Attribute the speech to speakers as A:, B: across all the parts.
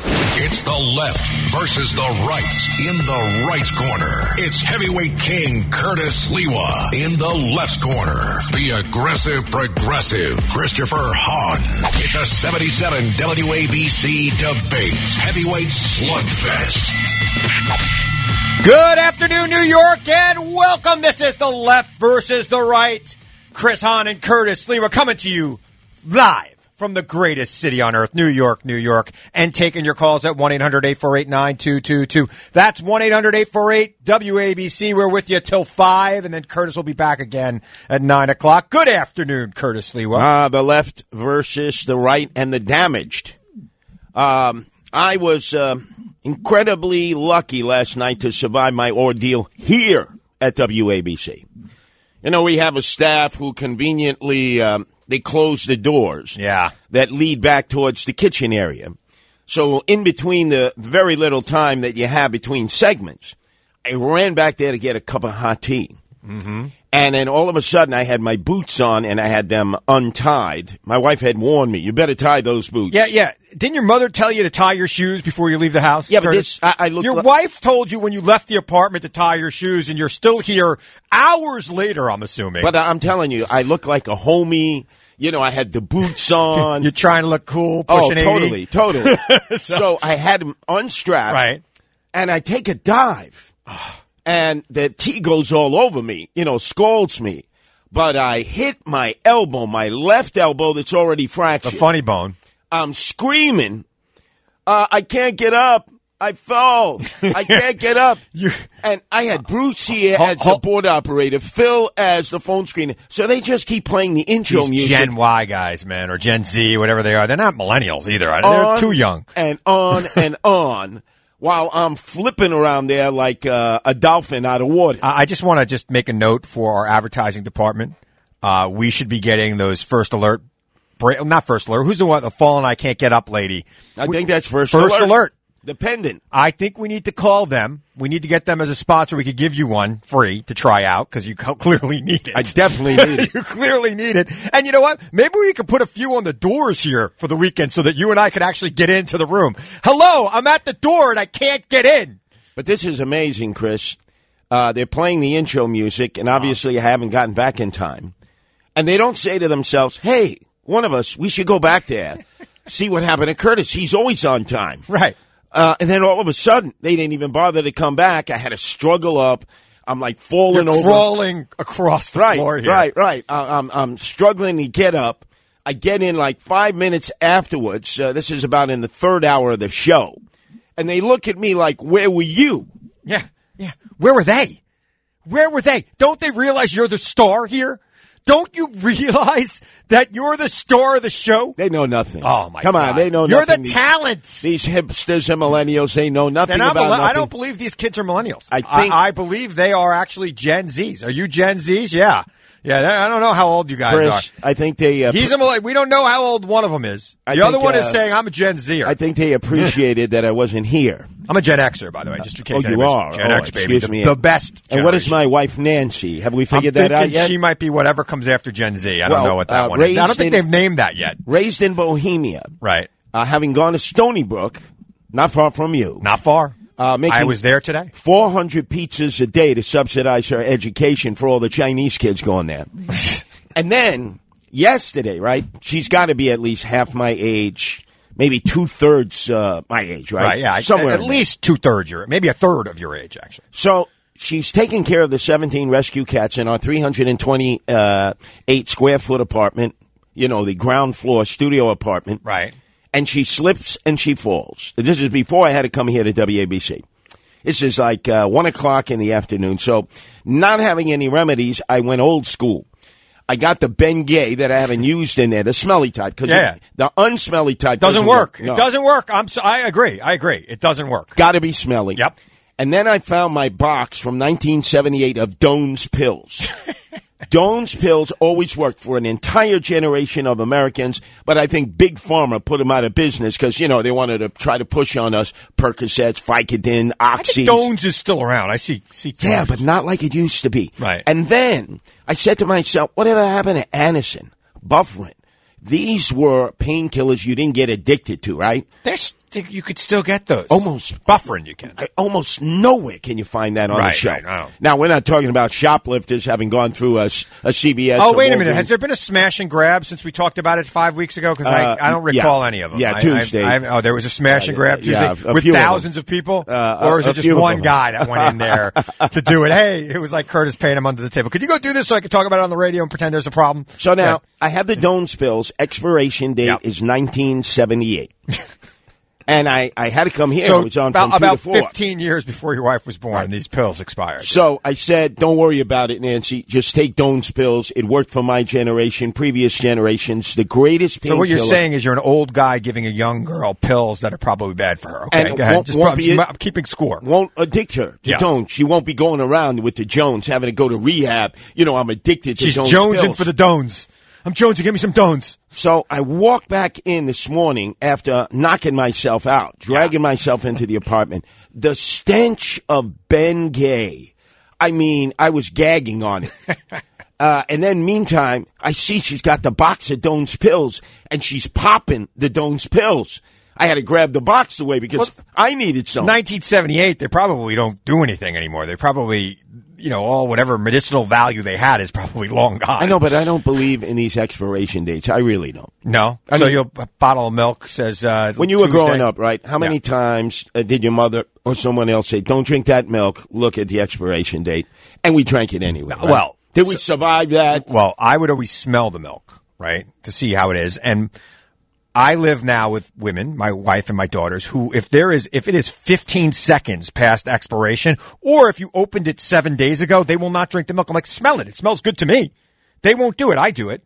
A: It's the left versus the right. In the right corner, it's heavyweight king Curtis Lewa. In the left corner, the aggressive progressive Christopher Hahn. It's a 77 WABC debate heavyweight slugfest.
B: Good afternoon, New York, and welcome. This is the left versus the right. Chris Hahn and Curtis Lee are coming to you live from the greatest city on earth, New York, New York, and taking your calls at 1 800 848 9222. That's 1 800 848 WABC. We're with you till 5, and then Curtis will be back again at 9 o'clock. Good afternoon, Curtis Lee.
C: Ah, the left versus the right and the damaged. Um, I was uh, incredibly lucky last night to survive my ordeal here at WABC. You know, we have a staff who conveniently um, they close the doors.
B: Yeah.
C: That lead back towards the kitchen area. So in between the very little time that you have between segments, I ran back there to get a cup of hot tea.
D: Mm-hmm.
C: And then all of a sudden, I had my boots on and I had them untied. My wife had warned me, you better tie those boots.
B: Yeah, yeah. Didn't your mother tell you to tie your shoes before you leave the house?
C: Yeah, but
B: Curtis?
C: this- I- I looked
B: Your
C: like-
B: wife told you when you left the apartment to tie your shoes, and you're still here hours later. I'm assuming.
C: But I- I'm telling you, I look like a homie. You know, I had the boots on.
B: You're trying to look cool,
C: Oh,
B: pushing 80.
C: totally, totally. so I had him unstrapped, right? And I take a dive, and the tea goes all over me. You know, scalds me. But I hit my elbow, my left elbow that's already fractured. The
B: funny bone.
C: I'm screaming. Uh, I can't get up. I fell. I can't get up. and I had Bruce here as the board operator, Phil as the phone screener. So they just keep playing the intro
B: These
C: music.
B: Gen Y guys, man, or Gen Z, whatever they are. They're not millennials either. I- They're
C: on
B: too young.
C: And on and on while I'm flipping around there like uh, a dolphin out of water.
B: I I just want to just make a note for our advertising department. Uh, we should be getting those first alert. Bra- not first alert. Who's the one? The fallen I can't get up lady.
C: I think that's first
B: First
C: alert.
B: alert.
C: The pendant.
B: I think we need to call them. We need to get them as a sponsor. We could give you one free to try out because you co- clearly need it. I
C: definitely need it.
B: you clearly need it. And you know what? Maybe we could put a few on the doors here for the weekend so that you and I could actually get into the room. Hello, I'm at the door and I can't get in.
C: But this is amazing, Chris. Uh, they're playing the intro music, and obviously I haven't gotten back in time. And they don't say to themselves, hey, one of us, we should go back there, see what happened to Curtis. He's always on time.
B: Right.
C: Uh, and then all of a sudden, they didn't even bother to come back. I had to struggle up. I'm like falling
B: You're
C: over.
B: crawling across the
C: right,
B: floor here.
C: Right, right. I, I'm, I'm struggling to get up. I get in like five minutes afterwards. Uh, this is about in the third hour of the show. And they look at me like, where were you?
B: Yeah, yeah. Where were they? Where were they? Don't they realize you're the star here? Don't you realize that you're the star of the show?
C: They know nothing.
B: Oh my
C: Come
B: god!
C: on, they know
B: You're
C: nothing.
B: the talents.
C: These hipsters and millennials, they know nothing
B: And I'm
C: about
B: a, I
C: nothing.
B: don't believe these kids are millennials.
C: I think-
B: I, believe they are actually Gen Zs. Are you Gen Zs? Yeah, yeah. that- I don't know how old you guys
C: Chris,
B: are.
C: I think they. Uh,
B: He's a
C: pre-
B: millennial. We don't know how old one of them is. The
C: I
B: other
C: think,
B: one is
C: uh,
B: saying I'm a Gen Zer.
C: I think they appreciated that I wasn't here.
B: I'm a Gen Xer, by the way, just in
C: oh,
B: case.
C: you
B: anybody's-
C: are.
B: Gen
C: oh,
B: X, baby.
C: excuse
B: The,
C: me.
B: the best.
C: And what is
B: generation.
C: my wife Nancy? Have we
B: I'm
C: figured that out
B: thinking
C: yet?
B: She might be whatever comes after Gen Z. I don't
C: Well,
B: know what that
C: uh,
B: one is. I don't
C: raised
B: think
C: in-
B: they've named that yet.
C: Raised in Bohemia,
B: Right.
C: uh, having gone to Stony Brook, not far from you.
B: Not far.
C: Uh, making
B: I was there today.
C: 400 pizzas a day to subsidize her education for all the Chinese kids going there. and then yesterday, right? She's got to be at least half my age, maybe two thirds uh, my age, right?
B: Right, yeah. I-
C: Somewhere
B: At
C: in
B: least two thirds your maybe a third of your age, actually.
C: there. So she's taking care of the 17 rescue cats in our 328 uh, square foot apartment, you know, the ground floor studio apartment.
B: Right.
C: and she slips and she falls. This is before I had to come here to WABC. This is like uh, one o'clock in the afternoon. So, not having any remedies, I went old school. I got the Ben Gay that I haven't used in there, the smelly type, because
B: Yeah.
C: the unsmelly type
B: Doesn't, work.
C: No.
B: It doesn't work. I'm so, I agree. I agree. It doesn't work.
C: Got to be smelly.
B: Yep.
C: And then I found my box from 1978 of Doan's pills. Doan's pills always worked for an entire generation of Americans, but I think Big Pharma put them out of business because, you know, they wanted to try to push on us Percocets, Vicodin,
B: I think
C: Oxy.
B: Dones is still around. I see. see
C: Yeah, but not like it used to be.
B: Right.
C: And then I said to myself, whatever happened to Anison, Bufferin? These were painkillers you didn't get addicted to, right?
B: There's think you could still get those.
C: Almost.
B: Buffering, you can.
C: I, almost nowhere can you find that on the
B: Right,
C: show.
B: right, wow.
C: Now we're not talking about shoplifters having gone through a, s- a CBS.
B: Oh
C: or
B: wait a minute!
C: Walgreens.
B: Has there been a smash and grab since we talked about it five weeks ago? Because
C: Uh,
B: I, I don't
C: yeah.
B: recall any of them.
C: Yeah,
B: I- I-
C: Tuesday. Uh,
B: I, oh, there was a smash and grab
C: Yeah,
B: Tuesday
C: a
B: with
C: few of them.
B: thousands of, people,
C: Uh,
B: or
C: a-
B: is
C: a
B: it just
C: few of
B: one
C: them.
B: guy that went in there to do it? Hey, it was like Curtis paying him under the table. Could you go do this so I could talk about it on the radio and pretend there's a problem?
C: So now
B: Yeah.
C: I have the Dones pills. Expiration date
B: Yep.
C: is 1978, and I, I had to come here. I
B: so
C: was on
B: about,
C: from two
B: about
C: to four.
B: 15 years before your wife was born, these pills expired.
C: So I said, "Don't worry about it, Nancy. Just take Dones pills. It worked for my generation, previous generations. The greatest painkiller."
B: So what you're saying is you're an old guy giving a young girl pills that are probably bad for her. Okay,
C: And it
B: go ahead.
C: won't-
B: Just-
C: won't be-
B: I'm keeping score.
C: won't addict her to
B: Yes.
C: Dones. She won't be going around with the Jones, having to go to rehab. You know, I'm addicted to
B: She's
C: Dones
B: jonesing
C: pills.
B: for the dones. I'm jonesing. Give me some dones.
C: So I walked back in this morning after knocking myself out, dragging myself into the apartment. The stench of Ben Gay. I mean, I was gagging on it. Uh, and then, meantime, I see she's got the box of Doan's pills, and she's popping the Doan's pills. I had to grab the box away because I needed some.
B: 1978, they probably don't do anything anymore. They probably, you know, all whatever medicinal value they had is probably long gone.
C: I know, but I don't believe in these expiration dates. I really don't.
B: No,
C: I
B: so
C: mean-
B: your bottle of milk says uh,
C: When you were
B: Tuesday-
C: growing up, right? How many
B: Yeah.
C: times uh, did your mother or someone else say, "Don't drink that milk"? Look at the expiration date, and we drank it anyway. right?
B: well,
C: did we survive that?
B: Well, I would always smell the milk, right, to see how it is. And I live now with women, my wife and my daughters, who, if there is, if it is 15 seconds past expiration, or if you opened it seven days ago, they will not drink the milk. I'm like, smell it. It smells good to me. They won't do it. I do it.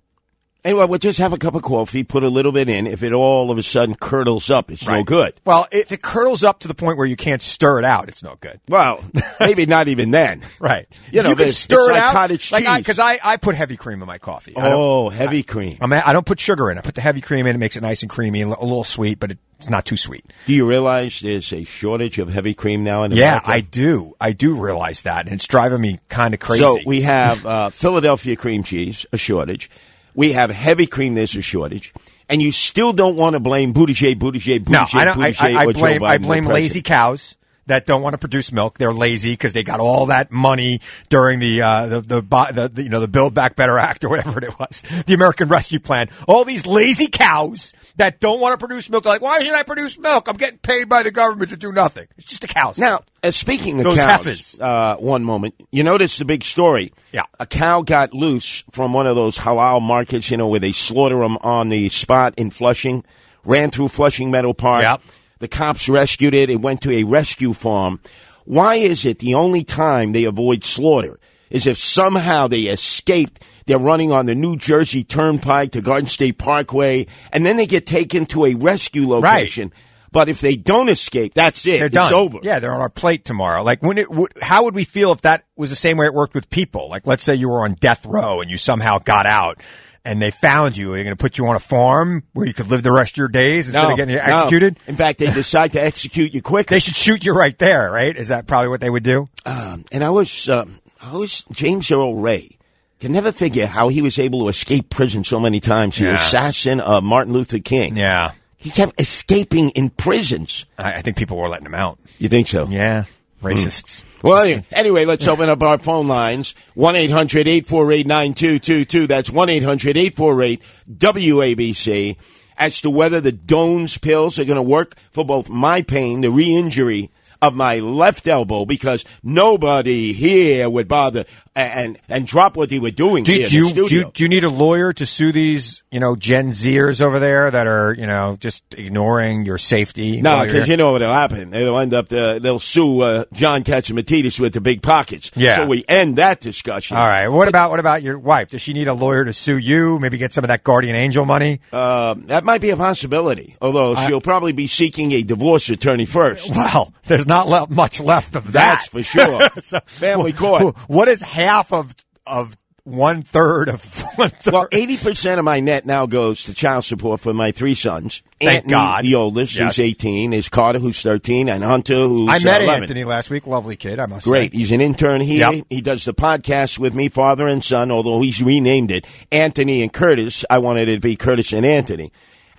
C: Anyway, we'll just have a cup of coffee, put a little bit in. If it all of a sudden curdles up, it's no
B: Right.
C: good.
B: Well, if it curdles up to the point where you can't stir it out, it's no good.
C: Well, maybe not even then.
B: Right.
C: You know,
B: you can
C: it's-
B: stir
C: it's
B: it
C: like
B: out.
C: cottage
B: like
C: cheese.
B: Because I, I, put heavy cream in my coffee. I don't-
C: Oh, heavy cream.
B: I'm, I don't put sugar in. I put the heavy cream in. It makes it nice and creamy and a little sweet, but it's not too sweet.
C: Do you realize there's a shortage of heavy cream now in
B: Yeah,
C: America?
B: I do. I do realize that, and it's driving me kind of crazy.
C: So we have uh, Philadelphia cream cheese, a shortage. We have heavy cream, there's a shortage. And you still don't want to blame Buttigieg, Buttigieg, Buttigieg,
B: no, I don't. I,
C: Buttigieg,
B: I, I
C: or Joe
B: blame. I
C: Biden, the
B: blame
C: president.
B: lazy cows that don't want to produce milk. They're lazy because they got all that money during the, uh, the, the bo- the the you know the Build Back Better Act or whatever it was, the American Rescue Plan. All these lazy cows that don't want to produce milk. They're like, why should I produce milk? I'm getting paid by the government to do nothing. It's just the cows.
C: Now, uh, speaking of
B: Those
C: cows,
B: heifers.
C: uh, one moment. You notice the big story.
B: Yeah.
C: A cow got loose from one of those halal markets, you know, where they slaughter them on the spot in Flushing, ran through Flushing Meadow Park.
B: Yep.
C: The cops rescued it. It went to a rescue farm. Why is it the only time they avoid slaughter is if somehow they escaped? They're running on the New Jersey Turnpike to Garden State Parkway, and then they get taken to a rescue location. But if they don't escape, that's it.
B: They're
C: it's
B: done.
C: over.
B: Yeah, they're on our plate tomorrow. Like when it, w- how would we feel if that was the same way it worked with people? Like let's say you were on death row and you somehow got out and they found you. Are they going to put you on a farm where you could live the rest of your days instead of getting you
C: no.
B: executed?
C: In fact, they decide to execute you quicker.
B: They should shoot you right there, right? Is that probably what they would do?
C: Um, and I was, um, I was James Earl Ray. Can never figure how he was able to escape prison so many times. The
B: Yeah.
C: assassin of Martin Luther King.
B: Yeah.
C: He kept escaping in prisons.
B: I, I think people were letting them out.
C: You think so?
B: Yeah. Racists.
C: Well, anyway- anyway, let's open up our phone lines. 1-800-848-9222. That's 1-800-848-WABC. As to whether the Doan's pills are going to work for both my pain, the re-injury of my left elbow, because nobody here would bother and, and drop what they were doing
B: Do,
C: here
B: do
C: in
B: you,
C: the
B: do,
C: studio.
B: you, do you need a lawyer to sue these, you know, Gen Zers over there that are, you know, just ignoring your safety?
C: No,
B: while you're-
C: because you know what'll happen. It'll end up uh, they'll sue uh, John Katzimatidis with the big pockets.
B: Yeah.
C: So we end that discussion.
B: All right. What about what about your wife? Does she need a lawyer to sue you? Maybe get some of that guardian angel money.
C: Um, that might be a possibility, although she'll probably be seeking a divorce attorney first.
B: well, there's not le- much left of
C: That's
B: that.
C: for sure. Family court.
B: Wh- What is half of of one third of one third?
C: Well, eighty percent of my net now goes to child support for my three sons.
B: Thank
C: Anthony,
B: God.
C: the oldest,
B: Yes.
C: who's eighteen, is Carter, who's thirteen, and Hunter, who's
B: I met
C: uh, eleven.
B: Anthony last week. Lovely kid, I must
C: Great.
B: say.
C: He's an intern here.
B: Yep.
C: He does the podcast with me, father and son, although he's renamed it Anthony and Curtis. I wanted it to be Curtis and Anthony.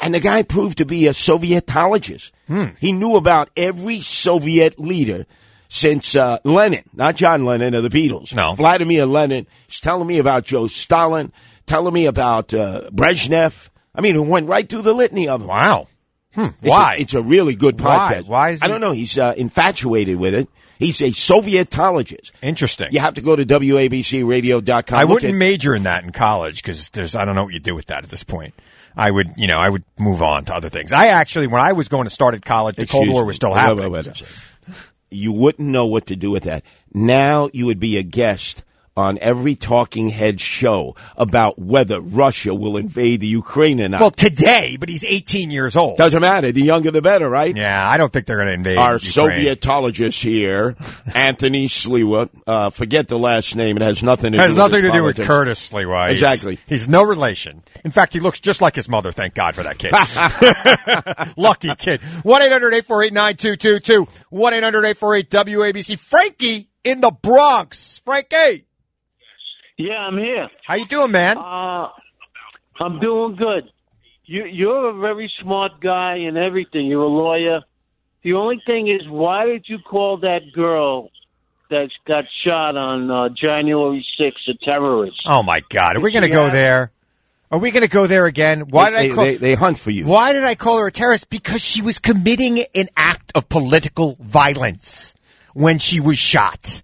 C: And the guy proved to be a Sovietologist.
B: Hmm.
C: He knew about every Soviet leader since uh, Lenin, not John Lennon of the Beatles.
B: No.
C: Vladimir Lenin. He's telling me about Joe Stalin, telling me about uh, Brezhnev. I mean, it went right through the litany of them.
B: Wow. Hmm.
C: It's
B: Why?
C: A, it's a really good
B: Why?
C: podcast.
B: Why is
C: I
B: he-
C: don't know. He's uh, infatuated with it. He's a Sovietologist.
B: Interesting.
C: You have to go to WABCRadio.com.
B: I
C: Look
B: wouldn't
C: at-
B: major in that in college because there's I don't know what you do with that at this point. I would, you know, I would move on to other things. I actually, when I was going to start at college, the Cold
C: Excuse
B: War
C: me.
B: was still
C: Wait, wait,
B: happening.
C: wait, wait. You wouldn't know what to do with that. Now you would be a guest on every talking head show about whether Russia will invade the Ukraine or not.
B: Well, today, but he's 18 years old.
C: doesn't matter. The younger the better, right?
B: yeah, I don't think they're going to invade
C: Our
B: Ukraine.
C: Sovietologist here, Anthony Sliwa. Uh, forget the last name. It has nothing to
B: has
C: do with
B: nothing
C: his
B: to do with
C: politics.
B: Curtis Lewa. He's-
C: Exactly.
B: He's, no relation. In fact, he looks just like his mother. Thank God for that kid. Lucky kid. 1-800-848-9222. 1-800-848-WABC. Frankie in the Bronx. Frankie,
D: Yeah, I'm here.
B: how you doing, man?
D: Uh, I'm doing good. You, you're a very smart guy and everything. You're a lawyer. The only thing is, why did you call that girl that got shot on uh, January 6th a terrorist?
B: Oh my God! Are we going to
D: Yeah.
B: go there? Are we going to go there again? Why did
C: They,
B: I call?
C: they, they hunt for you.
B: why did I call her a terrorist? Because she was committing an act of political violence when she was shot.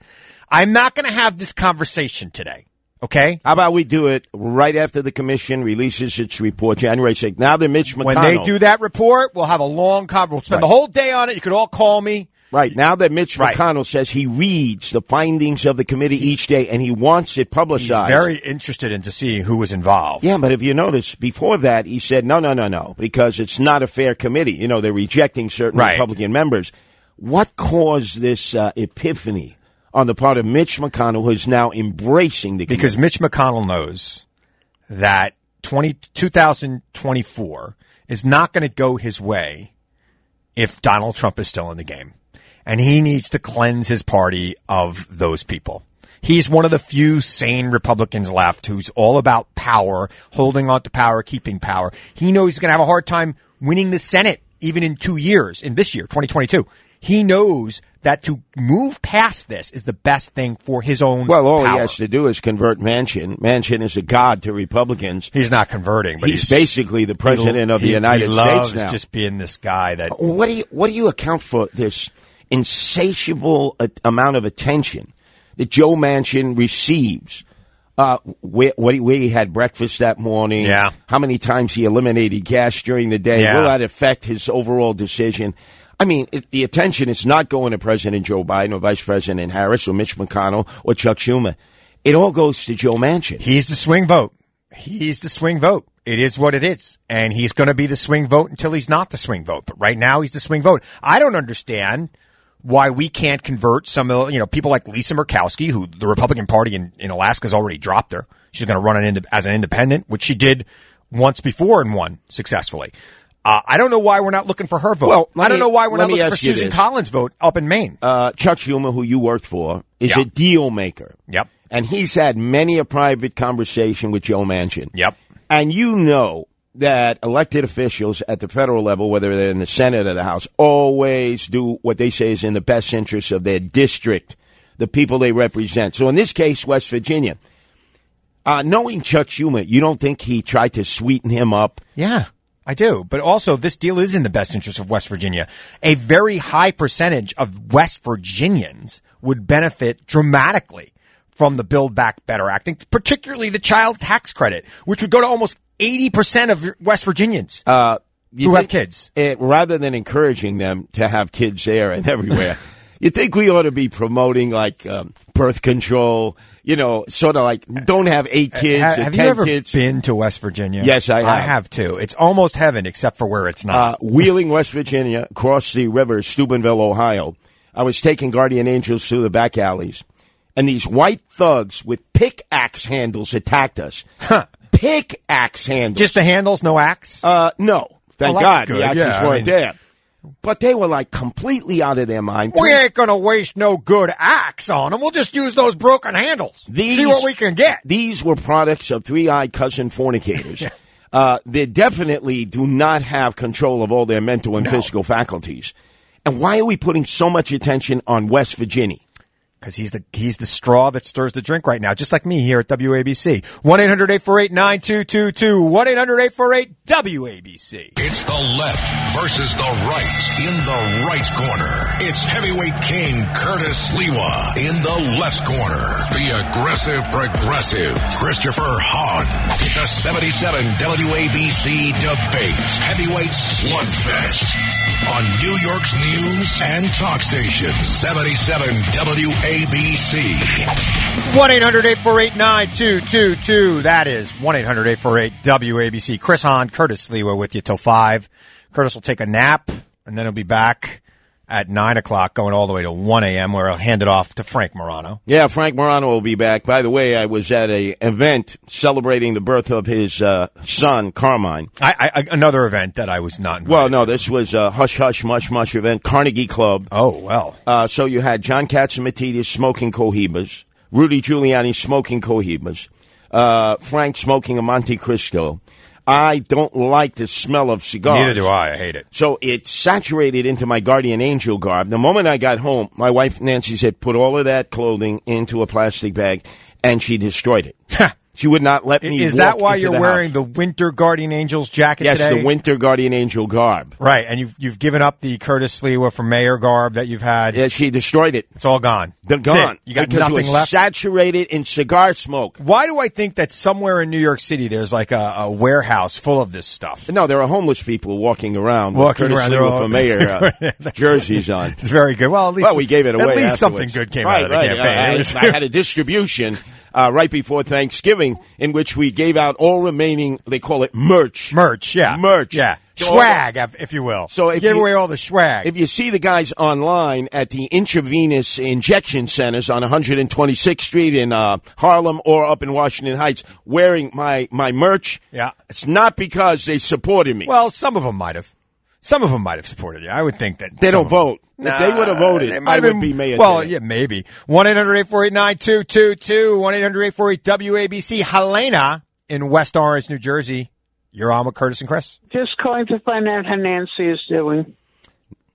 B: I'm not going to have this conversation today. Okay?
C: How about we do it right after the commission releases its report January 6th? Now that Mitch McConnell.
B: When they do that report, we'll have a long conversation. We'll spend the whole day on it. You could all call me.
C: Right. Now that Mitch
B: Right.
C: McConnell says he reads the findings of the committee each day and he wants it
B: He's
C: publicized.
B: very interested in to see who was involved.
C: yeah, but if you notice, before that, he said, no, no, no, no, because it's not a fair committee. You know, they're rejecting certain
B: Right.
C: Republican members. What caused this uh, epiphany on the part of Mitch McConnell, who is now embracing the committee?
B: because Mitch McConnell knows that 20, 2024 is not going to go his way if Donald Trump is still in the game. And he needs to cleanse his party of those people. He's one of the few sane Republicans left who's all about power, holding on to power, keeping power. He knows he's going to have a hard time winning the Senate even in two years, in this year, 2022. He knows that to move past this is the best thing for his own
C: Well, all
B: power.
C: he has to do is convert Manchin. Manchin is a god to Republicans.
B: He's not converting, but
C: He's basically the president of the
B: he-
C: United
B: he loves
C: States now.
B: Just being this guy that
C: What do you what do you account for this insatiable uh, amount of attention that Joe Manchin receives? Uh, where, where, he, where he had breakfast that morning?
B: Yeah.
C: How many times he eliminated gas during the day?
B: Yeah.
C: Will that affect his overall decision? I mean, it, the attention is not going to President Joe Biden or Vice President Harris or Mitch McConnell or Chuck Schumer. It all goes to Joe Manchin.
B: he's the swing vote. He's the swing vote. It is what it is, and he's going to be the swing vote until he's not the swing vote. But right now, he's the swing vote. I don't understand why we can't convert some, of the- you know, people like Lisa Murkowski, who the Republican Party in, in Alaska's already dropped her. She's going to run an ind- as an independent, which she did once before and won successfully. Uh, I don't know why we're not looking for her vote.
C: Well, let
B: I don't
C: me-
B: know why we're
C: let
B: not
C: me
B: looking for
C: ask you
B: Susan
C: this.
B: Collins' vote up in Maine.
C: uh, Chuck Schumer, who you worked for, is
B: Yeah.
C: a deal maker.
B: Yep.
C: And he's had many a private conversation with Joe Manchin.
B: Yep.
C: And you know that elected officials at the federal level, whether they're in the Senate or the House, always do what they say is in the best interest of their district, the people they represent. So in this case, West Virginia. Uh, knowing Chuck Schumer, you don't think he tried to sweeten him up?
B: Yeah, I do. But also, this deal is in the best interest of West Virginia. A very high percentage of West Virginians would benefit dramatically from the Build Back Better Act, and particularly the child tax credit, which would go to almost 80% of West Virginians
C: Uh, You
B: who have
C: think-
B: kids.
C: it, rather than encouraging them to have kids there and everywhere, you think we ought to be promoting like um, birth control, you know, sort of like don't have eight kids
B: Uh, Ha-
C: or
B: have you
C: ten
B: ever
C: kids.
B: been to West Virginia?
C: Yes, I
B: I
C: have.
B: have too. It's almost heaven, except for where it's not.
C: uh, Wheeling, West Virginia, across the river, Steubenville, Ohio. I was taking guardian angels through the back alleys, and these white thugs with pickaxe handles attacked us. Pickaxe handles.
B: Just the handles, no axe.
C: Uh, no. Thank
B: Well,
C: God the
B: Oh, that's good.
C: axes
B: Yeah, I
C: weren't
B: mean-
C: there. But they were like completely out of their mind.
B: we ain't gonna waste no good axe on them. We'll just use those broken handles.
C: These-
B: See what we can get.
C: These were products of three eyed cousin fornicators. uh, they definitely do not have control of all their mental and physical faculties. And why are we putting so much attention on West Virginia?
B: because he's the he's the straw that stirs the drink right now, just like me here at WABC. 1-800-848-9222. 1-800-848-WABC.
A: It's the left versus the right in the right corner. It's heavyweight king Curtis Lewa in the left corner. The aggressive progressive Christopher Hahn. It's a 77 WABC debate. Heavyweight slugfest on New York's news and talk station 77 WABC.
B: 1-800-848-9222. That is 1-800-848-WABC. Chris Hahn, Curtis Lewa with you till 5. Curtis will take a nap, and then he'll be back at 9 o'clock, going all the way to 1 a.m., where I'll hand it off to Frank Morano.
C: Yeah, Frank Morano will be back. By the way, I was at a event celebrating the birth of his uh, son, Carmine.
B: I, I, another event that I was not invited
C: Well,
B: to.
C: no, this was a hush hush mush mush event, Carnegie Club.
B: Oh, well.
C: Uh, so you had John Katzimatidis smoking cohibas, Rudy Giuliani smoking cohibas, uh, Frank smoking a Monte Cristo. I don't like the smell of cigars.
B: Neither do I. I hate it.
C: So it saturated into my guardian angel garb. The moment I got home, my wife Nancy said, "Put all of that clothing into a plastic bag," and she destroyed it. she would not let me.
B: Is
C: walk
B: that why
C: into
B: you're
C: the
B: wearing
C: house.
B: the Winter Guardian Angels jacket
C: yes
B: today?
C: the winter guardian angel garb?
B: Right, and you've you've given up the Curtis Lewa for mayor garb that you've had.
C: Yeah, she destroyed it.
B: It's all gone.
C: They're
B: That's it.
C: gone.
B: You got
C: because
B: nothing
C: it was
B: left.
C: Saturated in cigar smoke.
B: Why do I think that somewhere in New York City there's like a, a warehouse full of this stuff?
C: No, there are homeless people walking around. with
B: Walking
C: Curtis
B: around,
C: Lee
B: they're
C: with
B: all-
C: a mayor uh, jerseys on.
B: It's very good. Well, at least
C: Well, we gave it away.
B: At least
C: afterwards.
B: something good came
C: right,
B: out of the
C: right.
B: campaign.
C: I-
B: It was-
C: I, I had a distribution uh, right before Thanksgiving in which we gave out all remaining. They call it merch.
B: merch, yeah,
C: Merch.
B: yeah,
C: So all the-
B: swag, if- if you will.
C: So if
B: give
C: you-
B: away all the swag.
C: If you see the guys online at the intravenous injection centers on 126th Street in uh, Harlem or up in Washington Heights wearing my, my merch,
B: Yeah.
C: it's not because they supported me.
B: well, some of them might have. Some of them might have supported you. I would think that
C: They don't
B: some of 'em-
C: vote. If they would have voted,
B: they might
C: I
B: have
C: would be mayor
B: Well,
C: today.
B: yeah, maybe. 1 800 848 9222, 1 800 848 WABC. Helena in West Orange, New Jersey. You're on with Curtis and Chris.
D: Just calling to find out how Nancy is doing.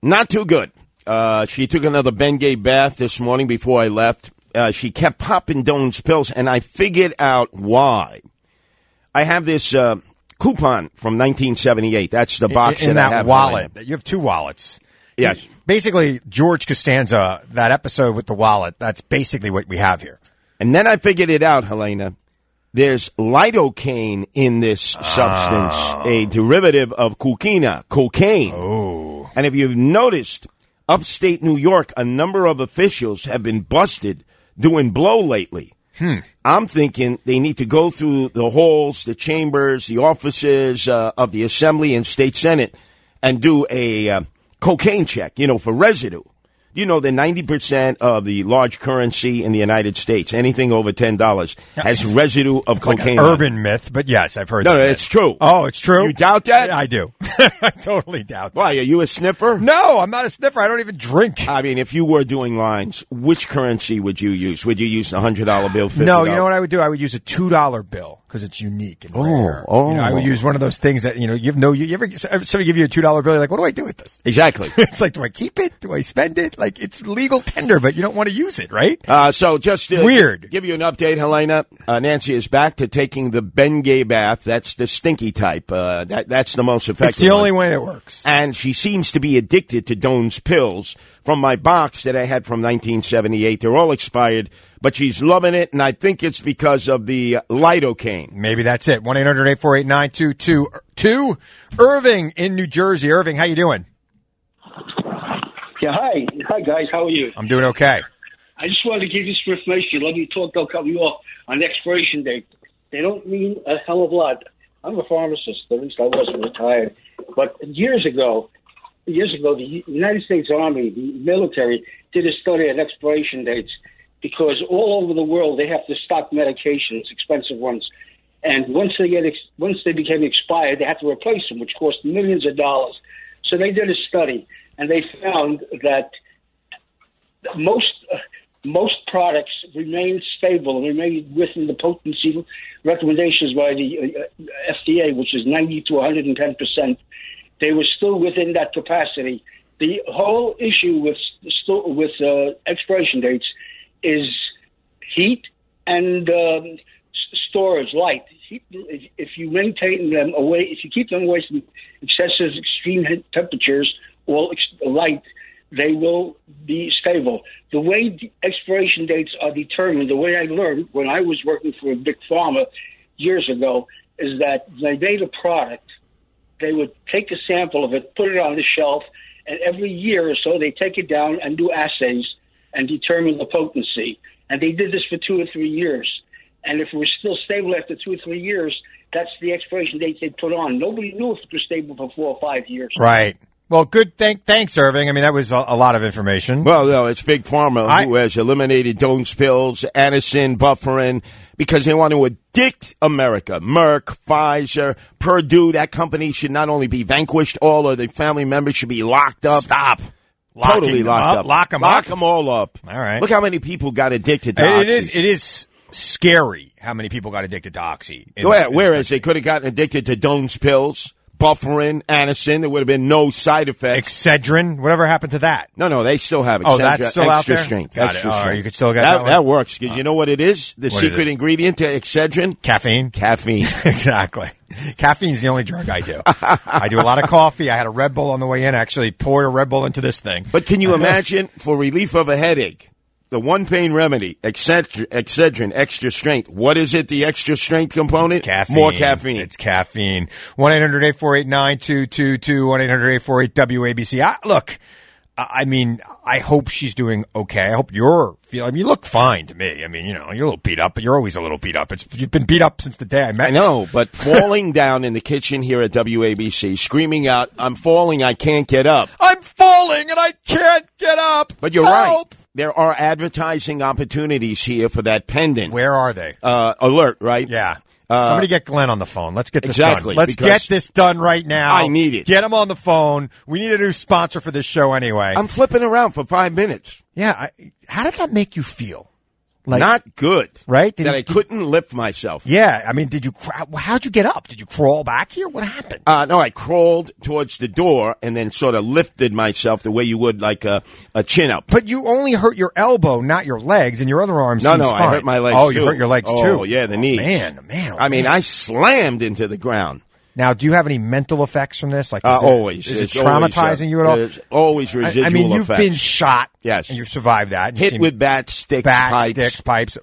C: Not too good. Uh, she took another Bengay bath this morning before I left. Uh, she kept popping Doan's pills, and I figured out why. I have this uh, coupon from 1978. That's the box
B: in, in
C: that,
B: that
C: I have lying.
B: wallet. You have two wallets.
C: Yes.
B: Basically, George Costanza, that episode with the wallet, that's basically what we have here.
C: And then I figured it out, Helena. There's lidocaine in this substance, a derivative of coquina, cocaine. Oh. And if you've noticed, upstate New York, a number of officials have been busted doing blow lately. Hmm. I'm thinking they need to go through the halls, the chambers, the offices uh, of the Assembly and State Senate and do a uh, cocaine check, you know, for residue. You know that 90% of the large currency in the United States, anything over $10, has residue of
B: Like
C: cocaine.
B: an
C: on it.
B: urban myth, but yes, I've heard
C: No,
B: that.
C: no,
B: myth.
C: it's true.
B: Oh, it's true?
C: You doubt that?
B: I do. I totally doubt that.
C: Why, are you a sniffer?
B: No, I'm not a sniffer. I don't even drink.
C: I mean, if you were doing lines, which currency would you use? Would you use a hundred dollar bill? $50?
B: No, you know what I would do? I would use a two dollar bill because it's unique and rare.
C: oh.
B: You know, I would use one of those things that you know you have no. You ever somebody give you a two dollar bill? You're like, what do I do with this?
C: Exactly.
B: It's like, do I keep it? Do I spend it? Like, it's legal tender, but you don't want to use it, right?
C: Uh, so just to
B: Weird.
C: Give you an update, Helena. Uh, Nancy is back to taking the Bengay bath. That's the stinky type. Uh, that that's the most effective.
B: It's the only
C: one.
B: way it works.
C: And she seems to be addicted to Doan's pills from my box that I had from 1978. They're all expired, but she's loving it, and I think it's because of the uh, lidocaine.
B: Maybe that's it. One 9222 Irving in New Jersey. Irving, how you doing?
E: Yeah, hi. Hi, guys. How are you?
B: I'm doing okay.
E: I just wanted to give you some information. Let me talk. They'll cut me off on expiration date. They don't mean a hell of a lot. I'm a pharmacist. At least I wasn't retired. But years ago, years ago, the United States Army, the military, did a study on expiration dates because all over the world they have to stock medications, expensive ones. And once they get ex- once they became expired, they had to replace them, which cost millions of dollars. So they did a study, and they found that most uh, most products remain stable and remain within the potency recommendations by the uh, uh, FDA, which is 90 to 110 percent. They were still within that capacity. The whole issue with st- with uh, expiration dates is heat and um, s- storage, light. Heat, if, if you maintain them away, if you keep them away from excessive extreme heat temperatures or ex- light, they will be stable. The way the expiration dates are determined, the way I learned when I was working for a big pharma years ago, is that they made a product, they would take a sample of it, put it on the shelf, and every year or so they take it down and do assays and determine the potency. And they did this for two or three years. And if it was still stable after two or three years, that's the expiration date they put on. Nobody knew if it was stable for four or five years.
B: Right. Well, good. Thank, thanks, Irving. I mean, that was a, a lot of information.
C: Well, no, it's Big Pharma
B: I-
C: who has eliminated Don't Spills, Anacin, Bufferin, because they want to addict America. Merck, Pfizer, Purdue, that company should not only be vanquished, all of their family members should be locked up.
B: Stop. Locking
C: Totally
B: them
C: locked up.
B: Lock them
C: Lock
B: up.
C: them all up.
B: All right.
C: Look how many people got addicted to
B: It- it
C: oxy.
B: is. It is scary how many people got addicted to oxy. in
C: Where-
B: this- in this
C: whereas they could have gotten addicted to Doan's pills, Bufferin, Anacin, there would have been no side effects.
B: Excedrin, whatever happened to that?
C: No, no, they still have it.
B: Oh, that's
C: Extra-
B: still out
C: extra
B: there?
C: strength.
B: Got it.
C: extra
B: All right,
C: strength.
B: you could still get
C: that.
B: that one? Uh,
C: that works because you know what it is. The
B: What is
C: secret
B: it?
C: ingredient to Excedrin,
B: Caffeine.
C: caffeine.
B: exactly. Caffeine's the only drug I do. I do a lot of coffee. I had a Red Bull on the way in. I actually poured a Red Bull into this thing.
C: but can you imagine for relief of a headache, the one pain remedy, Excedrin, Excedrin, extra strength. What is it? The extra strength component,
B: Caffeine.
C: more caffeine.
B: It's caffeine. 1 800 848 9222 1 800 848 WABC. Look, I I mean, I hope she's doing okay. I hope you're feeling. I mean, you look fine to me. I mean, you know, you're a little beat up, but you're always a little beat up. It's You've been beat up since the day I met
C: I know, but falling down in the kitchen here at WABC, screaming out, "I'm falling! I can't get up!"
B: I'm falling and I can't get up.
C: But you're
B: Help!
C: right. There are advertising opportunities here for that pendant.
B: Where are they?
C: uh, alert, right?
B: Yeah.
C: Uh,
B: Somebody get Glenn on the phone. Let's get this
C: Exactly,
B: done. Let's
C: because-
B: get this done right now.
C: I need it.
B: Get him on the phone. We need a new sponsor for this show anyway.
C: I'm flipping around for five minutes.
B: yeah. I, how did that make you feel? Like,
C: Not good.
B: Right? Did
C: that
B: he-
C: I couldn't lift myself.
B: yeah. I mean, did you, cra- how'd you get up? Did you crawl back here? What happened?
C: Uh, no, I crawled towards the door and then sort of lifted myself the way you would like a, a chin up.
B: but you only hurt your elbow, not your legs, and your other arm
C: No,
B: seems
C: no, I
B: fine.
C: hurt my legs.
B: Oh, you
C: too.
B: hurt your legs too.
C: Oh, yeah, the
B: Oh,
C: knees.
B: Man, man. oh,
C: I mean,
B: man.
C: I slammed into the ground.
B: now, do you have any mental effects from this? Like, is
C: Uh,
B: there-
C: always.
B: is it
C: It's always,
B: traumatizing
C: uh,
B: you at all?
C: there's always
B: I-
C: residual
B: I mean, you've
C: effects.
B: been shot.
C: Yes.
B: And you've survived that. You've
C: hit
B: seen
C: with bat sticks,
B: bats,
C: pipes.
B: sticks, pipes,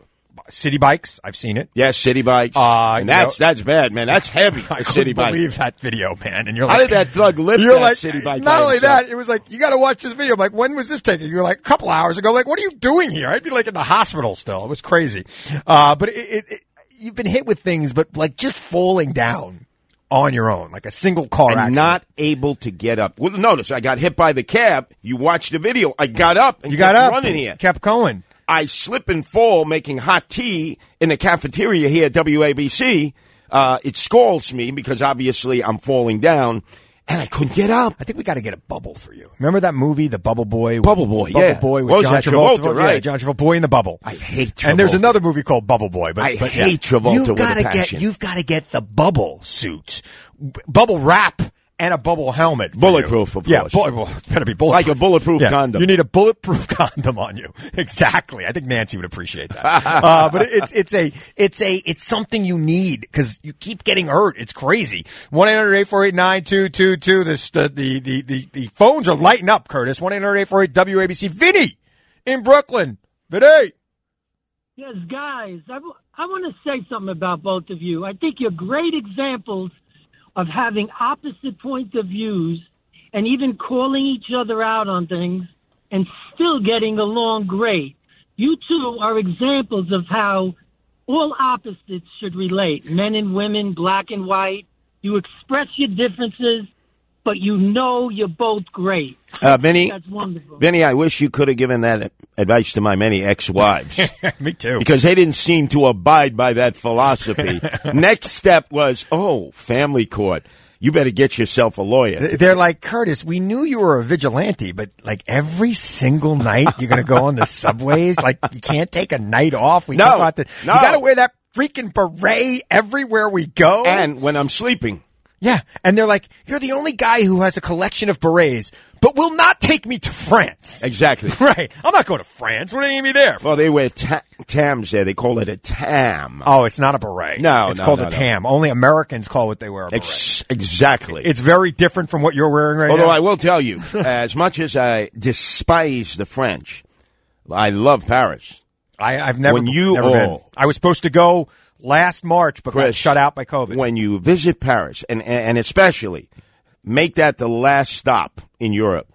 B: city bikes. I've seen it.
C: Yes, city bikes.
B: Uh,
C: and
B: you
C: that's
B: know-
C: that's bad, man. That's heavy.
B: I
C: a city
B: couldn't
C: bike.
B: believe that video, man. And you're
C: How
B: like,
C: did that thug lift
B: you're
C: that
B: like,
C: city bike
B: Not
C: by
B: only
C: himself?
B: that, it was like you got to watch this video. I'm like, when was this taken? You're like a couple hours ago. Like, what are you doing here? I'd be like in the hospital still. It was crazy. Uh, but it, it, it, you've been hit with things, but like just falling down on your own, like a single car
C: and
B: accident.
C: not able to get up. Well, notice I got hit by the cab. You watched the video. I got up and
B: you got
C: kept
B: up,
C: running here.
B: kept going.
C: I slip and fall making hot tea in the cafeteria here at WABC. Uh, it scalds me because obviously I'm falling down and I couldn't get up.
B: I think we got to get a bubble for you. Remember that movie, The Bubble Boy?
C: Bubble Boy,
B: Bubble
C: yeah.
B: Boy with
C: What was
B: John
C: that,
B: Travolta,
C: Travolta,
B: Yeah,
C: right?
B: John Travolta, Boy in the Bubble.
C: I hate
B: And there's
C: Travolta.
B: another movie called Bubble Boy, but
C: I
B: but,
C: hate
B: yeah.
C: Travolta
B: You've
C: with a
B: gotta
C: passion.
B: Get, you've got to get the bubble suit, b- bubble wrap, and a bubble helmet. for you.
C: Bulletproof, of
B: yeah,
C: course.
B: bull- well, it's better be bulletproof.
C: Like a bulletproof
B: Yeah,
C: condom.
B: You need a bulletproof condom on you. Exactly. I think Nancy would appreciate that. uh, but it's it's a it's a it's something you need because you keep getting hurt. It's crazy. One 9222 This the the the the the phones are lighting up. Curtis one 848 WABC. Vinny in Brooklyn. Vinny.
F: Yes, guys, I, w- I want to say something about both of you. I think you're great examples of having opposite points of views and even calling each other out on things and still getting along great. You two are examples of how all opposites should relate men and women, black and white. You express your differences, but you know you're both great.
C: Uh, Vinny,
F: That's wonderful.
C: Vinny, I wish you could have given that advice to my many ex-wives.
B: Me too.
C: because they didn't seem to abide by that philosophy. Next step was, oh, family court. you better get yourself a lawyer.
B: They're like, Curtis, we knew you were a vigilante, but like every single night you're going to go on the subways. Like you can't take a night off. We
C: No,
B: took out the-
C: no.
B: You got to wear that freaking beret everywhere we go.
C: And when I'm sleeping,
B: yeah. And they're like, you're the only guy who has a collection of berets, but will not take me to France.
C: exactly.
B: Right. I'm not going to France. What are you going to be there for?
C: Well, they wear ta- tams there. They call it a tam.
B: Oh, it's not a beret.
C: No,
B: It's
C: no,
B: called
C: no,
B: a
C: no.
B: tam. Only Americans call what they wear a beret.
C: Ex- exactly.
B: it's very different from what you're wearing right
C: Although
B: now.
C: I will tell you, as much as I despise the French, I love Paris.
B: I, I've never,
C: When you-
B: never been.
C: oh.
B: I was supposed to go last March, but got
C: Chris,
B: shut out by COVID.
C: When you visit Paris, and, and, and especially make that the last stop in Europe,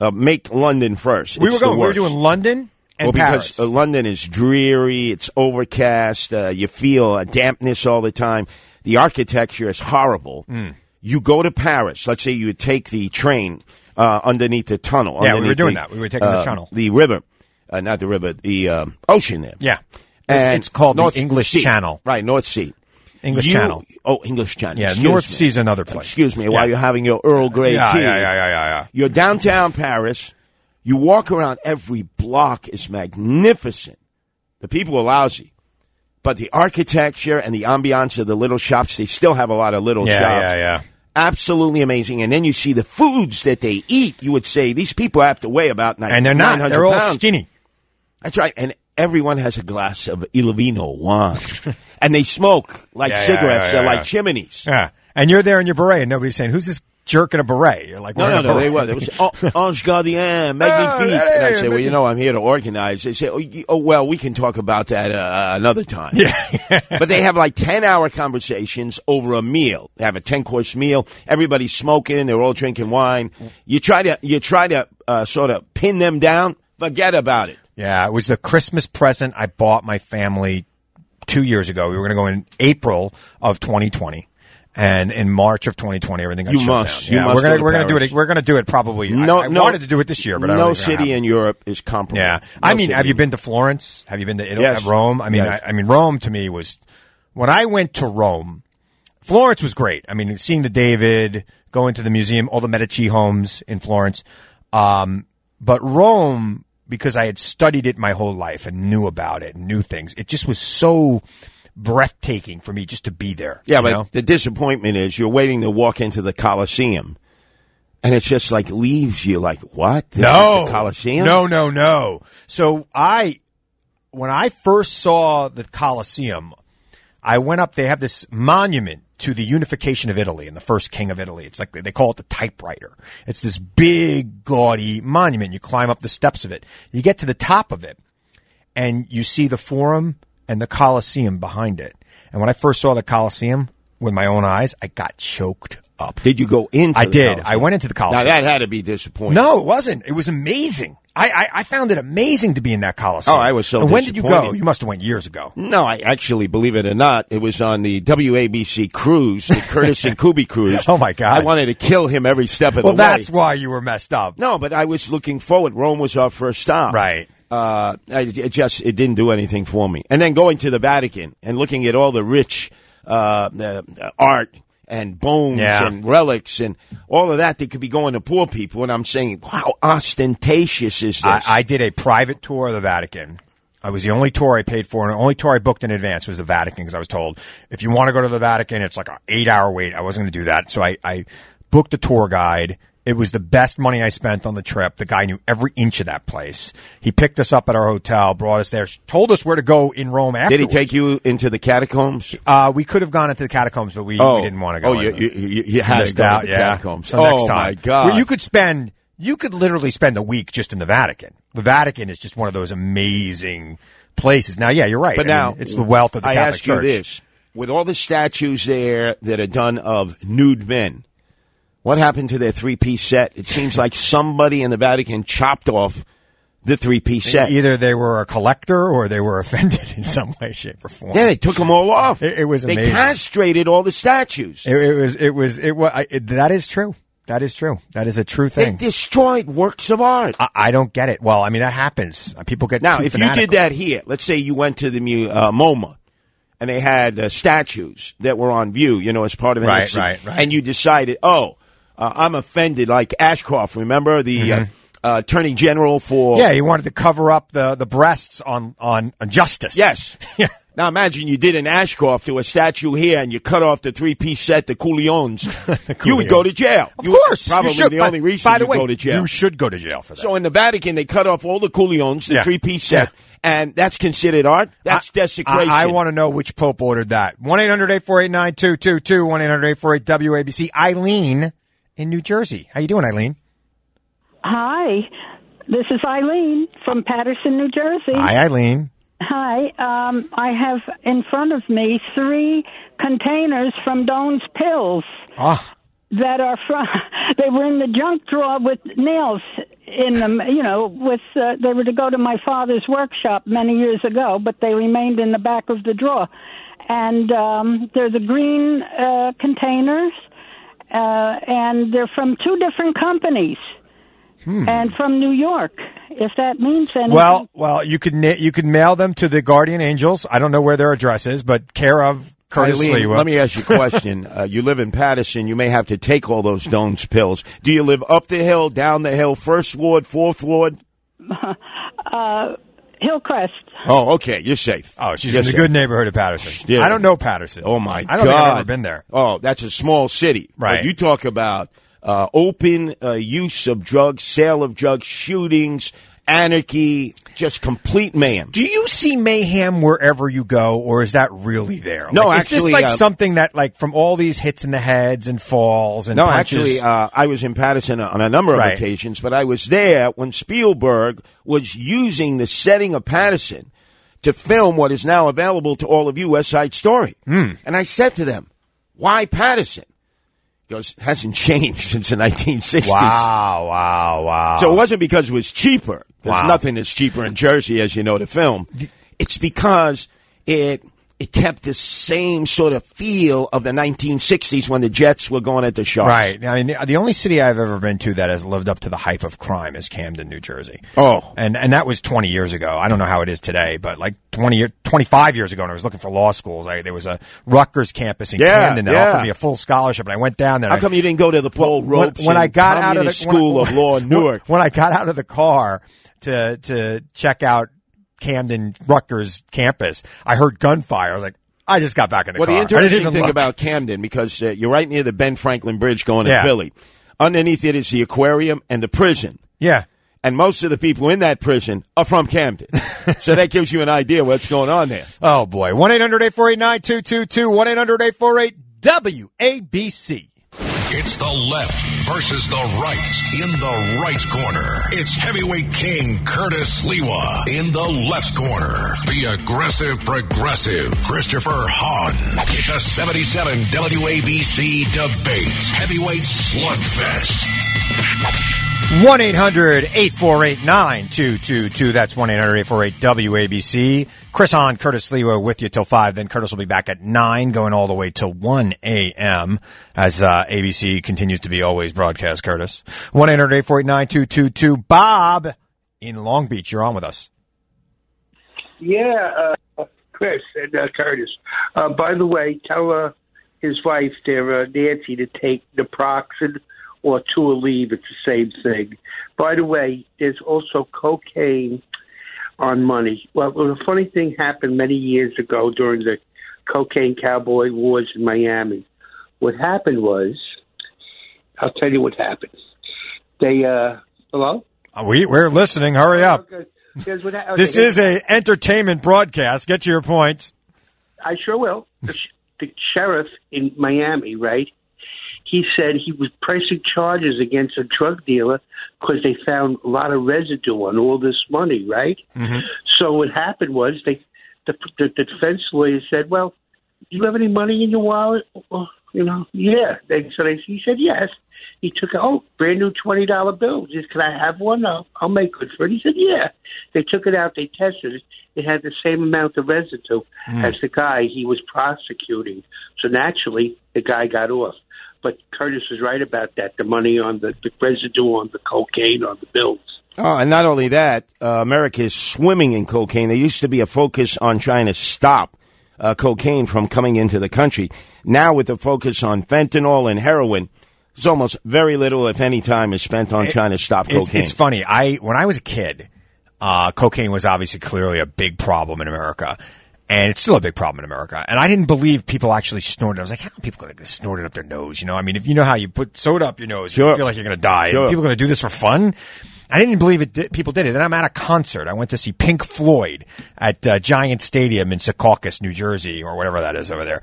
C: uh, make London first.
B: we
C: It's
B: were
C: the
B: going, we were
C: worst.
B: doing London and
C: well,
B: Paris.
C: because uh, London is dreary, it's overcast, uh, you feel a dampness all the time. The architecture is horrible.
B: Hmm.
C: You go to Paris. Let's say you take the train uh, underneath the tunnel.
B: Yeah, we were
C: underneath
B: doing
C: the,
B: that. We were taking the
C: uh,
B: tunnel.
C: the river, uh, not the river, the um, ocean. There.
B: yeah.
C: And
B: It's, it's called
C: North
B: the English
C: Sea.
B: Channel.
C: Right, North Sea.
B: English
C: You-
B: Channel.
C: Oh, English Channel.
B: Yeah,
C: Excuse
B: North
C: me.
B: Sea's another place.
C: Excuse me,
B: Yeah.
C: while you're having your Earl Grey
B: Yeah,
C: tea.
B: yeah, yeah, yeah, yeah, yeah.
C: You're downtown Paris. You walk around, every block is magnificent. The people are lousy. But the architecture and the ambiance of the little shops, they still have a lot of little
B: Yeah,
C: shops.
B: yeah, yeah.
C: Absolutely amazing. And then you see the foods that they eat. You would say, these people have to weigh about 900
B: And they're not. They're all skinny.
C: That's right. And everyone has a glass of Ilovino wine. and they smoke like
B: Yeah, yeah,
C: cigarettes.
B: yeah,
C: They're
B: yeah, yeah.
C: like chimneys.
B: Yeah. And you're there in your beret, and nobody's saying, who's this jerk in a beret? You're like,
C: No,
B: we're
C: no,
B: in a
C: no. They
B: beret.
C: were. They would say, oh, Ange Gardien, magnifique.
B: Oh,
C: and I
B: hey,
C: say, well, you know, I'm here to organize. They say, oh, you- oh well, we can talk about that uh, another time. Yeah. but they have like 10 hour conversations over a meal. They have a 10 course meal. Everybody's smoking. They're all drinking wine. You try to, you try to uh, sort of pin them down. Forget about it.
B: Yeah, it was the Christmas present I bought my family two years ago. We were going to go in April of 2020. And in March of 2020, everything got
C: You
B: shut
C: must.
B: down.
C: You
B: yeah,
C: must
B: we're gonna
C: go to
B: we're gonna do
C: Paris.
B: it. We're gonna do it probably. I- I, wanted to do it this year, but I
C: no
B: don't think it's gonna
C: city
B: happen.
C: in Europe is comparable.
B: Yeah,
C: No
B: I mean,
C: city.
B: have you been to Florence? Have you been to Italy?
C: Yes.
B: Rome? I mean,
C: Yes.
B: I, I mean, Rome to me was when I went to Rome. Florence was great. I mean, seeing the David, going to the museum, all the Medici homes in Florence. Um, but Rome, because I had studied it my whole life and knew about it and knew things, it just was so breathtaking for me just to be there.
C: Yeah,
B: you
C: but
B: know?
C: the disappointment is you're waiting to walk into the Coliseum, and it's just like leaves you like what? This
B: no
C: is the Coliseum.
B: No, no, no. So I, when I first saw the Colosseum, I went up. They have this monument to the unification of Italy and the first king of Italy. It's like they call it the typewriter. It's this big, gaudy monument. You climb up the steps of it. You get to the top of it, and you see the Forum and the Colosseum behind it. And when I first saw the Colosseum with my own eyes, I got choked up.
C: Did you go into?
B: I
C: the
B: did. I
C: Colosseum?
B: went into the
C: Now
B: Colosseum.
C: that had to be disappointing.
B: No, it wasn't. It was amazing. I, I, I found it amazing to be in that Coliseum.
C: Oh, I was so
B: And when did you go?
C: disappointed.
B: You must have went years ago.
C: No, I actually, believe it or not, it was on the WABC cruise, the Curtis and Kubi cruise.
B: Oh, my God.
C: I wanted to kill him every step of
B: Well,
C: the way.
B: that's why you were messed up.
C: No, but I was looking forward. Rome was our first stop.
B: Right.
C: Uh, I, it just it didn't do anything for me. And then going to the Vatican and looking at all the rich uh, uh, art and bones
B: Yeah.
C: and relics and all of that that could be going to poor people. And I'm saying, how ostentatious is this?
B: I, I did a private tour of the Vatican. I was the only tour I paid for, and the only tour I booked in advance was the Vatican because I was told if you want to go to the Vatican, it's like an eight hour wait. I wasn't going to do that, so I, I booked a tour guide. It was the best money I spent on the trip. The guy knew every inch of that place. He picked us up at our hotel, brought us there, told us where to go in Rome. Afterwards.
C: Did he take you into the catacombs?
B: Uh, we could have gone into the catacombs, but we, we didn't want to go.
C: Oh, you,
B: in.
C: you, you, you had to
B: Missed
C: go
B: out,
C: to the
B: yeah.
C: catacombs.
B: So
C: oh
B: next
C: my
B: time,
C: God!
B: Well, you could spend, you could literally spend a week just in the Vatican. The Vatican is just one of those amazing places. Now, yeah, you're right.
C: But
B: I mean,
C: now
B: it's the wealth of the
C: I
B: Catholic
C: ask
B: Church.
C: you this: with all the statues there that are done of nude men, what happened to their three-piece set? It seems like somebody in the Vatican chopped off the three-piece set.
B: E-, Either they were a collector or they were offended in some way, shape, or form.
C: Yeah, they took them all off.
B: It- it was
C: they
B: amazing.
C: castrated all the statues.
B: It, it was, it was, it was. I, it, that is true. That is true. That is a true
C: they
B: thing.
C: destroyed works of art.
B: I, I don't get it. Well, I mean, that happens. People get
C: Now,
B: too
C: if you did
B: fanatical.
C: that here, let's say you went to the mu- uh, MoMA and they had uh, statues that were on view, you know, as part of
B: Right,
C: NXT.
B: right, right.
C: And you decided, oh, uh, I'm offended, like Ashcroft. Remember the uh, uh, Attorney General for
B: Mm-hmm. Yeah, he wanted to cover up the, the breasts on, on on justice.
C: Yes. Now imagine you did an Ashcroft to a statue here, and you cut off the three-piece set, the Coulions. You would go to jail.
B: Of
C: You-
B: course. you
C: probably
B: should.
C: the
B: By-
C: only reason
B: by the
C: you
B: way,
C: go to jail.
B: You should go to jail for that.
C: so in the Vatican, they cut off all the Coulions, the
B: Yeah.
C: three-piece set, and that's considered art. That's desecration.
B: I, I want to know which Pope ordered that. 1 800 848 9222, 1 800 848 WABC. Eileen in New Jersey. How you doing, Eileen?
G: Hi, this is Eileen from Patterson, New Jersey.
B: Hi, Eileen.
G: Hi, um, I have in front of me three containers from Doan's Pills
B: Ah,
G: that are from. They were in the junk drawer with nails in them. You know, with uh, they were to go to my father's workshop many years ago, but they remained in the back of the drawer. And um, they're the green uh, containers, uh, and they're from two different companies. And from New York, if that means anything.
B: Hmm. well, well, you could na- you could mail them to the Guardian Angels. I don't know where their address is, but care of Curtis
C: Eileen,
B: Lewa.
C: let me ask you a question. uh, you live in Patterson. You may have to take all those Doan's pills. Do you live up the hill, down the hill, first ward, fourth ward?
G: Uh, Hillcrest.
C: Oh, okay. You're safe.
B: oh, she's
C: You're
B: in the
C: safe.
B: good neighborhood of Patterson.
C: Yeah.
B: I don't know Patterson.
C: Oh my
B: I
C: god!
B: don't think I've ever been there.
C: Oh, that's a small city.
B: Right.
C: But you talk about uh, open uh, use of drugs, sale of drugs, shootings, anarchy, just complete mayhem.
B: Do you see mayhem wherever you go, or is that really there?
C: No,
B: Like, is
C: actually,
B: this like
C: uh,
B: something that, like, from all these hits in the heads and falls and
C: No,
B: punches?
C: actually, uh, I was in Patterson on a number of
B: Right.
C: occasions, but I was there when Spielberg was using the setting of Patterson to film what is now available to all of you, West Side Story. And I said to them, "Why Patterson?" He goes, "Hasn't changed since the 1960s."
B: wow, wow, Oh, wow.
C: So it wasn't because it was cheaper. Because
B: Wow.
C: nothing is cheaper in Jersey, as you know, to film. It's because it it kept the same sort of feel of the 1960s when the Jets were going at the Sharks.
B: Right. I mean, the- the only city I've ever been to that has lived up to the hype of crime is Camden, New Jersey.
C: Oh.
B: and and that was 20 years ago. I don't know how it is today, but like 20, year, 25 years ago, when I was looking for law schools, I, there was a Rutgers campus in
C: Yeah,
B: Camden that
C: yeah.
B: offered me a full scholarship, and I went down there.
C: How
B: I-
C: come you didn't go to the Paul
B: when,
C: Ropes
B: when I
C: and
B: got out of the
C: Communist School
B: when,
C: of Law in Newark?
B: when I got out of the car to to check out Camden Rutgers campus, I heard gunfire. I was like, I just got back in the
C: Well,
B: car.
C: the
B: I didn't
C: interesting
B: even
C: thing
B: look.
C: about Camden, because uh, you're right near the Ben Franklin Bridge going
B: Yeah.
C: to Philly. Underneath it is the aquarium and the prison.
B: yeah.
C: And most of the people in that prison are from Camden. so that gives you an idea what's going on there.
B: Oh boy. 1 800 848 9222 1 800 848 WABC.
A: It's the left versus the right. In the right corner, it's heavyweight king Curtis Lewa. In the left corner, the aggressive progressive Christopher Hahn. It's a 77 WABC debate. Heavyweight slugfest.
B: 1 800 848 9222. That's 1 800 848 WABC. Chris Hahn, Curtis Lewa with you till 5. Then Curtis will be back at 9, going all the way till 1 a.m. as uh, ABC continues to be always broadcast, Curtis. 1 800 848 9222. Bob in Long Beach, you're on with us.
H: Yeah, uh, Chris and uh, Curtis. Uh, by the way, tell uh, his wife, there, uh, Nancy, to take naproxen or Tulip. It's the same thing. By the way, there's also cocaine on money. Well, well, the funny thing happened many years ago during the cocaine cowboy wars in Miami. What happened was, I'll tell you what happened. They, uh, hello?
B: Uh, We, we're listening. Hurry up.
H: Okay. Here's what hap-
B: This
H: okay.
B: is a entertainment broadcast. Get to your points.
H: I sure will. The, sh- the sheriff in Miami, right? He said he was pressing charges against a drug dealer because they found a lot of residue on all this money, right?
I: Mm-hmm.
H: So what happened was they, the, the, the defense lawyer said, "Well, do you have any money in your wallet?" Well, you know, yeah. They, so they, he said yes. He took out oh, brand new twenty dollar bill. Just can I have one? I'll, I'll make good for it. He said yeah. They took it out. They tested it. It had the same amount of residue as the guy he was prosecuting. So naturally, the guy got off. But Curtis is right about that. The money on the, the residue on the cocaine on the bills.
C: Oh, and not only that, uh, America is swimming in cocaine. There used to be a focus on trying to stop uh, cocaine from coming into the country. Now, with the focus on fentanyl and heroin, it's almost very little, if any, time is spent on trying to stop
B: It's,
C: cocaine.
B: it's funny. I when I was a kid, uh, cocaine was obviously clearly a big problem in America, and it's still a big problem in America. uh, And I didn't believe people actually snorted. I was like, how are people going to snort it up their nose? You know, I mean, if you know how you put soda up your nose, you
C: Sure.
B: feel like you're going to die.
C: Sure.
B: And people going to do this for fun. I didn't believe it. Did, people did it. Then I'm at a concert. I went to see Pink Floyd at uh, Giant Stadium in Secaucus, New Jersey, or whatever that is over there.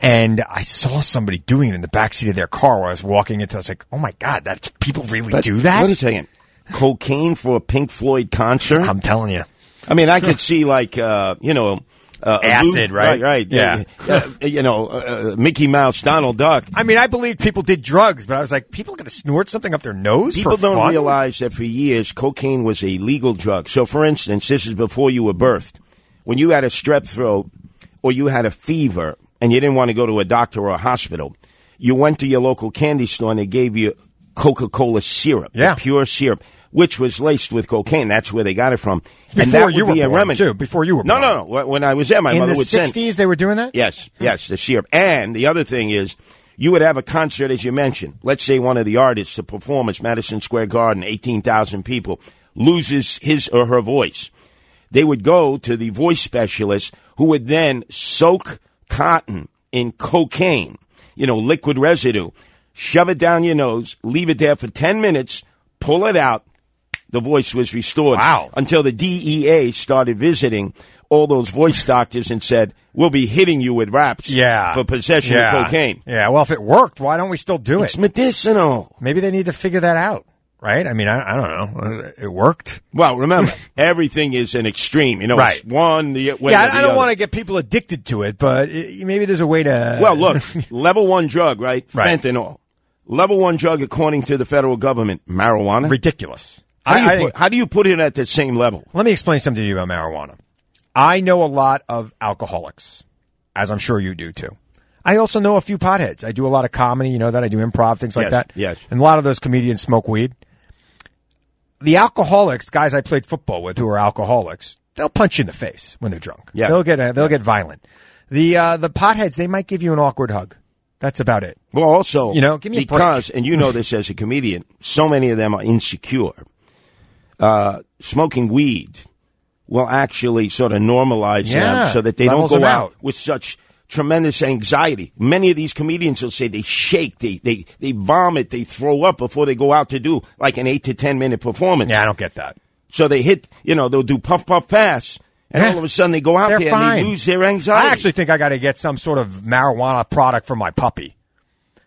B: And I saw somebody doing it in the backseat of their car while I was walking into. I was like, "Oh my god, that people really
C: But
B: do that."
C: Wait a second. Cocaine for a Pink Floyd concert?
B: I'm telling you.
C: I mean, I could see like uh, you know. Uh,
B: Acid,
C: Lou-
B: right?
C: Right, right.
B: Yeah.
C: Uh, you know, uh, Mickey Mouse, Donald Duck.
B: I mean, I believe people did drugs, but I was like, people are going to snort something up their nose
C: People
B: for
C: don't
B: fun?
C: realize that for years, cocaine was a legal drug. So, for instance, this is before you were birthed. When you had a strep throat or you had a fever and you didn't want to go to a doctor or a hospital, you went to your local candy store and they gave you Coca Cola syrup, the
B: Yeah.
C: pure syrup, which was laced with cocaine. That's where they got it from. and
B: Before
C: that
B: you
C: would be
B: were
C: a
B: born,
C: remedy.
B: too. Before you were
C: no,
B: born.
C: No, no, When- When I was there, my
B: In
C: mother
B: the
C: would send.
B: '60s, they were doing that.
C: Yes, yes, the syrup. And the other thing is, you would have a concert, as you mentioned. Let's say one of the artists, the performance, Madison Square Garden, 18,000 people, loses his or her voice. They would go to the voice specialist who would then soak cotton in cocaine, you know, liquid residue, shove it down your nose, leave it there for 10 minutes, pull it out. The voice was restored
B: Wow.
C: until the DEA started visiting all those voice doctors and said, "We'll be hitting you with raps,
B: Yeah.
C: for possession
B: Yeah.
C: of cocaine.
B: Yeah. Well, if it worked, why don't we still do
C: It's
B: it?
C: medicinal."
B: Maybe they need to figure that out, right? I mean, I, I don't know. Uh, It worked.
C: Well, remember, everything is an extreme. You know, it's
B: Right.
C: one the way.
B: yeah,
C: or the
B: I, I don't
C: other.
B: want to get people addicted to it, but it, maybe there's a way to.
C: Well, look, level one drug, right?
B: Right.
C: Fentanyl. Level one drug, according to the federal government, marijuana.
B: ridiculous.
C: how, do you
B: I, I
C: put,
B: think-
C: how do you put it at the same level?
B: Let me explain something to you about marijuana. I know a lot of alcoholics, as I'm sure you do too. I also know a few potheads. I do a lot of comedy, you know that. I do improv, things like
C: Yes,
B: that.
C: yes.
B: And a lot of those comedians smoke weed. The alcoholics, guys I played football with who are alcoholics, they'll punch you in the face when they're drunk.
C: Yeah.
B: They'll get, uh, they'll get violent. The, uh, the potheads, they might give you an awkward hug. That's about it.
C: Well, also,
B: You know, give me a break.
C: Oh, because, and you know this as a comedian, so many of them are insecure. Uh, smoking weed will actually sort of normalize
B: Yeah,
C: them so that they don't
B: levels
C: go
B: them
C: out
B: out.
C: with such tremendous anxiety. Many of these comedians will say they shake, they, they, they vomit, they throw up before they go out to do like an eight to ten minute performance.
B: Yeah, I don't get that.
C: So they hit, you know, they'll do puff, puff, pass, and
B: Yeah.
C: all of a sudden they go out
B: Eh. They're
C: there
B: fine.
C: and they lose their anxiety.
B: I actually think I got to get some sort of marijuana product for my puppy.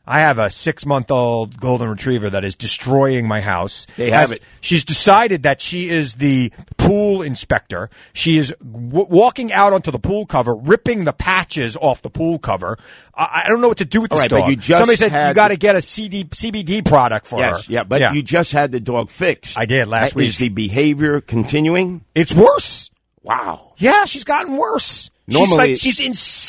B: I have a six month old golden retriever that is destroying my house.
C: They have
B: Has-
C: it.
B: She's decided that she is the pool inspector. She is w- walking out onto the pool cover, ripping the patches off the pool cover. I, I don't know what to do with
C: All
B: this
C: right, but
B: dog.
C: you just
B: Somebody said you
C: had-
B: got to get a CD, CBD product for
C: Yes,
B: her.
C: yeah, but you just had the dog fixed.
B: I did last
C: That Is
B: week.
C: the behavior continuing?
B: it's worse.
C: Wow.
B: Yeah, she's gotten worse. she's
C: Normally-
B: like she's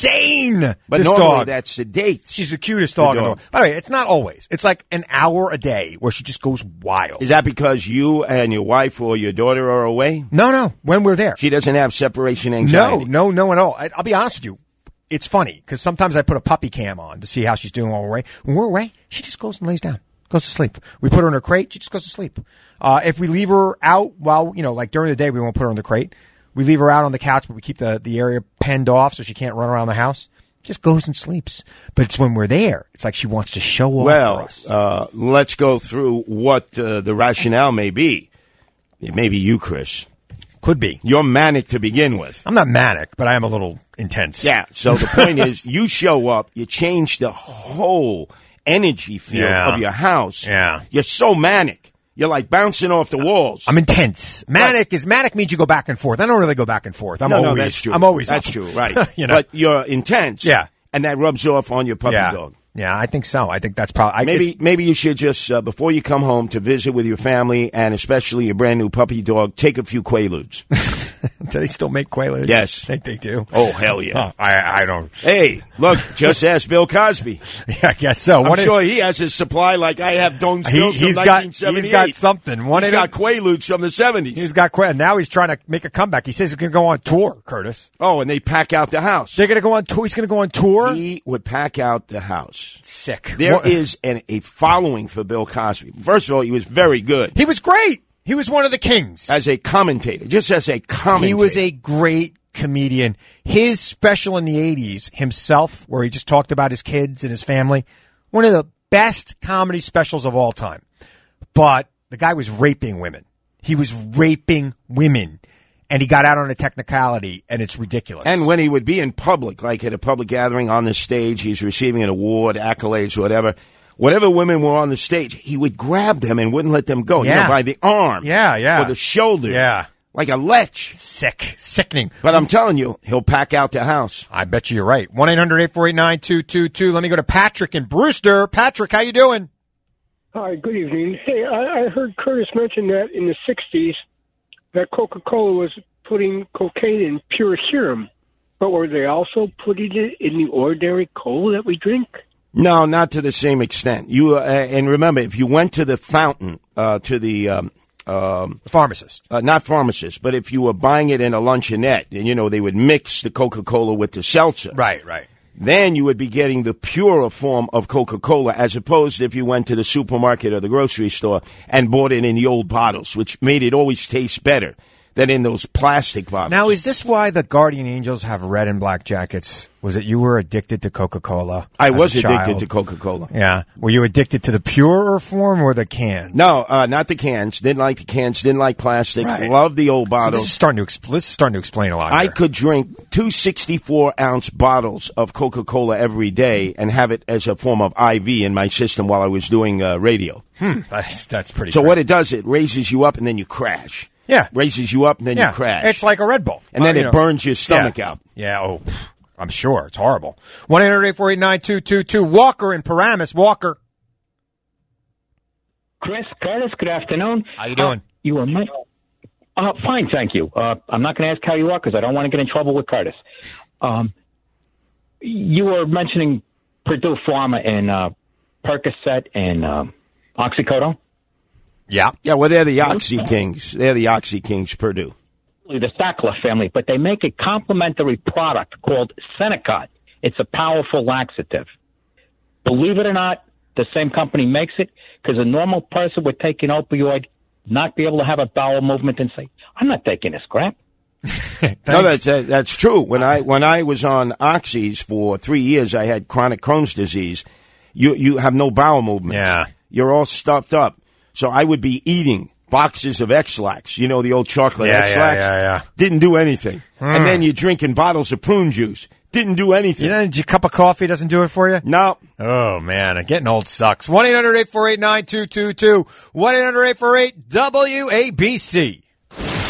B: insane.
C: But
B: this
C: normally
B: dog.
C: that's sedate.
B: She's the cutest dog
C: The
B: in the
C: dog.
B: world. By the way, it's not always. It's like an hour a day where she just goes wild.
C: Is that because you and your wife or your daughter are away?
B: no, no. When we're there,
C: She doesn't have separation
B: no,
C: anxiety.
B: no, no, at all. I, I'll be honest with you. It's funny because sometimes I put a puppy cam on to see how she's doing while we're away. When we're away, she just goes and lays down, goes to sleep. We put her in her crate, she just goes to sleep. Uh, if we leave her out while you know, like during the day, we won't put her in the crate. We leave her out on the couch, but we keep the the area penned off so she can't run around the house. Just goes and sleeps. But it's when we're there, it's like she wants to show off. for
C: Well,
B: us.
C: uh, let's go through what uh, the rationale may be. It may be you, Chris.
B: could be.
C: You're manic to begin with.
B: I'm not manic, but I am a little intense.
C: Yeah. So the point is, you show up, you change the whole energy field
B: Yeah.
C: of your house.
B: Yeah.
C: You're so manic. You're like bouncing off the walls.
B: I'm intense. Manic is manic means you go back and forth. I don't really go back and forth. I'm
C: no,
B: always
C: no, that's true.
B: I'm always
C: that's
B: up.
C: true, right?
B: you know.
C: but you're intense,
B: Yeah.
C: and that rubs off on your puppy
B: yeah.
C: dog.
B: Yeah, I think so. I think that's probably
C: Maybe maybe you should just uh, before you come home to visit with your family and especially your brand new puppy dog, take a few quaaludes.
B: Do they still make Quaaludes?
C: Yes.
B: I think they do.
C: Oh, hell yeah.
B: Huh, I, I don't.
C: Hey, look, just ask Bill Cosby.
B: Yeah, I guess so.
C: I'm
B: One eight-
C: sure he has his supply like I have Don
B: he,
C: Stills
B: he's
C: from
B: got he's
C: 1978.
B: got something. One
C: He's
B: eight-
C: got Quaaludes from the 70s.
B: he's got Qua- Now he's trying to make a comeback. He says he's going to go on tour. Curtis,
C: oh, and they pack out the house.
B: they're going to go on tour. He's going to go on tour.
C: He would pack out the house.
B: Sick.
C: There
B: What-
C: is an, a following for Bill Cosby. First of all, he was very good
B: He was great. He was one of the kings.
C: as a commentator, just as a commentator.
B: He was a great comedian. His special in the 80s, himself, where he just talked about his kids and his family, one of the best comedy specials of all time. But the guy was raping women. He was raping women. And he got out on a technicality, and it's ridiculous.
C: And when he would be in public, like at a public gathering on the stage, he's receiving an award, accolades, whatever. Whatever women were on the stage, he would grab them and wouldn't let them go. You know,
B: Yeah.
C: by the arm.
B: Yeah, yeah.
C: Or the shoulder.
B: Yeah.
C: Like a lech.
B: sick, sickening.
C: But I'm telling you, he'll pack out the house.
B: I bet you you're right. 1-800-848-9222. Let me go to Patrick and Brewster. Patrick, how you doing?
H: Hi, good evening. Hey, I, I heard Curtis mention that in the 60s that Coca-Cola was putting cocaine in pure serum, but were they also putting it in the ordinary cola that we drink?
C: No, not to the same extent. You uh, and remember, if you went to the fountain, uh, to the um, um,
B: The pharmacist.
C: uh, not pharmacist, but if you were buying it in a luncheonette, and you know they would mix the Coca Cola with the seltzer,
B: Right, right.
C: then you would be getting the purer form of Coca Cola, as opposed if you went to the supermarket or the grocery store and bought it in the old bottles, which made it always taste better than in those plastic bottles.
B: Now, is this why the Guardian Angels have red and black jackets? Was it you were addicted to Coca Cola?
C: I was addicted to Coca Cola.
B: Yeah. Were you addicted to the purer form or the cans?
C: No, uh, not the cans. Didn't like the cans. Didn't like plastic.
B: Right.
C: Love the old
B: So this is
C: bottles.
B: starting to expl- this is starting to explain a lot.
C: I
B: here.
C: could drink two 64 ounce bottles of Coca Cola every day and have it as a form of IV in my system while I was doing uh, radio.
B: Hmm. That's, that's pretty.
C: So,
B: great.
C: what it does, it raises you up and then you crash.
B: Yeah.
C: Raises you up and then
B: Yeah.
C: you crash.
B: It's like a Red Bull,
C: And then
B: Uh, you
C: it burns your stomach
B: yeah.
C: out.
B: Yeah. Oh, pff, I'm sure it's horrible. One eight hundred eight four eight nine two two two. Walker in Paramus. Walker,
J: Chris, Curtis, good afternoon.
B: how you doing?
J: You are my. Uh, fine, thank you. Uh, I'm not going to ask how you are because I don't want to get in trouble with Curtis. Um, you were mentioning Purdue Pharma and uh, Percocet and um Oxycodone.
B: yeah.
C: Yeah, well, they're the Oxy Kings. They're the Oxy Kings, Purdue.
J: The Sackler family, but they make a complementary product called Senecot. It's a powerful laxative. Believe it or not, the same company makes it because a normal person would take an opioid, not be able to have a bowel movement, and say, "I'm not taking this crap."
C: No, that's uh, that's true. When I when I was on oxys for three years, I had chronic Crohn's disease. You you have no bowel movement.
B: Yeah.
C: you're all stuffed up. So I would be eating boxes of X-Lax. You know the old chocolate
B: Yeah,
C: X-Lax.
B: yeah, yeah, Hmm. yeah.
C: Didn't do anything. And then you're drinking bottles of prune juice. Didn't do anything.
B: You know, your cup of coffee doesn't do it for you.
C: No,
B: Oh man, getting old sucks. 1-800-848-9222. 1-800-848-WABC.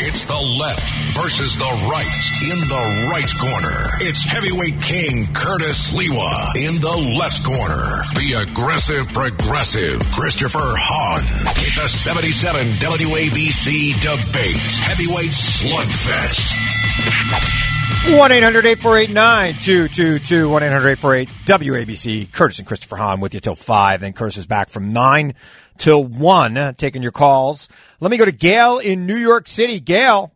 A: It's the left versus the right in the right corner. It's heavyweight king Curtis Lewa in the left corner. The aggressive progressive Christopher Hahn. It's a 77 WABC debate. Heavyweight slugfest.
B: 1-800-848-9222. 1-800-848-WABC. Curtis and Christopher Hahn with you till 5. Then Curtis is back from 9 till 1, uh, taking your calls. Let me go to Gail in New York City. Gail.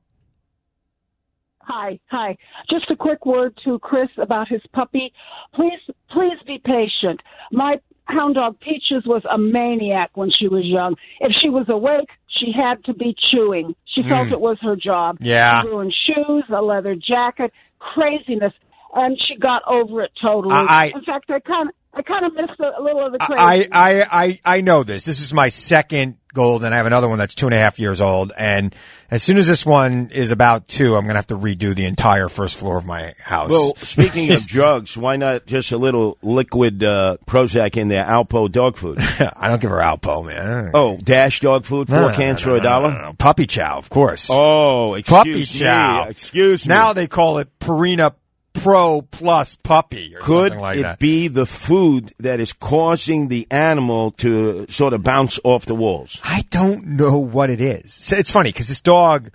K: Hi, hi. Just a quick word to Chris about his puppy. Please, please be patient. My hound dog Peaches was a maniac when she was young. If she was awake, she had to be chewing. She felt it was her job.
B: Hmm. Yeah.
K: She ruined shoes, a leather jacket, craziness, and she got over it totally.
B: I- I-
K: In fact, I kind of, I kind of missed a, a little of the
B: I,
K: crazy.
B: I, I, I know this. This is my second gold, and I have another one that's two and a half years old. And as soon as this one is about two, I'm going to have to redo the entire first floor of my house.
C: Well, speaking of drugs, why not just a little liquid uh, Prozac in there, Alpo dog food?
B: I don't give her Alpo, man.
C: Oh, Dash dog food, four
B: No,
C: cans
B: no,
C: for
B: no,
C: a dollar?
B: no, no, no. Puppy chow, of course.
C: Oh, excuse
B: puppy
C: me.
B: chow.
C: Excuse me.
B: Now they call it Purina Pro Plus Puppy or
C: could
B: something like
C: it
B: that.
C: be the food that is causing the animal to sort of bounce off the walls?
B: I don't know what it is. So it's funny because this dog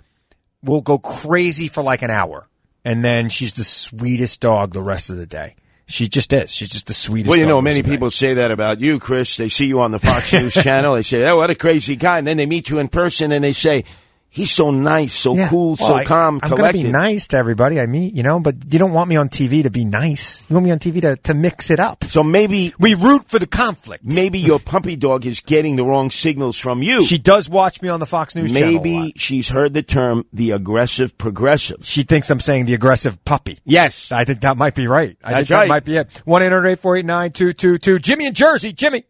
B: will go crazy for like an hour, and then she's the sweetest dog the rest of the day. She just is. She's just the sweetest.
C: Well, you
B: dog
C: know,
B: the rest
C: many
B: of the day.
C: people say that about you, Chris. They see you on the Fox News channel. They say, "Oh, what a crazy guy!" And then they meet you in person, and they say, "He's so nice, so
B: Yeah.
C: cool,
B: Well,
C: so
B: I-
C: calm,
B: I'm gonna
C: collected."
B: be nice to everybody I meet, you know, but you don't want me on TV to be nice. You want me on TV to, to mix it up.
C: So maybe
B: we root for the conflict.
C: Maybe your puppy dog is getting the wrong signals from you.
B: She does watch me on the Fox News channel. a lot.
C: Maybe she's heard the term "the aggressive progressive."
B: She thinks I'm saying the aggressive puppy.
C: Yes.
B: I think that might be right. I
C: That's
B: think
C: right.
B: that might be it. 1 800 848 Jimmy in Jersey. Jimmy.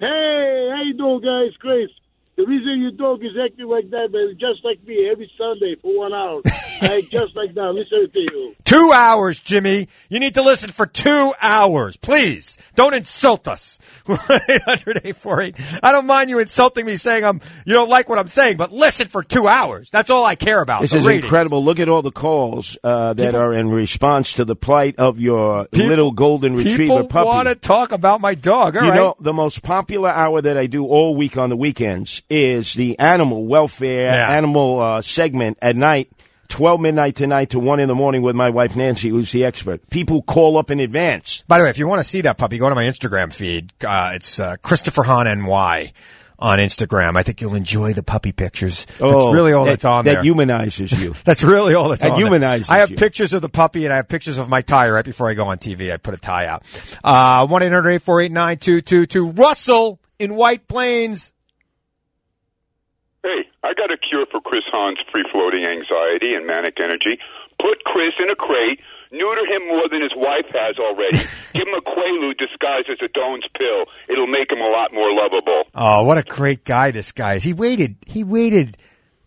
L: Hey, how you doing, guys? Chris. The reason your dog is acting like that, but it's just like me every Sunday for one hour. I just like that. Listen to you.
B: Two hours, Jimmy. You need to listen for two hours. Please don't insult us. 1-800-848. I don't mind you insulting me saying I'm, you don't like what I'm saying, but listen for two hours. That's all I care about.
C: This
B: the
C: is
B: ratings.
C: incredible. Look at all the calls uh, that are in response to the plight of your little golden retriever
B: People
C: puppy.
B: want to talk about my dog. All right.
C: you know, the most popular hour that I do all week on the weekends is the animal welfare,
B: Yeah.
C: animal uh, segment at night, 12 midnight tonight to 1 in the morning with my wife Nancy, who's the expert. People call up in advance.
B: By the way, if you want to see that puppy, go to my Instagram feed. Uh, it's uh, Christopher Hahn NY on Instagram. I think you'll enjoy the puppy pictures. That's really all
C: Oh, that-
B: that's on
C: that
B: there.
C: humanizes you.
B: That's really all that's
C: That
B: on there.
C: humanizes
B: I have
C: you.
B: pictures of the puppy and I have pictures of my tie right before I go on TV. I put a tie out. Uh, 1-800-848-9222. Russell in White Plains.
M: Hey, I got a cure for Chris Hahn's free floating anxiety and manic energy. Put Chris in a crate, neuter him more than his wife has already. Give him a Quaalude disguised as a Doan's pill. It'll make him a lot more lovable.
B: Oh, what a great guy this guy is. He waited, he waited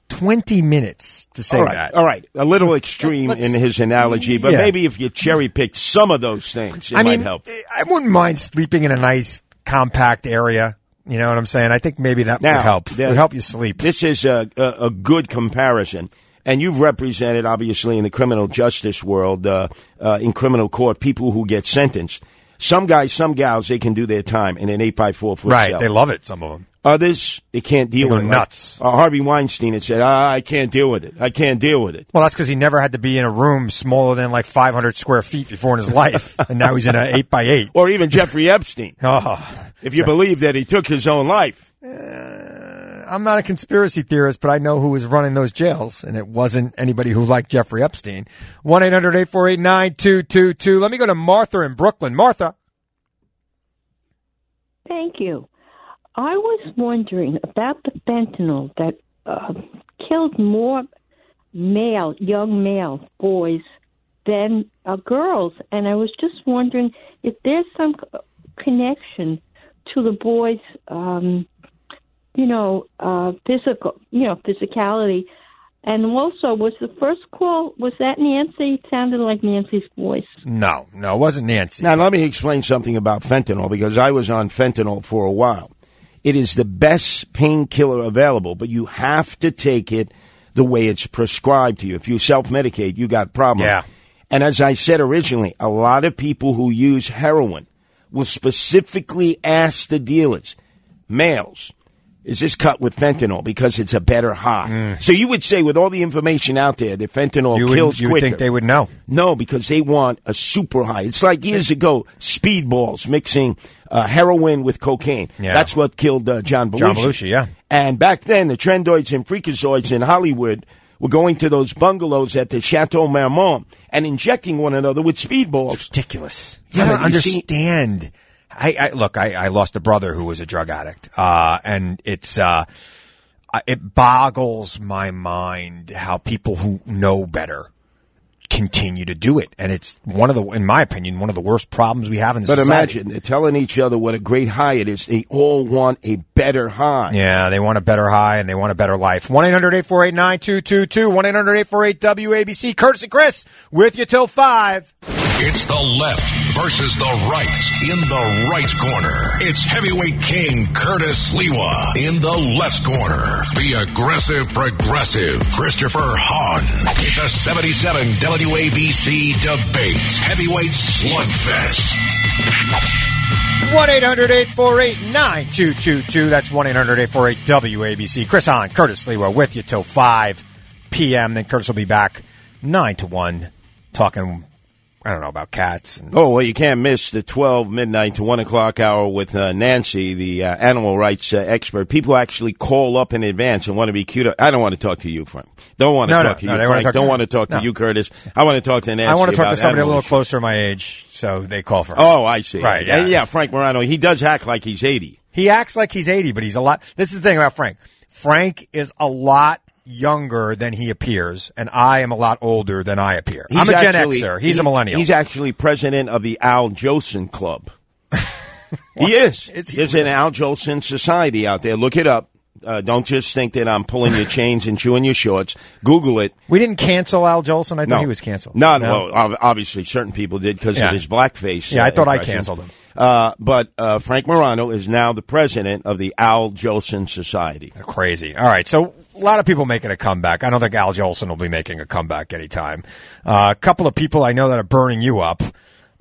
B: 20 minutes to say
C: all right,
B: that.
C: all right. A little extreme in his analogy, but
B: Yeah.
C: maybe if you cherry picked some of those things, it
B: I
C: might
B: mean,
C: help.
B: I wouldn't mind sleeping in a nice compact area. You know what I'm saying? I think maybe that
C: Now,
B: would help.
C: the-
B: would help you sleep.
C: This is a, a, a good comparison. And you've represented, obviously, in the criminal justice world, uh, uh, in criminal court, people who get sentenced. Some guys, some gals, they can do their time in an 8 by 4 foot
B: Right.
C: cell.
B: They love it, some of them.
C: Others, they can't deal
B: They go
C: with it.
B: nuts.
C: Like, uh, Harvey Weinstein had said, ah, I can't deal with it. I can't deal with it.
B: Well, that's because he never had to be in a room smaller than like 500 square feet before in his life. and now he's in an 8 by 8
C: Or even Jeffrey Epstein.
B: Oh,
C: If you believe that he took his own life.
B: I'm not a conspiracy theorist, but I know who was running those jails, and it wasn't anybody who liked Jeffrey Epstein. 1 800 848 9222. Let me go to Martha in Brooklyn. Martha.
N: Thank you. I was wondering about the fentanyl that uh, killed more male, young male boys than uh, girls, and I was just wondering if there's some c- connection to the boys, um, you know, uh, physical, you know, physicality. And also, was the first call was that Nancy? It sounded like Nancy's voice.
B: No, no, it wasn't Nancy.
C: Now, let me explain something about fentanyl because I was on fentanyl for a while. It is the best painkiller available, but you have to take it the way it's prescribed to you. If you self medicate, you got problems.
B: Yeah.
C: And as I said originally, a lot of people who use heroin will specifically ask the dealers, males, is this cut with fentanyl because it's a better high? So you would say, with all the information out there, that fentanyl
B: Mm. You would,
C: kills
B: you would
C: quicker.
B: think they would know.
C: No, because they want a super high. It's like years ago, speedballs mixing uh, heroin with cocaine.
B: Yeah.
C: That's what killed uh, John Belushi.
B: John Belushi, yeah.
C: And back then, the trendoids and freakazoids in Hollywood were going to those bungalows at the Chateau Marmont and injecting one another with speedballs.
B: ridiculous.
C: Yeah,
B: I don't
C: but you see-
B: understand. I, I look. I, I lost a brother who was a drug addict, uh, and it's uh, I- it boggles my mind how people who know better continue to do it, and it's one of the, in my opinion, one of the worst problems we have in this.
C: But
B: society.
C: imagine, they're telling each other what a great high it is. They all want a better high.
B: Yeah, they want a better high and they want a better life. 1 800 848 9222, 1 800 848 WABC. Curtis and Chris with you till 5.
A: It's the left versus the right in the right corner. It's heavyweight king Curtis Lewa in the left corner. The aggressive progressive Christopher Hahn. It's a 77 WABC debate heavyweight slugfest.
B: 1 800 848 9222. That's 1 800 848 WABC. Chris Hahn, Curtis Lewa with you till 5 p.m. Then Curtis will be back 9 to 1 talking, I don't know, about cats. And
C: Oh, well, you can't miss the 12 midnight to 1 o'clock hour with uh, Nancy, the uh, animal rights uh, expert. People actually call up in advance and want to be cute. I don't want to talk to you, Frank. Don't want to
B: No, no,
C: talk to
B: no,
C: you,
B: they wanna
C: Frank.
B: talk to
C: Don't
B: me.
C: want to talk to
B: No.
C: you, Curtis. I want to talk to Nancy.
B: I want to talk
C: about
B: to somebody a
C: animal
B: little closer my age, so they call for
C: Oh, I see.
B: Right,
C: Yeah.
B: yeah.
C: yeah, Frank Morano. He does act like he's 80.
B: He acts like he's 80, but he's a lot. This is the thing about Frank. Frank is a lot younger than he appears, and I am a lot older than I appear.
C: He's
B: I'm a Gen
C: actually-
B: Xer. He's
C: he-
B: a millennial.
C: He's actually president of the Al Jolson Club. he is. There's an Al Jolson Society out there. Look it up. Uh, don't just think that I'm pulling your chains and chewing your shorts. Google it.
B: we didn't cancel Al Jolson. I thought
C: no.
B: he was canceled.
C: No, no. Well, ob- obviously, certain people did because
B: Yeah.
C: of his blackface.
B: Yeah, I thought I
C: impression.
B: canceled him.
C: Uh, but uh, Frank Morano is now the president of the Al Jolson Society.
B: Crazy. All right, so a lot of people making a comeback. I don't think Al Jolson will be making a comeback anytime. Uh, a couple of people I know that are burning you up.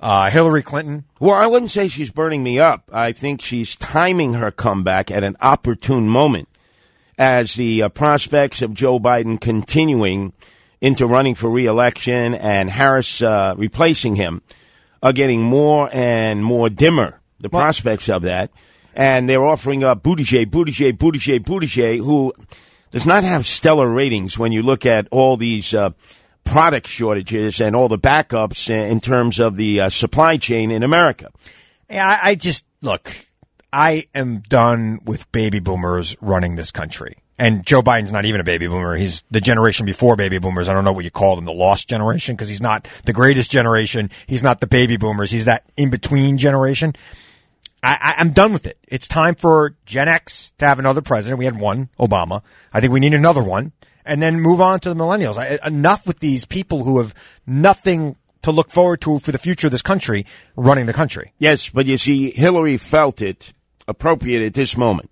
B: Uh, Hillary Clinton.
C: Well, I wouldn't say she's burning me up. I think she's timing her comeback at an opportune moment as the uh, prospects of Joe Biden continuing into running for reelection and Harris uh, replacing him are getting more and more dimmer, the prospects of that. And they're offering up Buttigieg, Buttigieg, Buttigieg, Buttigieg, who does not have stellar ratings when you look at all these uh, product shortages and all the backups in in terms of the uh, supply chain in America.
B: Yeah, I, I just look. I am done with baby boomers running this country. And Joe Biden's not even a baby boomer. He's the generation before baby boomers. I don't know what you call them, the lost generation, because he's not the greatest generation. He's not the baby boomers. He's that in between generation. I, I, I'm done with it. It's time for Gen X to have another president. We had one, Obama. I think we need another one, and then move on to the millennials. I, enough with these people who have nothing to look forward to for the future of this country running the country.
C: Yes, but you see, Hillary felt it appropriate at this moment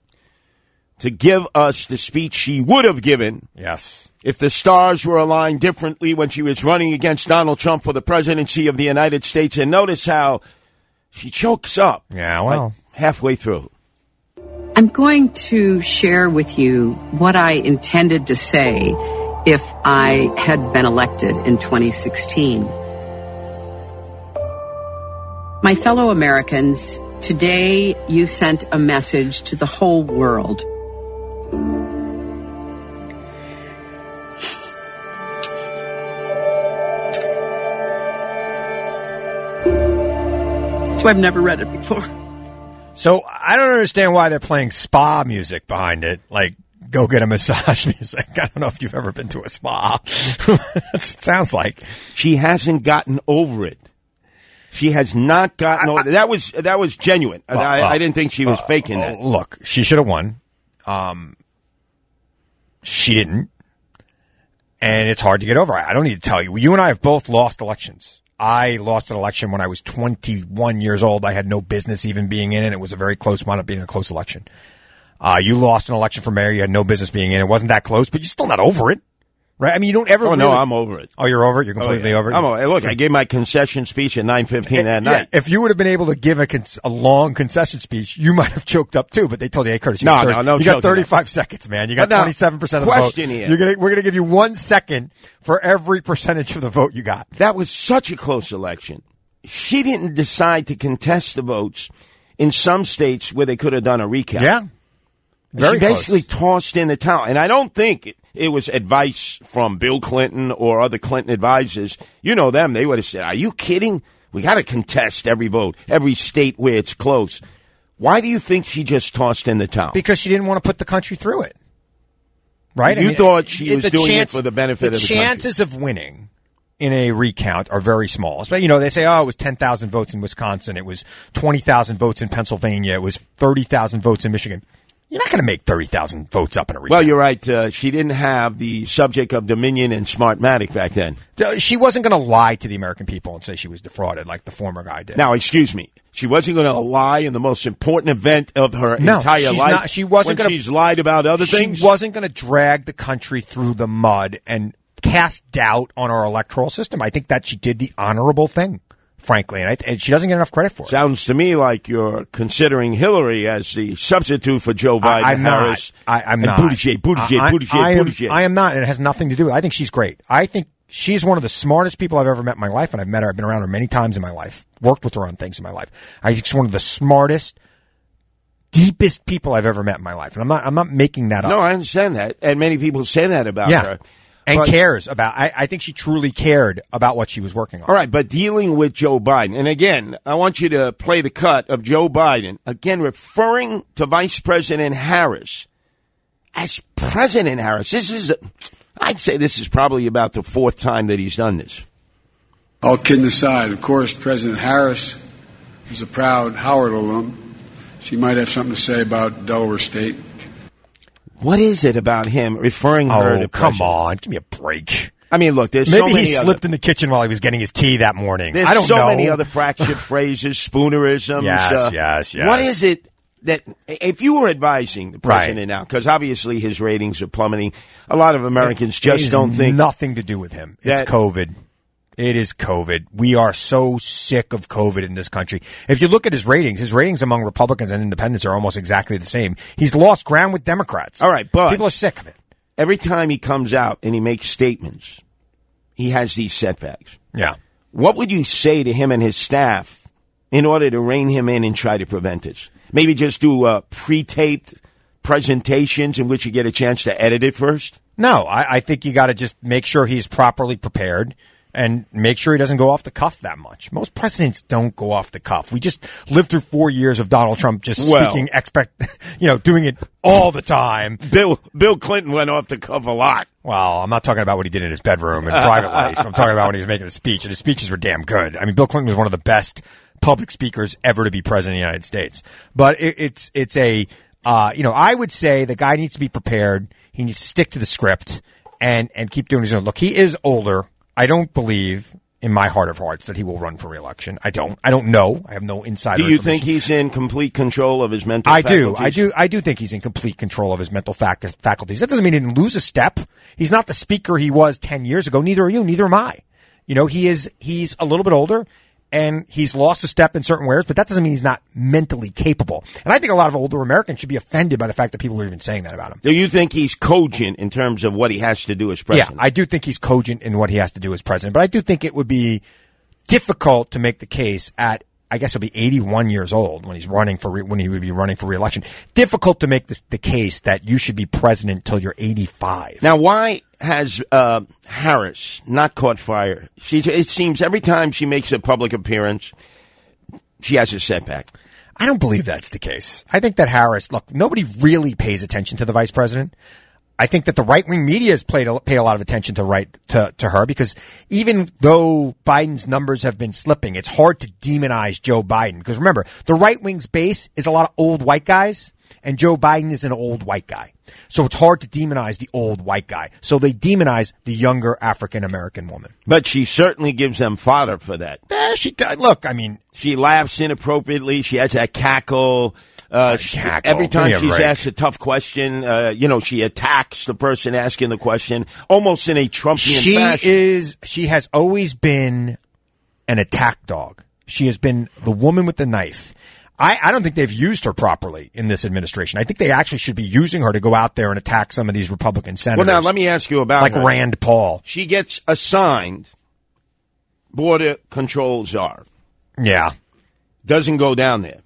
C: to give us the speech she would have given.
B: Yes.
C: If the stars were aligned differently when she was running against Donald Trump for the presidency of the United States, and notice how she chokes up.
B: Yeah, well.
C: halfway through.
O: I'm going to share with you what I intended to say if I had been elected in 2016. My fellow Americans, today you sent a message to the whole world. So I've never read it before.
B: So I don't understand why they're playing spa music behind it, like go get a massage music. I don't know if you've ever been to a spa. it sounds like
C: she hasn't gotten over it. She has not gotten over that was that was genuine.
B: Uh,
C: I,
B: uh,
C: I didn't think she was
B: uh,
C: faking
B: uh,
C: that.
B: Look, she should have won. Um, she didn't, and it's hard to get over. I I don't need to tell you. You and I have both lost elections. I lost an election when I was 21 years old. I had no business even being in it. It was a very close, wound up being a close election. Uh, you lost an election for mayor. You had no business being in it. It wasn't that close, but you're still not over it. Right? I mean, you don't ever.
C: Oh no,
B: really-
C: I'm over it.
B: Oh, you're over it. You're completely over it.
C: I'm over. it. Look, I gave my concession speech at 9:15 that
B: Yeah,
C: night.
B: if you would have been able to give a, cons- a long concession speech, you might have choked up too. But they told you, "Hey, Curtis, you
C: No,
B: got
C: no, no
B: you
C: choking
B: got
C: up.
B: 35 seconds, man. You got
C: But now,
B: 27 percent of the vote.
C: question here.
B: You're gonna, we're going to give you one second for every percentage of the vote you got.
C: That was such a close election. She didn't decide to contest the votes in some states where they could have done a recount.
B: Yeah.
C: she
B: Very
C: basically tossed in the towel. And I don't think it, it was advice from Bill Clinton or other Clinton advisors. You know them. They would have said, Are you kidding? We got to contest every vote, every state where it's close. Why do you think she just tossed in the towel?
B: because she didn't want to put the country through it. Right? I
C: You
B: mean,
C: thought she
B: it-
C: was
B: the
C: doing
B: chance-
C: it for the benefit of the country.
B: chances of winning in a recount are very small. But you know, they say, "Oh, it was ten thousand votes in Wisconsin. It was twenty thousand votes in Pennsylvania. It was thirty thousand votes in Michigan." You're not going to make thirty thousand votes up in a recount.
C: Well, you're right. Uh, she didn't have the subject of Dominion and Smartmatic back then.
B: Uh, She wasn't going to lie to the American people and say she was defrauded like the former guy did.
C: Now, excuse me. She wasn't going to lie in the most important event of her
B: No,
C: entire
B: she's
C: life.
B: not- she wasn't
C: when
B: gonna-
C: She's lied about other
B: she
C: things.
B: wasn't going to drag the country through the mud and cast doubt on our electoral system. I think that she did the honorable thing frankly, and, I, and she doesn't get enough credit for it.
C: Sounds to me like you're considering Hillary as the substitute for Joe Biden.
B: I, am
C: Harris,
B: not. I, I'm
C: and
B: not.
C: Buttigieg, Buttigieg,
B: I, I-
C: Buttigieg,
B: I am,
C: Buttigieg.
B: I am not, and it has nothing to do. with I think she's great. I think she's one of the smartest people I've ever met in my life, and I've met her. I've been around her many times in my life. Worked with her on things in my life. I think she's one of the smartest, deepest people I've ever met in my life, and I'm not. I'm not making that up.
C: no, I understand that, and many people say that about
B: yeah,
C: her.
B: and
C: But-
B: cares about. I, I think she truly cared about what she was working on.
C: All right, but dealing with Joe Biden, and again, I want you to play the cut of Joe Biden, again, referring to Vice President Harris as President Harris. This is, a, I'd say this is probably about the fourth time that he's done this.
P: All kidding aside, of course, President Harris is a proud Howard alum. She might have something to say about Delaware State.
C: What is it about him referring
B: Oh,
C: her to
B: come
C: on,
B: give me a break.
C: I mean, look, there's
B: Maybe
C: so many
B: he
C: other-
B: slipped in the kitchen while he was getting his tea that morning.
C: There's
B: I don't
C: so
B: know.
C: many other fractured phrases, spoonerisms.
B: Yes,
C: uh,
B: yes, yes.
C: What is it that, if you were advising the
B: Right.
C: president now, because obviously his ratings are plummeting, a lot of Americans
B: It
C: just
B: has
C: don't think.
B: nothing to do with him. It's
C: That-
B: COVID. It is COVID. We are so sick of COVID in this country. If you look at his ratings, his ratings among Republicans and Independents are almost exactly the same. He's lost ground with Democrats.
C: All right, but
B: people are sick of it.
C: Every time he comes out and he makes statements, he has these setbacks.
B: Yeah.
C: What would you say to him and his staff in order to rein him in and try to prevent this? Maybe just do uh, pre-taped presentations in which you get a chance to edit it first.
B: No, I, I think you got to just make sure he's properly prepared and make sure he doesn't go off the cuff that much. Most presidents don't go off the cuff. We just lived through four years of Donald Trump just
C: Well-
B: speaking expect, you know, doing it all the time.
C: Bill Bill Clinton went off the cuff a lot.
B: Well, I'm not talking about what he did in his bedroom and private life. I'm talking about when he was making a speech, and his speeches were damn good. I mean, Bill Clinton was one of the best public speakers ever to be president of the United States. But it, it's it's a uh, you know I would say the guy needs to be prepared. He needs to stick to the script and and keep doing his own. Look, he is older. I don't believe in my heart of hearts that he will run for reelection. I don't. I don't know. I have no insider.
C: Do you
B: information.
C: think he's in complete control of his mental?
B: I do. I
C: faculties?
B: do. I do think he's in complete control of his mental fac- faculties. That doesn't mean he didn't lose a step. He's not the speaker he was 10 years ago. Neither are you. Neither am I. You know, he is, he's a little bit older and he's lost a step in certain ways, but that doesn't mean he's not mentally capable. And I think a lot of older Americans should be offended by the fact that people are even saying that about him.
C: Do you think he's cogent in terms of what he has to do as president?
B: Yeah, I do think he's cogent in what he has to do as president, but I do think it would be difficult to make the case at I guess he'll be 81 years old when he's running for re- when he would be running for reelection. Difficult to make this, the case that you should be president till you're 85.
C: Now, why has uh, Harris not caught fire? She's, it seems every time she makes a public appearance, she has a setback.
B: I don't believe that's the case. I think that Harris, look, nobody really pays attention to the vice president. I think that the right wing media has played a, pay a lot of attention to right to, to her because even though Biden's numbers have been slipping, it's hard to demonize Joe Biden because remember the right wing's base is a lot of old white guys, and Joe Biden is an old white guy, so it's hard to demonize the old white guy. So they demonize the younger African American woman.
C: But she certainly gives them fodder for that.
B: Eh, she look. I mean,
C: she laughs inappropriately. She has that cackle. Uh, she- every
B: give
C: time
B: me a
C: she's
B: break.
C: asked a tough question, uh, you know, she attacks the person asking the question, almost in a Trumpian
B: she
C: fashion.
B: is she has always been an attack dog she has been the woman with the knife I, I don't think they've used her properly in this administration. I think they actually should be using her to go out there and attack some of these Republican
C: well,
B: senators.
C: now let me ask you about
B: like
C: her.
B: Rand Paul.
C: She gets assigned border control czar.
B: Yeah.
C: Doesn't go down there.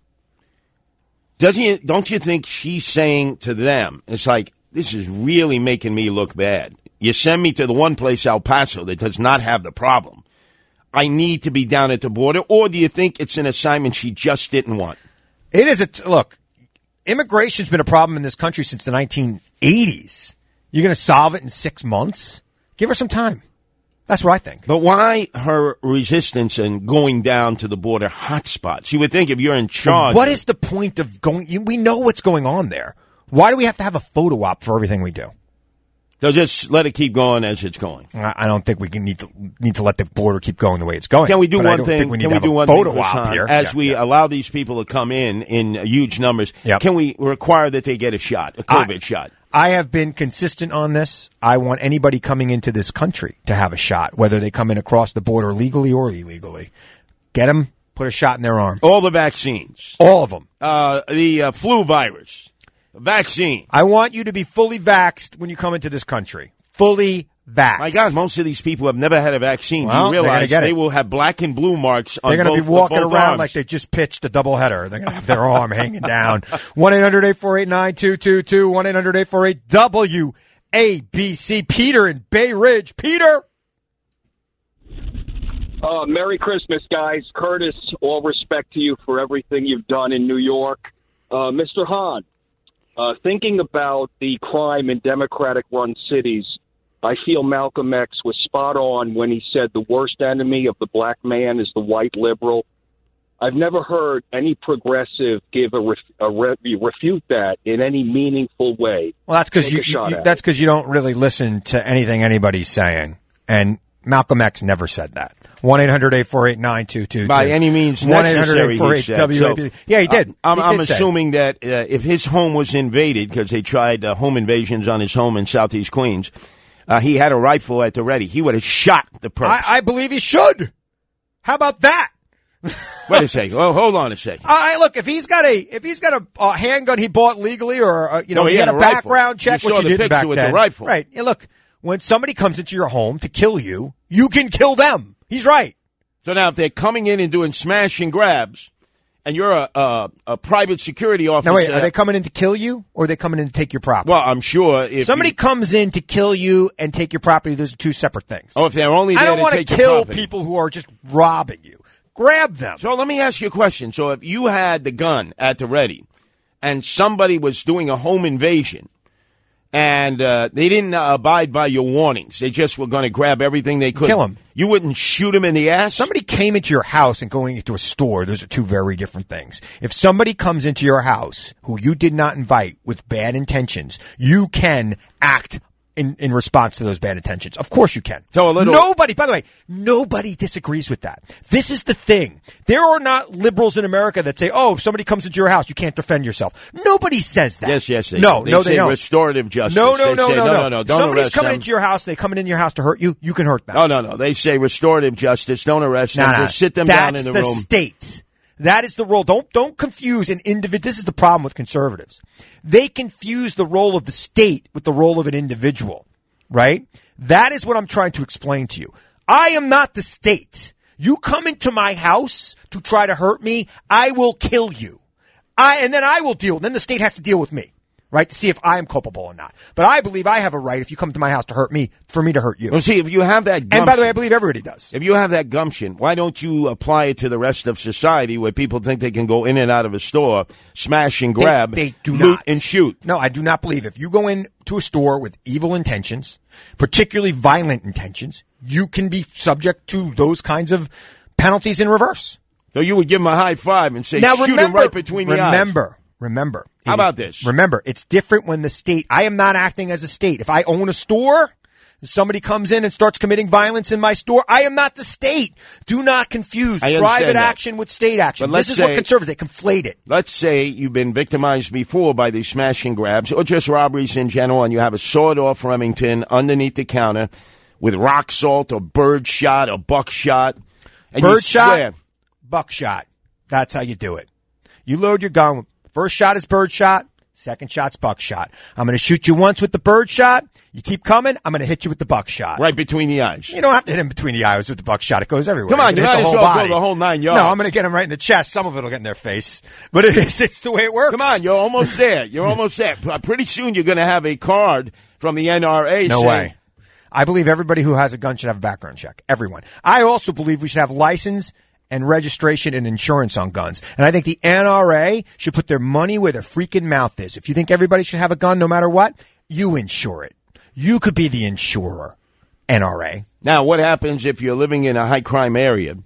C: Doesn't you, don't you think she's saying to them, it's like, this is really making me look bad. You send me to the one place, El Paso, that does not have the problem. I need to be down at the border, or do you think it's an assignment she just didn't want?
B: It is a t- look. Immigration's been a problem in this country since the 1980s. You're going to solve it in six months? Give her some time. That's what I think.
C: But why her resistance and going down to the border hotspots? You would think if you're in charge,
B: What is the point of going? You, we know what's going on there. Why do we have to have a photo op for everything we do?
C: they'll just let it keep going as it's going.
B: I I don't think we can need to need to let the border keep going the way it's going.
C: Can we do
B: But I
C: one
B: don't
C: thing?
B: think we need
C: can we
B: to have
C: do
B: a
C: one
B: photo
C: thing for
B: op
C: Hassan?
B: here?
C: As
B: Yeah.
C: we allow these people to come in in huge numbers,
B: Yep.
C: can we require that they get a shot, a COVID shot?
B: I have been consistent on this. I want anybody coming into this country to have a shot, whether they come in across the border legally or illegally. Get them, put a shot in their arm.
C: All the vaccines.
B: All of them.
C: Uh, the uh, flu virus. Vaccine.
B: I want you to be fully vaxxed when you come into this country. Fully vaxxed.
C: My God, most of these people have never had a vaccine.
B: Well,
C: you
B: they're gonna
C: realize
B: get
C: they
B: it.
C: will have black and blue marks on
B: They're going to
C: both-
B: be walking
C: both
B: around
C: arms.
B: like they just pitched a doubleheader. They're going to have their arm hanging down. 1 800 848 9222, 1 800 848 WABC. Peter in Bay Ridge. Peter!
Q: Uh, Merry Christmas, guys. Curtis, all respect to you for everything you've done in New York. Uh, Mr. Hahn, uh, thinking about the crime in Democratic run cities, I feel Malcolm X was spot on when he said the worst enemy of the black man is the white liberal. I've never heard any progressive give a, ref- a re- refute that in any meaningful way.
B: Well, that's because
Q: Take
B: you,
Q: a shot
B: you-
Q: at
B: that's because you don't really listen to anything anybody's saying. And Malcolm X never said that. One 800
C: By any means necessary, he said. So,
B: Yeah, he did.
C: Uh, I'm,
B: He
C: I'm
B: did say it.
C: assuming that uh, if his home was invaded, because they tried uh, home invasions on his home in Southeast Queens, uh, he had a rifle at the ready. He would have shot the person.
B: I, I believe he should. How about that?
C: Wait a second. Oh, hold on a second.
B: I I- look if he's got a if he's got a uh, handgun he bought legally or uh, you know
C: No, he
B: he,
C: had
B: had a
C: a Oh, rifle.
B: background check
C: You
B: which
C: saw
B: he
C: the
B: didn't
C: picture
B: back
C: with the
B: then.
C: rifle.
B: right and look when somebody comes into your home to kill you you can kill them he's right
C: So now, if they're coming in and doing smash and grabs, and you're a a, a private security officer,
B: now wait are they coming in to kill you or are they coming in to take your property
C: well, I'm sure if
B: somebody
C: you-
B: comes in to kill you and take your property those are two separate things
C: oh, if they're only there
B: I don't
C: to
B: wanna
C: take your
B: kill
C: property.
B: people who are just robbing you grab them.
C: So let me ask you a question. So if you had the gun at the ready, and somebody was doing a home invasion, and uh, they didn't uh, abide by your warnings, they just were going to grab everything they could.
B: Kill 'em.
C: You wouldn't shoot them in the ass.
B: somebody came into your house and going into a store, those are two very different things. If somebody comes into your house who you did not invite with bad intentions, you can act in, in response to those bad intentions. Of course you can.
C: So a little-
B: Nobody, by the way, nobody disagrees with that. This is the thing. There are not liberals in America that say, oh, if somebody comes into your house, you can't defend yourself. Nobody says that.
C: Yes, yes, they
B: no,
C: do. They
B: no,
C: say
B: they don't.
C: restorative justice.
B: No, no,
C: They
B: no,
C: say,
B: no,
C: no, no, no, don't
B: Somebody's
C: arrest
B: coming
C: them.
B: into your house. They coming into your house to hurt you. You can hurt them.
C: No, no, no. They say restorative justice. Don't arrest
B: No,
C: them.
B: no.
C: Just sit them
B: That's
C: down in the, room.
B: state. That is the role. Don't don't confuse an individual. This is the problem with conservatives. They confuse the role of the state with the role of an individual. Right? That is what I'm trying to explain to you. I am not the state. You come into my house to try to hurt me, I will kill you. I and then I will deal. Then the state has to deal with me, right? To see if I am culpable or not. But I believe I have a right if you come to my house to hurt me for me to hurt you.
C: Well, see, if you have that gumption,
B: And by the way, I believe everybody does.
C: if you have that gumption, why don't you apply it to the rest of society where people think they can go in and out of a store, smash and
B: They-
C: grab,
B: They, do
C: loot
B: not and shoot. No, I do not believe if you go into a store with evil intentions, particularly violent intentions, you can be subject to those kinds of penalties in reverse.
C: So you would give him a high five and say,
B: now
C: shoot
B: remember,
C: him right between the eyes.
B: remember, remember.
C: How
B: it
C: about
B: is-
C: this?
B: Remember, it's different when the state. I am not acting as a state. If I own a store. Somebody comes in and starts committing violence in my store. I am not the state. Do not confuse
C: I understand
B: private
C: that.
B: action with state action.
C: But let's
B: This is what
C: say-
B: conservatives they conflate it.
C: Let's say you've been victimized before by these smash and grabs or just robberies in general, and you have a sawed off Remington underneath the counter with rock salt or bird shot or buckshot. And you
B: birdshot,
C: swear-
B: buckshot. That's how you do it. You load your gun. First shot is birdshot. Second shot's buckshot. I'm going to shoot you once with the birdshot. You keep coming. I'm going to hit you with the buckshot.
C: Right between the eyes.
B: You don't have to hit him between the eyes with the buckshot. It goes everywhere.
C: Come on,
B: you
C: you
B: can
C: might
B: hit the
C: as
B: whole
C: well go
B: body.
C: the whole nine yards.
B: No, I'm going to get him right in the chest. Some of it'll get in their face, but it is, it's the way it works.
C: Come on, you're almost there. You're almost there. P- uh, Pretty soon you're going to have a card from the NRA
B: No
C: saying,
B: way. I believe everybody who has a gun should have a background check. Everyone. I also believe we should have license and registration and insurance on guns. And I think the NRA should put their money where their freaking mouth is. If you think everybody should have a gun no matter what, you insure it. You could be the insurer, NRA.
C: Now, what happens if you're living in a high crime area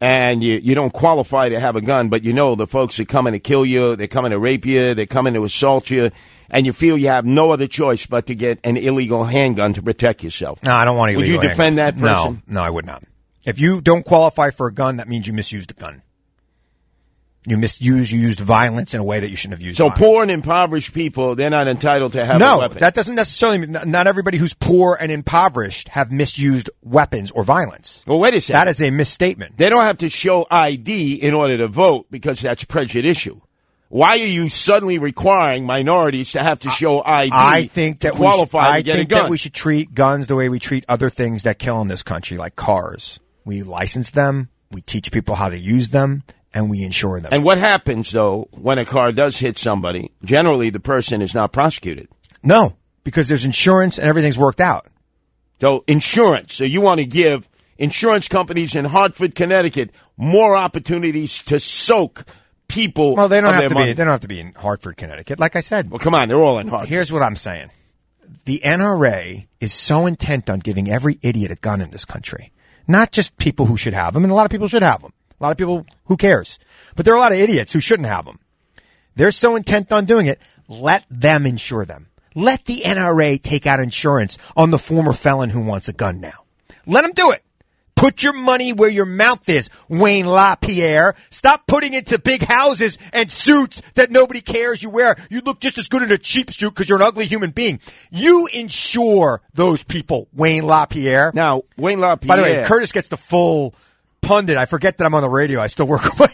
C: and you, you don't qualify to have a gun, but you know the folks are coming to kill you, they're coming to rape you, they're coming to assault you, and you feel you have no other choice but to get an illegal handgun to protect yourself?
B: No, I don't want to.
C: Would you defend that person?
B: No, no, I would not. If you don't qualify for a gun, that means you misused a gun. You misused, you used violence in a way that you shouldn't have used.
C: So
B: violence.
C: poor and impoverished people, they're not entitled to have a
B: no,
C: weapon.
B: that doesn't necessarily mean n- not everybody who's poor and impoverished have misused weapons or violence.
C: Well, wait a second.
B: That is a misstatement.
C: They don't have to show ID in order to vote because that's prejudicial. Why are you suddenly requiring minorities to have to show ID?
B: I think that
C: to qualify
B: We
C: to
B: should, I
C: get
B: think
C: a gun.
B: that we should treat guns the way we treat other things that kill in this country, like cars. We license them, we teach people how to use them, and we insure them.
C: And what happens though when a car does hit somebody? Generally, the person is not prosecuted.
B: No, because there's insurance and everything's worked out.
C: So insurance. So you want to give insurance companies in Hartford, Connecticut, more opportunities to soak people.
B: Well, they don't
C: of
B: have
C: their
B: to
C: money.
B: be. They don't have to be in Hartford, Connecticut. Like I said.
C: Well, come on, they're all in Hartford.
B: Here's what I'm saying: the NRA is so intent on giving every idiot a gun in this country, not just people who should have them, and a lot of people should have them. A lot of people, who cares? But there are a lot of idiots who shouldn't have them. They're so intent on doing it. Let them insure them. Let the NRA take out insurance on the former felon who wants a gun now. Let them do it. Put your money where your mouth is, Wayne LaPierre. Stop putting it to big houses and suits that nobody cares you wear. You look just as good in a cheap suit because you're an ugly human being. You insure those people, Wayne LaPierre.
C: Now, Wayne LaPierre.
B: By the way, Curtis gets the full pundit. I forget that I'm on the radio. I still work with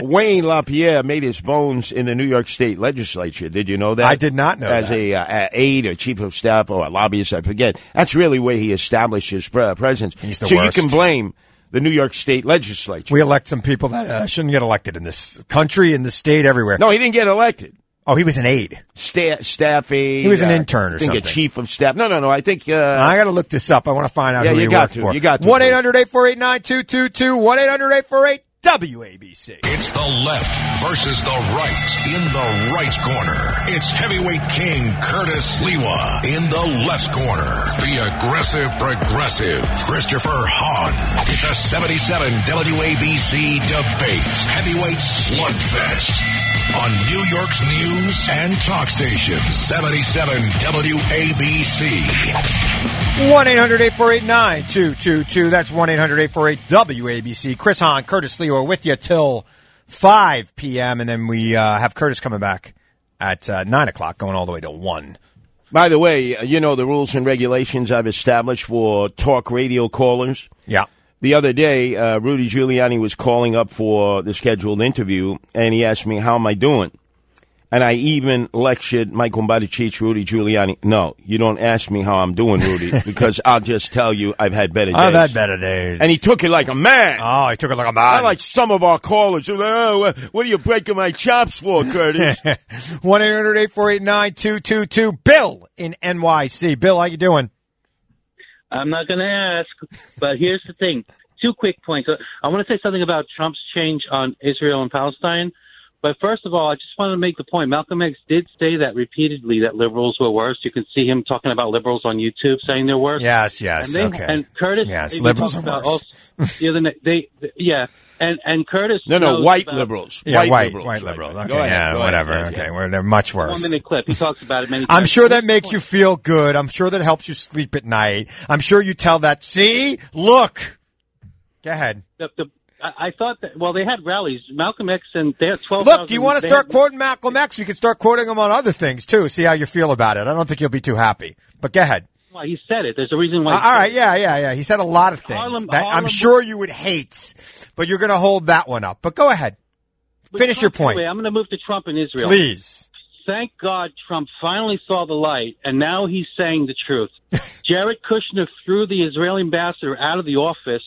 C: Wayne LaPierre made his bones in the New York State legislature. Did you know that? I did
B: not know
C: As a, uh, a aide or chief of staff or a lobbyist, I forget. That's really where he established his pre- uh, presence.
B: the
C: so
B: worst.
C: you can blame the New York State legislature.
B: We elect some people that uh, shouldn't get elected in this country, in this state, everywhere.
C: No, he didn't get elected.
B: Oh, he was an aide.
C: Staff, staff aide.
B: He was an
C: uh,
B: intern or
C: I think
B: something.
C: a chief of staff. No, no, no. I think. Uh,
B: I got to look this up. I want to find out
C: Yeah,
B: who
C: you
B: he
C: got
B: worked
C: to.
B: for.
C: You got to.
B: 1 800 848 9222. 1 800 848 WABC.
A: It's the left versus the right in the right corner. It's heavyweight king Curtis Lewa in the left corner. The aggressive progressive Christopher Hahn. The 77 WABC debate heavyweight slugfest on New York's news and talk station 77 WABC.
B: 1 800 848 9222. That's 1 800 848 WABC. Chris Hahn, Curtis Lee are with you till 5 p.m. And then we uh, have Curtis coming back at uh, 9 o'clock, going all the way to 1.
C: By the way, uh, you know the rules and regulations I've established for talk radio callers.
B: Yeah.
C: The other day, uh, Rudy Giuliani was calling up for the scheduled interview, and he asked me, "How am I doing?" And I even lectured Michael Mbatichich, Rudy Giuliani. No, you don't ask me how I'm doing, Rudy, because I'll just tell you I've had better days.
B: I've had Oh, better days.
C: And he took it like a man.
B: Oh, he took it like a man.
C: Not like some of our callers. who, "Oh, what are you breaking my chops for, Curtis?
B: 1 800 848 9222. Bill in NYC. Bill, how you doing?
R: I'm not going to ask, but here's the thing. Two quick points. Uh, I want to say something about Trump's change on Israel and Palestine. But first of all, I just wanted to make the point. Malcolm X did say that repeatedly that liberals were worse. You can see him talking about liberals on YouTube saying they're worse.
B: Yes, yes,
R: And, they,
B: okay.
R: and Curtis,
B: Yes,
R: they
B: liberals
R: talked
B: are
R: about
B: worse.
R: also- the other night- they, they- yeah, and and Curtis.
C: No, no,
R: knows
C: white
R: about-
C: liberals.
B: Yeah, white,
C: White
B: white
C: liberals,
B: liberals.
C: right, right.
B: Okay,
C: Go ahead,
B: yeah,
C: go ahead,
B: whatever.
C: yeah,
B: okay, Well, they're much
R: One
B: worse.
R: minute clip. He talks about it many times.
B: I'm sure that makes you feel good. I'm sure that helps you sleep at night. I'm sure you tell that, see, look. Go ahead.
R: The, the, I I thought that. Well, they had rallies. Malcolm X and they had twelve.
B: Look, do you want to start quoting Malcolm X? We can start quoting him on other things too. See how you feel about it. I don't think you'll be too happy. But go ahead.
R: Why he said it? There's a reason
B: Uh,
R: why. he
B: all
R: said
B: right,
R: it.
B: yeah, yeah, yeah. He said a lot of things
R: Harlem-
B: that I'm
R: Harlem-
B: sure you would hate, but you're going to hold that one up. But go ahead.
R: But
B: Finish your
R: Trump-
B: point.
R: Anyway, I'm going to move to Trump and Israel.
B: Please.
R: Thank God Trump finally saw the light, and now he's saying the truth. Jared Kushner threw the Israeli ambassador out of the office,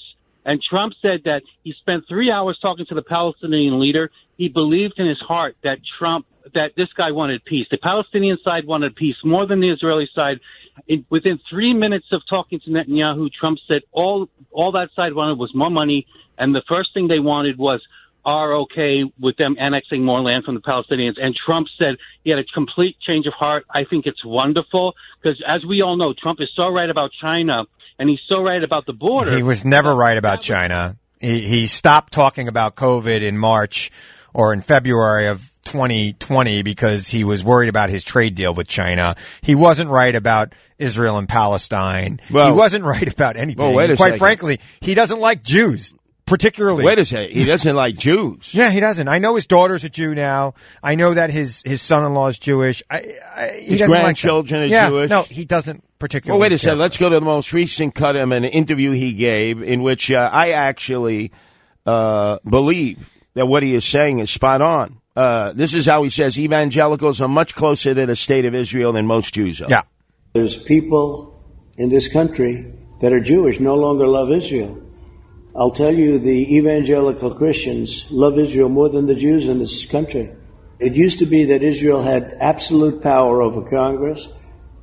R: and Trump said that he spent three hours talking to the Palestinian leader. He believed in his heart that Trump, that this guy wanted peace. The Palestinian side wanted peace more than the Israeli side. In, within three minutes of talking to Netanyahu, Trump said all all that side wanted was more money, and the first thing they wanted was are okay with them annexing more land from the Palestinians. And Trump said he had a complete change of heart. I think it's wonderful because, as we all know, Trump is so right about China and he's so right about the border.
B: He was never right about China. He, he stopped talking about COVID in March or in February of 2020 because he was worried about his trade deal with China. He wasn't right about Israel and Palestine.
C: Well-
B: he wasn't right about anything.
C: Well, wait a
B: Quite
C: second.
B: frankly, he doesn't like Jews. particularly.
C: Wait a second. He doesn't like Jews.
B: Yeah, he doesn't. I know his daughter's a Jew now. I know that his his son-in-law is Jewish. I, I he
C: His
B: doesn't like them.
C: grandchildren are
B: yeah,
C: Jewish.
B: No, he doesn't
C: Well,
B: particularly.
C: wait a
B: care.
C: second. Let's go to the most recent cut of an interview he gave, in which uh, I actually uh, believe that what he is saying is spot on. Uh, this is how he says evangelicals are much closer to the state of Israel than most Jews are. Yeah.
S: There's people in this country that are Jewish no longer love Israel. I'll tell you, the evangelical Christians love Israel more than the Jews in this country. It used to be that Israel had absolute power over Congress,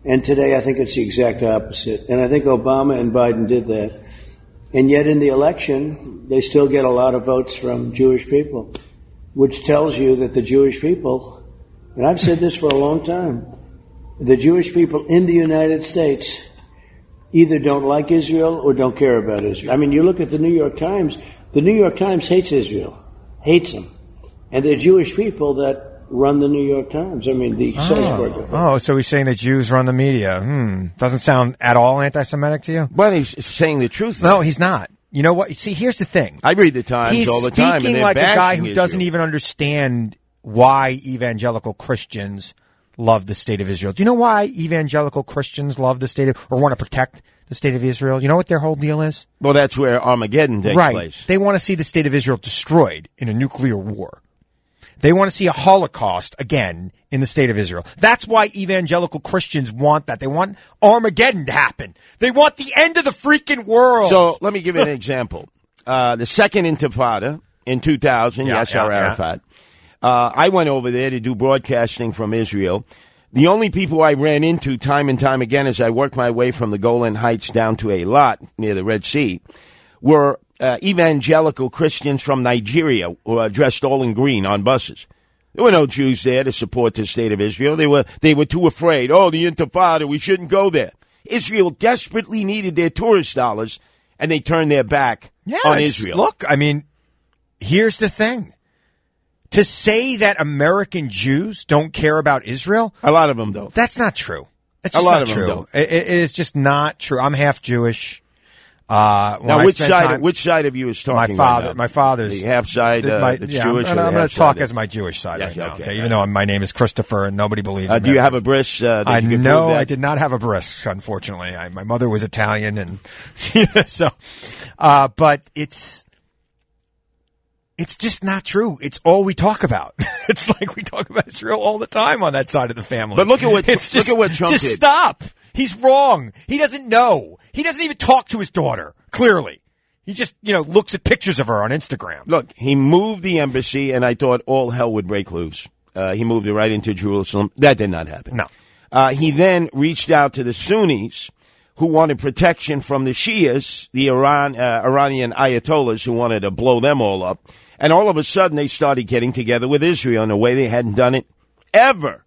S: and today I think it's the exact opposite. And I think Obama and Biden did that. And yet in the election, they still get a lot of votes from Jewish people, which tells you that the Jewish people, and I've said this for a long time, the Jewish people in the United States either don't like Israel or don't care about Israel. I mean, you look at the New York Times, the New York Times hates Israel, hates them. And they're Jewish people that run the New York Times. I mean, the Salzburger.
B: Oh, so he's saying that Jews run the media. Hmm. Doesn't sound at all anti-Semitic to you.
C: But he's saying the truth.
B: No, he's not. You know what? See, here's the thing.
C: I read the Times
B: he's
C: all the time. and
B: speaking
C: they're
B: like a guy
C: bashing
B: who
C: Israel.
B: doesn't even understand why evangelical Christians love the state of Israel. Do you know why evangelical Christians love the state of, or want to protect the state of Israel? You know what their whole deal is?
C: Well, that's where Armageddon takes
B: right.
C: place.
B: They want to see the state of Israel destroyed in a nuclear war. They want to see a Holocaust again in the state of Israel. That's why evangelical Christians want that. They want Armageddon to happen. They want the end of the freaking world.
C: So let me give you an example. Uh, the second Intifada in 2000,
B: Yeah,
C: Yasser
B: yeah, yeah.
C: Arafat. Uh, I went over there to do broadcasting from Israel. The only people I ran into time and time again as I worked my way from the Golan Heights down to a lot near the Red Sea were uh, evangelical Christians from Nigeria who are dressed all in green on buses. There were no Jews there to support the state of Israel. They were they were too afraid. Oh, the Intifada, we shouldn't go there. Israel desperately needed their tourist dollars, and they turned their back
B: Yeah,
C: on
B: it's-
C: Israel.
B: Look, I mean, here's the thing. To say that American Jews don't care about Israel,
C: a lot of them don't.
B: That's not true. That's
C: A
B: just
C: lot
B: not
C: of 'em
B: true.
C: don't.
B: It, it is just not true. I'm half Jewish. Uh, when
C: now,
B: I
C: which
B: spend
C: side
B: time-
C: which side of you is
B: my
C: talking? right
B: father,
C: now?
B: my father's
C: the half side.
B: the-
C: Uh,
B: my-
C: that's
B: yeah,
C: Jewish.
B: I'm,
C: or the
B: I'm going
C: half
B: to
C: side
B: talk
C: that-
B: as my Jewish side
C: Yeah,
B: right
C: yeah,
B: now.
C: okay,
B: Okay, even though my name is Christopher and nobody believes.
C: Uh,
B: in
C: do you
B: that.
C: have a bris? Uh, that
B: I
C: you can prove
B: know
C: that?
B: I did not have a breast, unfortunately. I, my mother was Italian, and so, uh, but it's it's just not true. It's all we talk about. it's like we talk about Israel all the time on that side of the family.
C: But look at what-
B: it's
C: look
B: just,
C: at what Trump
B: just
C: did.
B: stop. He's wrong. He doesn't know. He doesn't even talk to his daughter. Clearly, he just you know looks at pictures of her on Instagram.
C: Look, he moved the embassy, and I thought all hell would break loose. Uh, he moved it right into Jerusalem. That did not happen. No. Uh, he then reached out to the Sunnis, who wanted protection from the Shias, the Iran uh, Iranian Ayatollahs, who wanted to blow them all up. And all of a sudden, they started getting together with Israel in a way they hadn't done it ever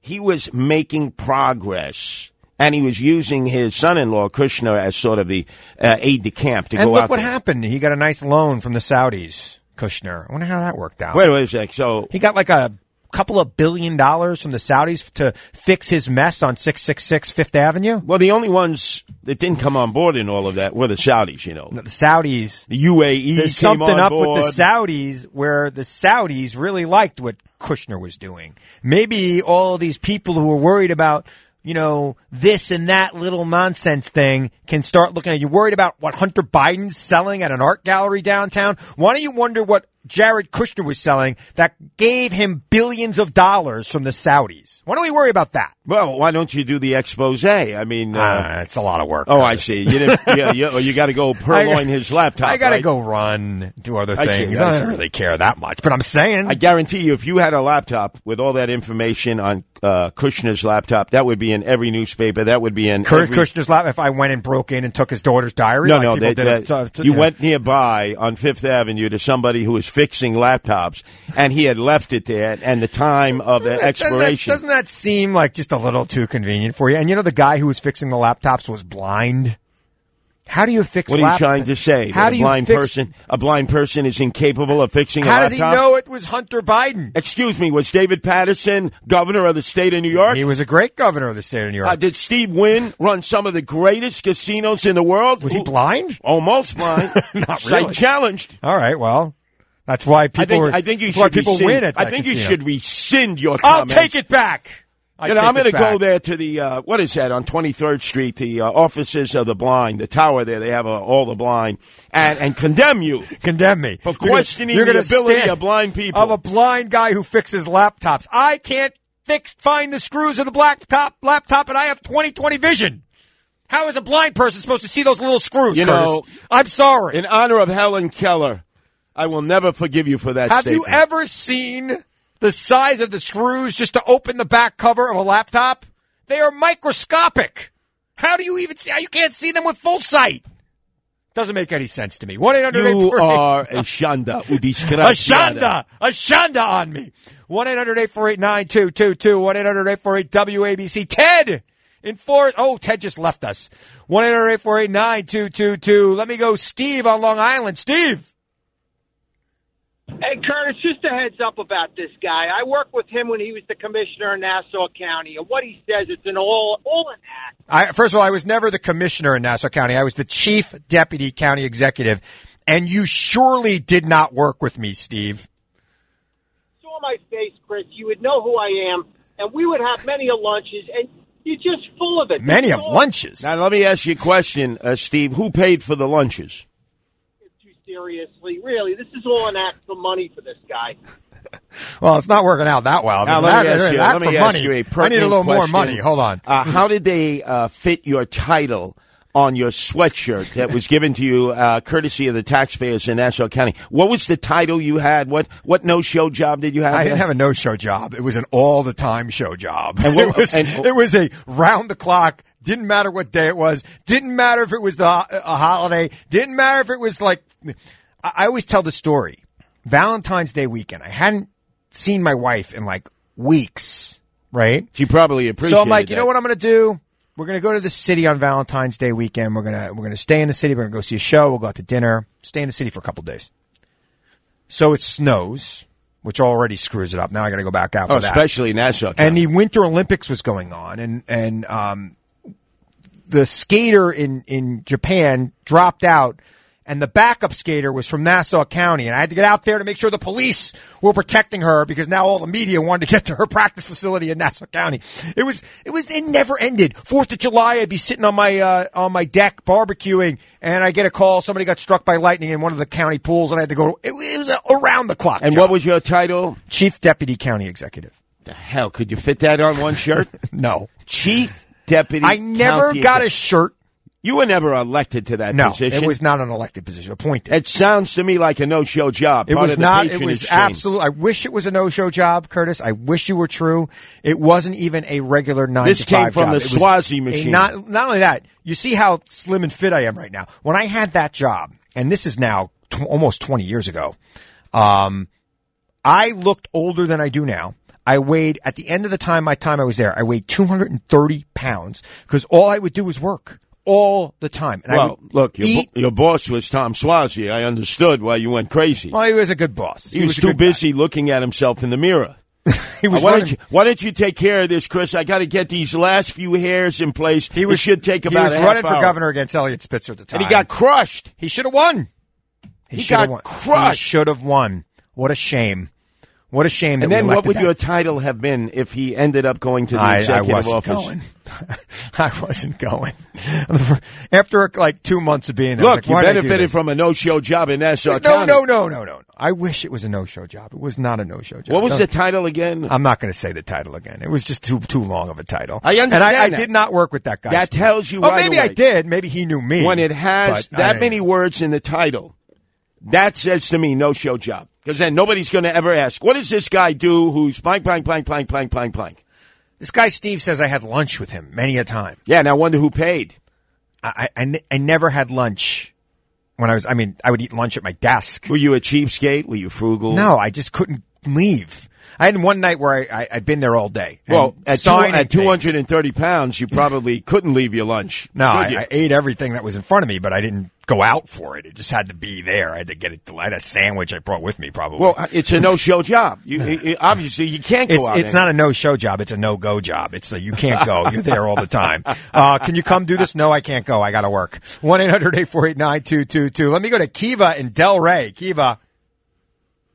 C: he was making progress. And he was using his son-in-law Kushner as sort of the uh, aide de camp to
B: and
C: go
B: look
C: out.
B: what
C: there.
B: happened. He got a nice loan from the Saudis. Kushner. I wonder how that worked out.
C: Wait, wait a sec. So
B: He got like a couple of billion dollars from the Saudis to fix his mess on 666 Fifth Avenue.
C: Well, the only ones that didn't come on board in all of that were the Saudis. You know, the
B: Saudis,
C: the UAE.
B: There's
C: came
B: something
C: on
B: up
C: board.
B: with the Saudis where the Saudis really liked what Kushner was doing. Maybe all these people who were worried about, you know, this and that little nonsense thing can start looking at you. Worried about what Hunter Biden's selling at an art gallery downtown? Why don't you wonder what Jared Kushner was selling that gave him billions of dollars from the Saudis? Why don't we worry about that?
C: Well, why don't you do the expose? I mean, uh,
B: Ah, it's a lot of work.
C: Oh, I
B: Curtis.
C: see. You didn't, yeah, you, oh, you got to go purloin his laptop.
B: I gotta
C: right?
B: go run, do other
C: I see,
B: things.
C: I
B: I
C: see.
B: don't really care that much, but I'm saying
C: I guarantee you, if you had a laptop with all that information on uh, Kushner's laptop, that would be in every newspaper. That would be in
B: Kurt
C: every-
B: Kushner's lap. If I went and broke in and took his daughter's diary,
C: No,
B: like
C: no,
B: people
C: they,
B: did uh,
C: they-
B: it to- to-
C: you
B: know.
C: went nearby on Fifth Avenue to somebody who was fixing laptops, and he had left it there, and the time of the
B: Doesn't that,
C: expiration.
B: doesn't that seem like just a little too convenient for you? And you know, the guy who was fixing the laptops was blind. How do you fix
C: What are you
B: laptop-
C: trying to say?
B: How
C: that
B: do
C: a
B: you
C: blind
B: fix-
C: person? A blind person is incapable of fixing.
B: How
C: a
B: does he
C: laptop?
B: know it was Hunter Biden?
C: Excuse me. Was David Patterson governor of the state of New York? He
B: was a great governor of the state of New York.
C: Uh, did Steve Wynn run some of the greatest casinos in the world? Was
B: he blind?
C: Almost blind.
B: Not
C: Sight
B: really.
C: challenged.
B: All right, well, that's why people.
C: I think,
B: were-
C: I think you
B: that's why
C: should
B: people
C: rescind-
B: win at
C: I
B: that
C: think you
B: casino.
C: should rescind your
B: I'll
C: comments.
B: take it back. I
C: You know,
B: take
C: I'm
B: it
C: going to go
B: back.
C: there to the uh, what is that on 23rd Street, the uh, offices of the blind, the tower there. They have uh, all the blind, and and condemn you,
B: condemn me
C: for
B: You're gonna-
C: questioning
B: you're
C: the
B: gonna
C: ability
B: stand
C: of blind people.
B: Of a blind guy who fixes laptops. I can't fix find the screws of the black top laptop, and I have 20/20 vision. How is a blind person supposed to see those little screws?
C: You
B: Curtis?
C: know,
B: I'm sorry.
C: In honor of Helen Keller, I will never forgive you for that.
B: have
C: statement.
B: you ever seen the size of the screws just to open the back cover of a laptop? They are microscopic. How do you even see? You can't see them with full sight. Doesn't make any sense to me. One eight hundred.
C: You are a shanda, u
B: Ashanda, Ashanda on me. 1 800 848 9222. 1 800 848 WABC. Ted in four oh Ted just left us. 1 800 848 9222. Let me go, Steve on Long Island. Steve.
T: Hey, Curtis, just a heads up about this guy. I worked with him when he was the commissioner in Nassau County, and what he says, it's an all, all an act.
B: I, first of all, I was never the commissioner in Nassau County. I was the chief deputy county executive. And you surely did not work with me, Steve.
T: Saw my face, Chris, you would know who I am, and we would have many a lunches, and you're just full of it. It's all
B: lunches.
C: Now let me ask you a question, uh, Steve. Who paid for the lunches?
T: Too seriously, really, this is all an act for money for this guy.
B: Well, it's not working out that well.
C: Now, let
B: That-
C: me ask you.
B: that
C: Let
B: for
C: me
B: money.
C: ask you a
B: I need a
C: pertinent
B: little more
C: question.
B: money. Hold on.
C: Uh, how did they uh, fit your title on your sweatshirt that was given to you, uh, courtesy of the taxpayers in Nassau County? What was the title you had? What what no show job did you have?
B: I didn't have a no show job. It was an all the time show job. it, was, it was a round the clock. Didn't matter what day it was. Didn't matter if it was the, a holiday. Didn't matter if it was like. I, I always tell the story. Valentine's Day weekend. I hadn't seen my wife in like weeks, right?
C: She probably appreciated.
B: So I'm like, you
C: that.
B: know what I'm going to do? We're going to go to the city on Valentine's Day weekend. We're going to we're going to stay in the city. We're going to go see a show. We'll go out to dinner. Stay in the city for a couple days. So it snows, which already screws it up. Now I got to go back out.
C: Oh,
B: for that.
C: especially Nassau County.
B: And the Winter Olympics was going on, and and um, the skater in in Japan dropped out, and the backup skater was from Nassau County, and I had to get out there to make sure the police were protecting her because now all the media wanted to get to her practice facility in Nassau County. It was it was it never ended. Fourth of July, I'd be sitting on my uh, on my deck barbecuing, and I get a call somebody got struck by lightning in one of the county pools, and I had to go. It, it was around the clock.
C: And what was your title?
B: Chief Deputy County Executive.
C: The hell could you fit that on one shirt?
B: no,
C: chief deputy.
B: I never
C: County
B: got a
C: Exec-
B: shirt.
C: You were never elected to that
B: No,
C: position.
B: it was not an elected position. Appointed.
C: It sounds to me like a no-show job.
B: It
C: part
B: was
C: of the
B: not. It
C: patronage
B: was
C: chain.
B: absolute. I wish it was a no-show job, Curtis. I wish you were true. It wasn't even a regular nine.
C: This
B: to
C: came
B: five
C: from
B: job.
C: the
B: It was
C: Swazi
B: a
C: machine.
B: Not not only that. You see how slim and fit I am right now. When I had that job, and this is now tw- almost twenty years ago, um, I looked older than I do now. I weighed at the end of the time my time I was there. I weighed two hundred and thirty pounds because all I would do was work all the time. And I
C: well,
B: would
C: look, your,
B: eat
C: bo- your boss was Tom Swazi. I understood why you went crazy.
B: Well, he was a good boss.
C: He, was, too busy looking at himself in the mirror. he
B: was
C: why, don't
B: running-
C: you, why don't you take care of this, Chris? I got to get these last few hairs in place. He was, should take about
B: he was
C: a half
B: running for
C: hour.
B: governor against Elliot Spitzer at the time,
C: And he got crushed.
B: He should have won. He,
C: He
B: should have
C: got
B: won.
C: crushed.
B: He should have won. What a shame. What a shame.
C: And
B: that
C: then
B: we
C: what
B: elected
C: would
B: that.
C: your title have been if he ended up going to the
B: I- I
C: executive
B: wasn't
C: office?
B: going. I wasn't going. After like two months of being there, I was
C: Look,
B: like, why
C: you
B: did I do
C: benefited
B: this?
C: from a no-show job in Nassau
B: No,
C: County.
B: no, no, no, no. I wish it was a no-show job. It was not a no-show job.
C: What was
B: No.
C: the title again?
B: I'm not going to say the title again. It was just too too long of a title.
C: I understand
B: And I, I
C: that.
B: did not work with that guy.
C: That
B: Steve.
C: tells you
B: Oh,
C: right
B: maybe I
C: away.
B: did. Maybe he knew me.
C: when it has
B: but I
C: that
B: didn't.
C: many words in the title, that says to me no show job. Because then nobody's going to ever ask, what does this guy do who's blank, blank, blank, blank, blank, blank, blank?
B: This guy Steve says I had lunch with him many a time.
C: Yeah, now wonder who paid.
B: I, I, I ne- I never had lunch when I was. I mean, I would eat lunch at my desk.
C: Were you a cheapskate? Were you frugal?
B: No, I just couldn't. leave. I had one night where I, I I'd been there all day. and
C: Well, at, two,
B: signing
C: at
B: things.
C: 230 pounds, you probably couldn't leave your lunch.
B: No,
C: could
B: I,
C: you?
B: I ate everything that was in front of me, but I didn't go out for it. It just had to be there. I had to get it. I had a sandwich I brought with me, probably.
C: Well, it's a no-show job. You, you- obviously, you can't go
B: it's,
C: out.
B: it's not a no-show job. It's a no-go job. It's the you can't go. You're there all the time. Uh, can you come do this? No, I can't go. I got to work. One 9222 Let me go to Kiva in Del Rey. Kiva,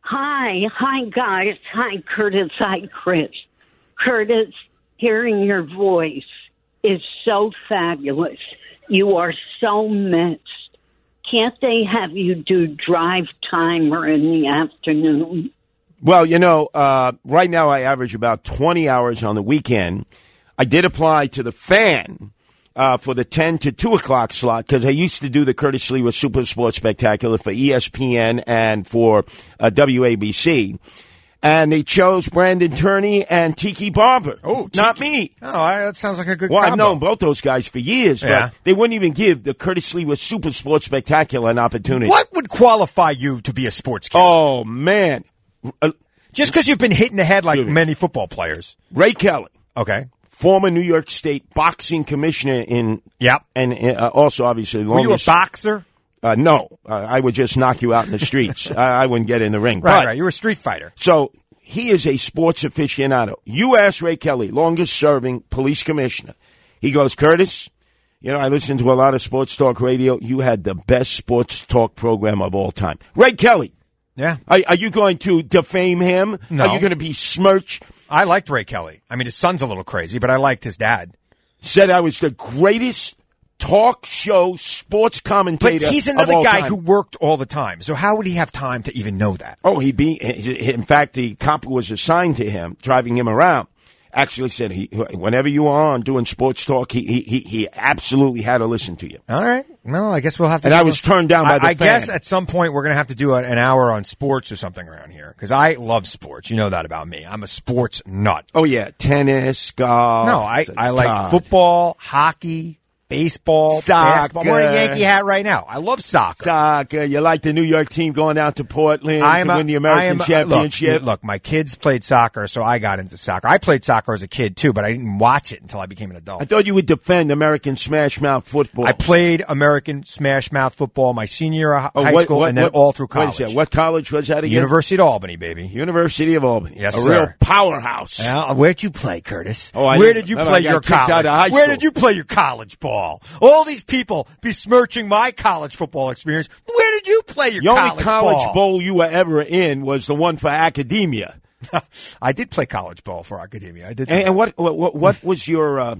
U: Hi, hi guys. Hi Curtis, hi Chris. Curtis, hearing your voice is so fabulous. You are so missed. Can't they have you do drive time or in the afternoon?
C: Well, you know, uh, right now I average about 20 hours on the weekend. I did apply to the fan uh, for the 10 to 2 o'clock slot because I used to do the Curtis Lee with Super Sports Spectacular for E ESPN and for uh, WABC. And they chose Brandon Turney and Tiki Barber. Oh, not me.
B: Oh, I, that sounds like a good
C: Well, I've
B: combo.
C: known both those guys for years,
B: Yeah.
C: but they wouldn't even give the Curtis Lee with Super Sports Spectacular an opportunity.
B: what would qualify you to be a sportscaster?
C: Oh man, Uh,
B: just because you've been hit in the head like many football players.
C: Ray Kelly.
B: Okay.
C: Former New York State boxing commissioner in.
B: Yep.
C: And uh, also, obviously,
B: Were you a
C: longest-
B: boxer?
C: Uh, no, uh, I would just knock you out in the streets. I, I wouldn't get in the ring.
B: Right,
C: But-
B: right. You're a street fighter.
C: So he is a sports aficionado. You ask Ray Kelly, longest serving police commissioner. He goes, Curtis, you know, I listen to a lot of sports talk radio. You had the best sports talk program of all time. Ray Kelly.
B: Yeah.
C: Are, are you going to defame him?
B: No.
C: Are you going to be smirch?
B: I liked Ray Kelly. I mean, his son's a little crazy, but I liked his dad.
C: Said I was the greatest talk show sports commentator.
B: But he's
C: of
B: another
C: all
B: guy
C: time.
B: who worked all the time. So how would he have time to even know that?
C: Oh, he'd be. In fact, the cop who was assigned to him, driving him around, actually said, he, "Whenever you were on doing sports talk, he he he- he absolutely had to listen to you."
B: All right. No, I guess we'll have to.
C: And I
B: do-
C: was turned down by
B: I-
C: the
B: I guess
C: fan.
B: at some point we're going to have to do a- an hour on sports or something around here because I love sports. You know that about me. I'm a sports nut.
C: Oh yeah, tennis, golf.
B: No, I, I like
C: God.
B: football, hockey, baseball,
C: Soccer.
B: basketball. I'm wearing a Yankee hat right now. I love soccer.
C: Soccer. You like the New York team going out to Portland to win the American
B: I am a-
C: Championship.
B: Look, look, my kids played soccer, so I got into soccer. I played soccer as a kid too, but I didn't watch it until I became an adult.
C: I thought you would defend American Smash Mouth football.
B: I played American Smash Mouth football my senior year of
C: Oh,
B: high
C: what-
B: school
C: what-
B: and then
C: what-
B: all through
C: what
B: college.
C: is that? What college was that again?
B: University of Albany, baby.
C: University of Albany.
B: Yes,
C: a
B: sir.
C: real powerhouse.
B: Well, uh, where'd you play, Curtis?
C: Oh, I
B: Where
C: didn't-
B: did you
C: remember,
B: play
C: I got
B: your
C: kicked out
B: college?
C: of high
B: Where
C: school.
B: did you play your college ball? All these people besmirching my college football experience. Where did you play your
C: the only
B: college,
C: college
B: ball?
C: bowl you were ever in was the one for academia.
B: I did play college ball for academia. I did. do
C: And,
B: that.
C: and what, what what what was your uh,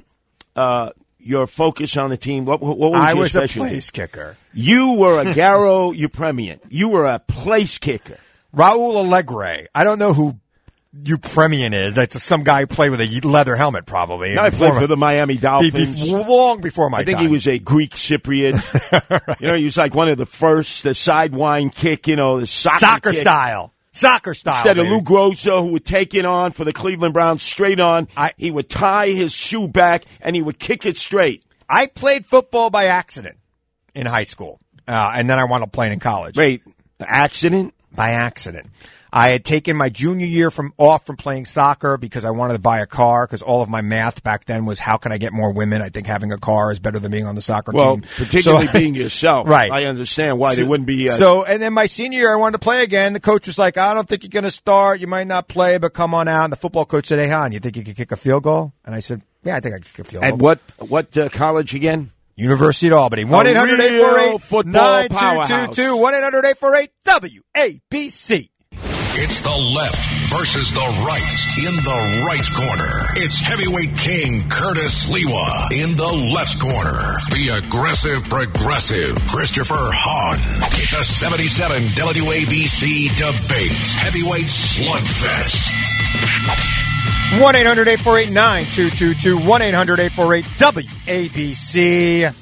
C: uh, your focus on the team? What what what was
B: I
C: your
B: was a
C: specialty?
B: place kicker.
C: You were a Garo Upremian. You were a place kicker.
B: Raul Alegre. I don't know who Upremian is. That's some guy who played with a leather helmet, probably.
C: I played
B: Before-
C: for the Miami
B: be-
C: Dolphins.
B: be- long before my
C: I think
B: time.
C: he was a Greek Cypriot. You know, he was like one of the first, the sidewind kick, you know, the soccer,
B: soccer
C: kick.
B: style. Soccer style.
C: Instead of
B: baby.
C: Lou Grosso, who would take it on for the Cleveland Browns straight on, he would tie his shoe back and he would kick it straight.
B: I played football by accident in high school, uh, and then I wound up playing in college.
C: Wait, accident?
B: By accident. I had taken my junior year from off from playing soccer because I wanted to buy a car because all of my math back then was how can I get more women? I think having a car is better than being on the soccer
C: Well,
B: team.
C: particularly
B: So-
C: being yourself,
B: Right.
C: I understand why they
B: So-
C: wouldn't be. Uh,
B: so, and then my senior year, I wanted to play again. The coach was like, I don't think you're going to start. You might not play, but come on out. And the football coach said, Hey, Han, you think you could kick a field goal? And I said, Yeah, I think I could kick a field goal.
C: at what what uh, college again?
B: University of Albany. 1 800
C: real football
B: 848
C: powerhouse.
B: 9222 1 800 848 WABC.
A: It's the left versus the right. In the right corner, it's heavyweight king Curtis Lewa. In the left corner, the aggressive progressive Christopher Hahn. It's a 77 WABC debate. Heavyweight slugfest.
B: 1 800 848 9222 1 800 848 WABC.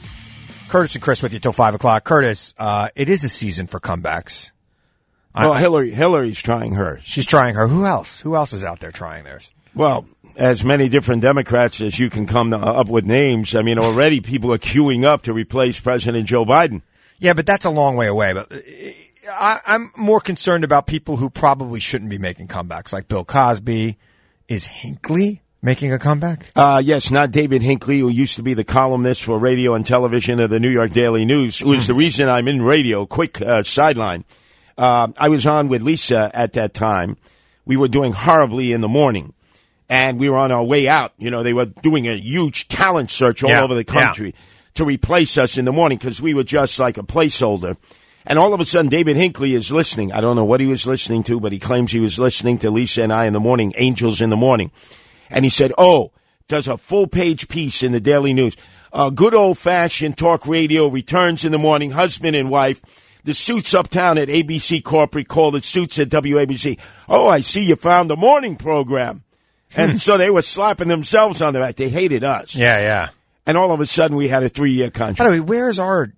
B: Curtis and Chris with you till 5 o'clock. Curtis, uh, it is a season for comebacks.
C: Well, Hillary Hillary's trying her.
B: She's trying her. Who else? Who else is out there trying theirs?
C: Well, as many different Democrats as you can come to- uh, up with names. I mean, already people are queuing up to replace President Joe Biden.
B: Yeah, but that's a long way away. But uh, I, I'm more concerned about people who probably shouldn't be making comebacks, like Bill Cosby. Is Hinckley making a comeback?
C: Uh, yes, not David Hinckley, who used to be the columnist for radio and television of the New York Daily News, who is the reason I'm in radio. Quick uh, sideline. Uh, I was on with Lisa at that time. We were doing horribly in the morning, and we were on our way out. You know, they were doing a huge talent search all
A: Yeah,
C: over the
A: yeah.
C: country to replace us in the morning because we were just like a placeholder. And all of a sudden, David Hinckley is listening. I don't know what he was listening to, but he claims he was listening to Lisa and I in the morning, Angels in the Morning. And he said, Oh, does a full page piece in the Daily News. Uh, good old fashioned talk radio returns in the morning, husband and wife. The suits uptown at ABC Corporate called it suits at WABC. Oh, I see you found the morning program.
A: Hmm.
C: And so they were slapping themselves on the back. They hated us.
B: Yeah, yeah.
C: And all of a sudden, we had a three year contract.
B: By the way, where's our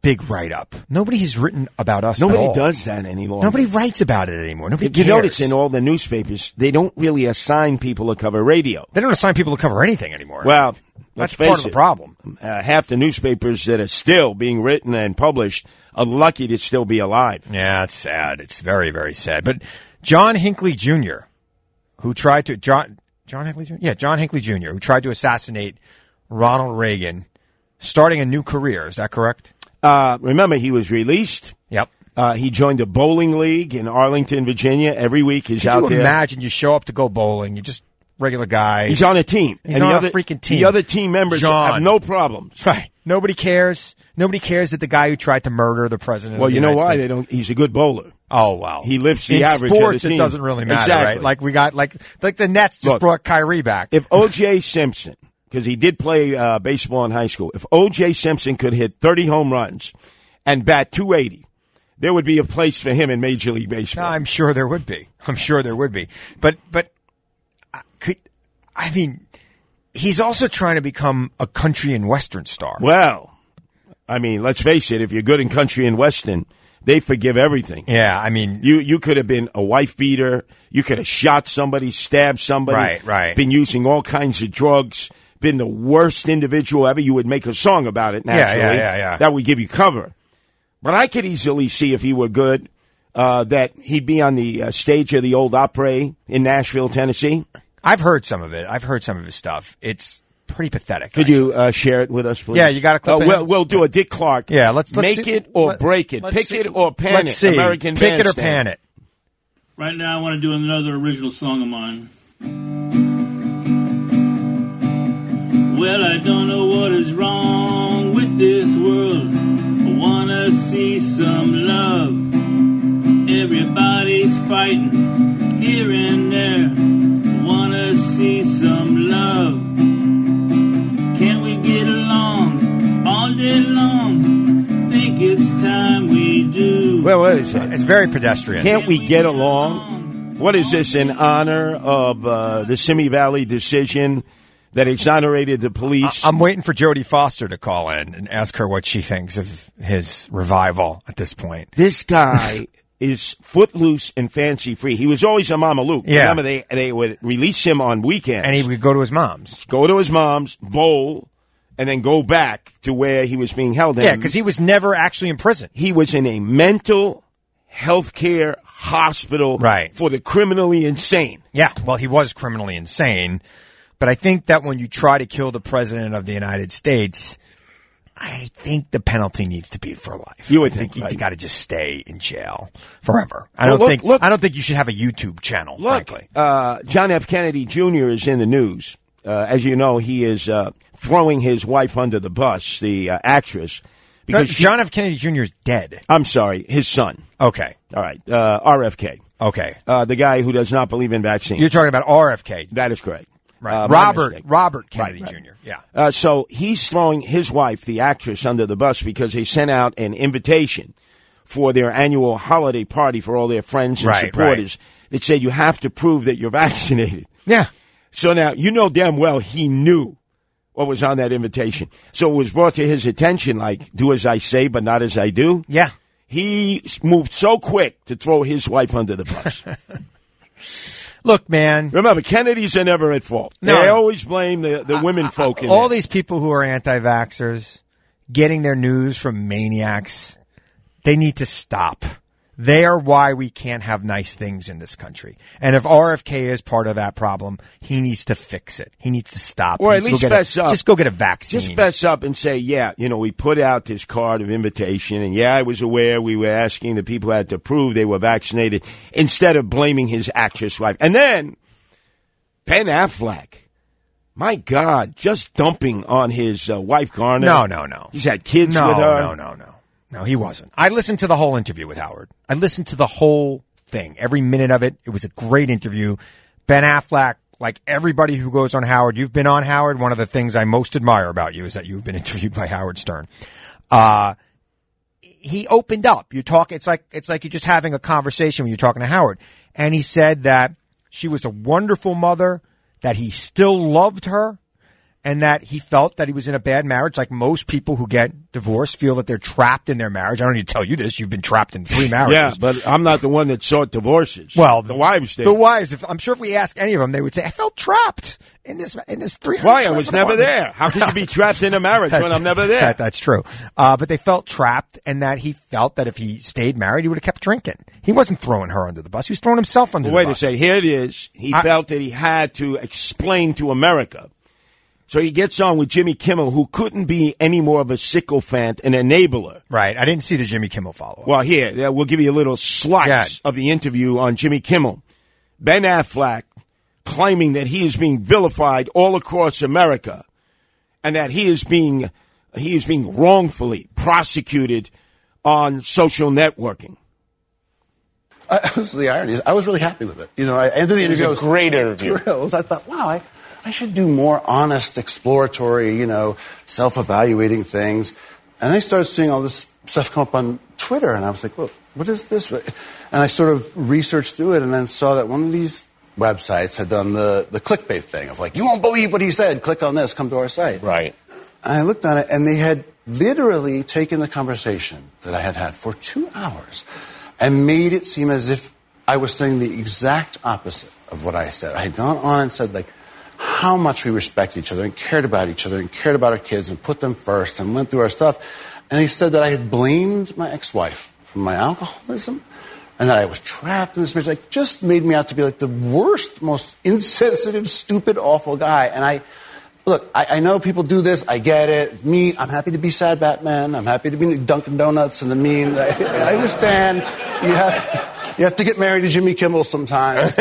B: big write up? Nobody has written about us. at
C: Nobody
B: all.
C: does that any longer.
B: Nobody writes about it anymore. Nobody.
C: you notice
B: cares.
C: in all the newspapers, they don't really assign people to cover radio.
B: They don't assign people to cover anything anymore.
C: Well,
B: That's
C: let's
B: part
C: face
B: of the
C: it,
B: problem.
C: Uh, half the newspapers that are still being written and published are lucky to still be alive.
B: Yeah, it's sad. It's very, very sad. But John Hinckley Jr., who tried to John John Hinckley Jr. Yeah, John Hinckley Jr., who tried to assassinate Ronald Reagan, starting a new career. Is that correct?
C: Uh, remember, he was released.
B: Yep.
C: Uh, he joined a bowling league in Arlington, Virginia. Every week he's
B: Could
C: out
B: you
C: there.
B: imagine you show up to go bowling? You're just regular guy.
C: He's on a team.
B: He's
C: And
B: on
C: the
B: a
C: other-
B: freaking team.
C: The other team members
B: John.
C: have no problems.
B: Right. Nobody cares. Nobody cares that the guy who tried to murder the president.
C: Well,
B: of the
C: you know
B: United
C: why
B: States-
C: they don't. He's a good bowler.
B: Oh wow,
C: he lifts the
B: in
C: average. of the
B: sports, it
C: team.
B: doesn't really matter,
C: Exactly.
B: right? Like we got like like the Nets just
C: Look,
B: brought Kyrie back.
C: If O.J. Simpson, because he did play uh, baseball in high school, if O.J. Simpson could hit 30 home runs and bat 280, there would be a place for him in Major League Baseball.
B: I'm sure there would be. I'm sure there would be. But but I could I mean he's also trying to become a country and western star.
C: Well, I mean, let's face it. If you're good in country and western, they forgive everything.
B: Yeah, I mean,
C: you you could have been a wife beater. You could have shot somebody, stabbed somebody.
B: Right, right.
C: Been using all kinds of drugs. Been the worst individual ever. You would make a song about it.
B: Yeah, yeah,
C: Naturally,
B: yeah, yeah.
C: That would give you cover. But I could easily see if he were good. Uh, that he'd be on the uh, stage of the old Opry in Nashville, Tennessee.
B: I've heard some of it. I've heard some of his stuff. It's pretty pathetic.
C: Could you uh, share it with us, please?
B: Yeah, you gotta clip
C: Uh,
B: it.
C: we'll, we'll do a Dick Clark.
B: Yeah, let's- let's
C: make
B: see-
C: it or
B: let-
C: break it.
B: let's
C: Pick
B: see-
C: it or pan
B: let's
C: it.
B: see.
C: American
B: Pick it or
C: Bandstand.
B: pan it.
V: Right now, I want to do another original song of mine. Well, I don't know what is wrong with this world. I want to see some love. Everybody's fighting here and there. I want to see some love. Can't we get along all day long? Think it's time we do.
C: Well, what is that?
B: It's very pedestrian.
C: Can't we get along? What is this in honor of uh, the Simi Valley decision that exonerated the police?
B: I'm waiting for Jodie Foster to call in and ask her what she thinks of his revival at this point.
C: this guy is footloose and fancy free. He was always a Mama Luke.
B: Yeah.
C: Remember, they, they would release him on weekends. And he
B: would go to his mom's.
C: Go to his mom's, bowl, and then go back to where he was being held.
B: Yeah, 'cause he was never actually in prison.
C: He was in a mental health care hospital
B: Right.
C: for the criminally insane.
B: Yeah, well, he was criminally insane, but I think that when you try to kill the president of the United States, I think the penalty needs to be for life. You would think, you got to just stay in jail forever. I
C: Well,
B: don't
C: look-
B: think I don't think you should have a YouTube channel.
C: Look,
B: frankly.
C: uh, John F. Kennedy Jr. is in the news. Uh, as you know, he is uh, throwing his wife under the bus, the uh, actress.
B: No, John F. Kennedy Jr. is dead.
C: I'm sorry, his son.
B: Okay.
C: All right. Uh, RFK.
B: Okay.
C: Uh, the guy who does not believe in vaccines.
B: You're talking about RFK.
C: That is correct.
B: Right.
C: Uh, my
B: Robert
C: mistake.
B: Robert Kennedy Jr. Yeah.
C: Uh, so he's throwing his wife, the actress, under the bus because they sent out an invitation for their annual holiday party for all their friends and
B: Right,
C: supporters that said you have to prove that you're vaccinated.
B: Yeah.
C: So now you know damn well he knew what was on that invitation. So it was brought to his attention like, do as I say, but not as I do.
B: Yeah.
C: He s- moved so quick to throw his wife under the bus.
B: Look, man.
C: Remember, Kennedys are never at fault.
B: No.
C: They always blame the, the women folk in
B: All
C: this.
B: these people who are anti-vaxxers getting their news from maniacs, they need to stop. They are why we can't have nice things in this country. And if RFK is part of that problem, he needs to fix it. He needs to stop.
C: Or
B: He
C: at least
B: needs to go get a-
C: fess up.
B: Just go get a vaccine.
C: Just fess up and say, yeah, you know, we put out this card of invitation, and yeah, I was aware we were asking the people who had to prove they were vaccinated instead of blaming his actress wife. And then Ben Affleck, my God, just dumping on his uh, wife Garner.
B: No, no, no.
C: He's had kids
B: no,
C: with her.
B: No, no, no. No, he wasn't. I listened to the whole interview with Howard. I listened to the whole thing, every minute of it. It was a great interview. Ben Affleck, like everybody who goes on Howard, you've been on Howard. One of the things I most admire about you is that you've been interviewed by Howard Stern. Uh, he opened up. You talk, it's like, it's like you're just having a conversation when you're talking to Howard. And he said that she was a wonderful mother, that he still loved her, and that he felt that he was in a bad marriage. Like most people who get divorced feel that they're trapped in their marriage. I don't need to tell you this. You've been trapped in three marriages.
C: Yeah, but I'm not the one that sought divorces.
B: Well,
C: the wives did.
B: The wives, if, I'm sure if we asked any of them, they would say, "I felt trapped in this in this three hundred.
C: Why? I was never there. How can you be trapped in a marriage when I'm never there?
B: That, that's true. Uh, but they felt trapped, and that he felt that if he stayed married, he would have kept drinking. He wasn't throwing her under the bus; he was throwing himself under
C: Well,
B: the
C: wait a
B: bus.
C: second. Here it is. He felt that he had to explain to America. So he gets on with Jimmy Kimmel, who couldn't be any more of a sycophant and enabler.
B: Right. I didn't see the Jimmy Kimmel follow up.
C: Well, here, yeah, we'll give you a little slice of the interview on Jimmy Kimmel. Ben Affleck claiming that he is being vilified all across America and that he is being he is being wrongfully prosecuted on social networking.
D: I, this is the irony. Is I was really happy with it. You know, I ended the
I: It was
D: interview.
I: a
D: I was
I: great interview.
D: thrilled. I thought, wow, I, I should do more honest, exploratory, you know, self-evaluating things. And I started seeing all this stuff come up on Twitter, and I was like, well, what is this? And I sort of researched through it, and then saw that one of these websites had done the, the clickbait thing of like, you won't believe what he said. Click on this. Come to our site. Right. And I looked on it, and they had literally taken the conversation that I had had for two hours and made it seem as if I was saying the exact opposite of what I said. I had gone on and said, like, how much we respect each other and cared about each other and cared about our kids and put them first and went through our stuff. And he said that I had blamed my ex wife for my alcoholism and that I was trapped in this marriage. Like, just made me out to be like the worst, most insensitive, stupid, awful guy. And I, look, I, I know people do this. I get it. Me, I'm happy to be sad Batman. I'm happy to be Dunkin' Donuts and the mean. I, I understand. You have, you have to get married to Jimmy Kimmel sometime.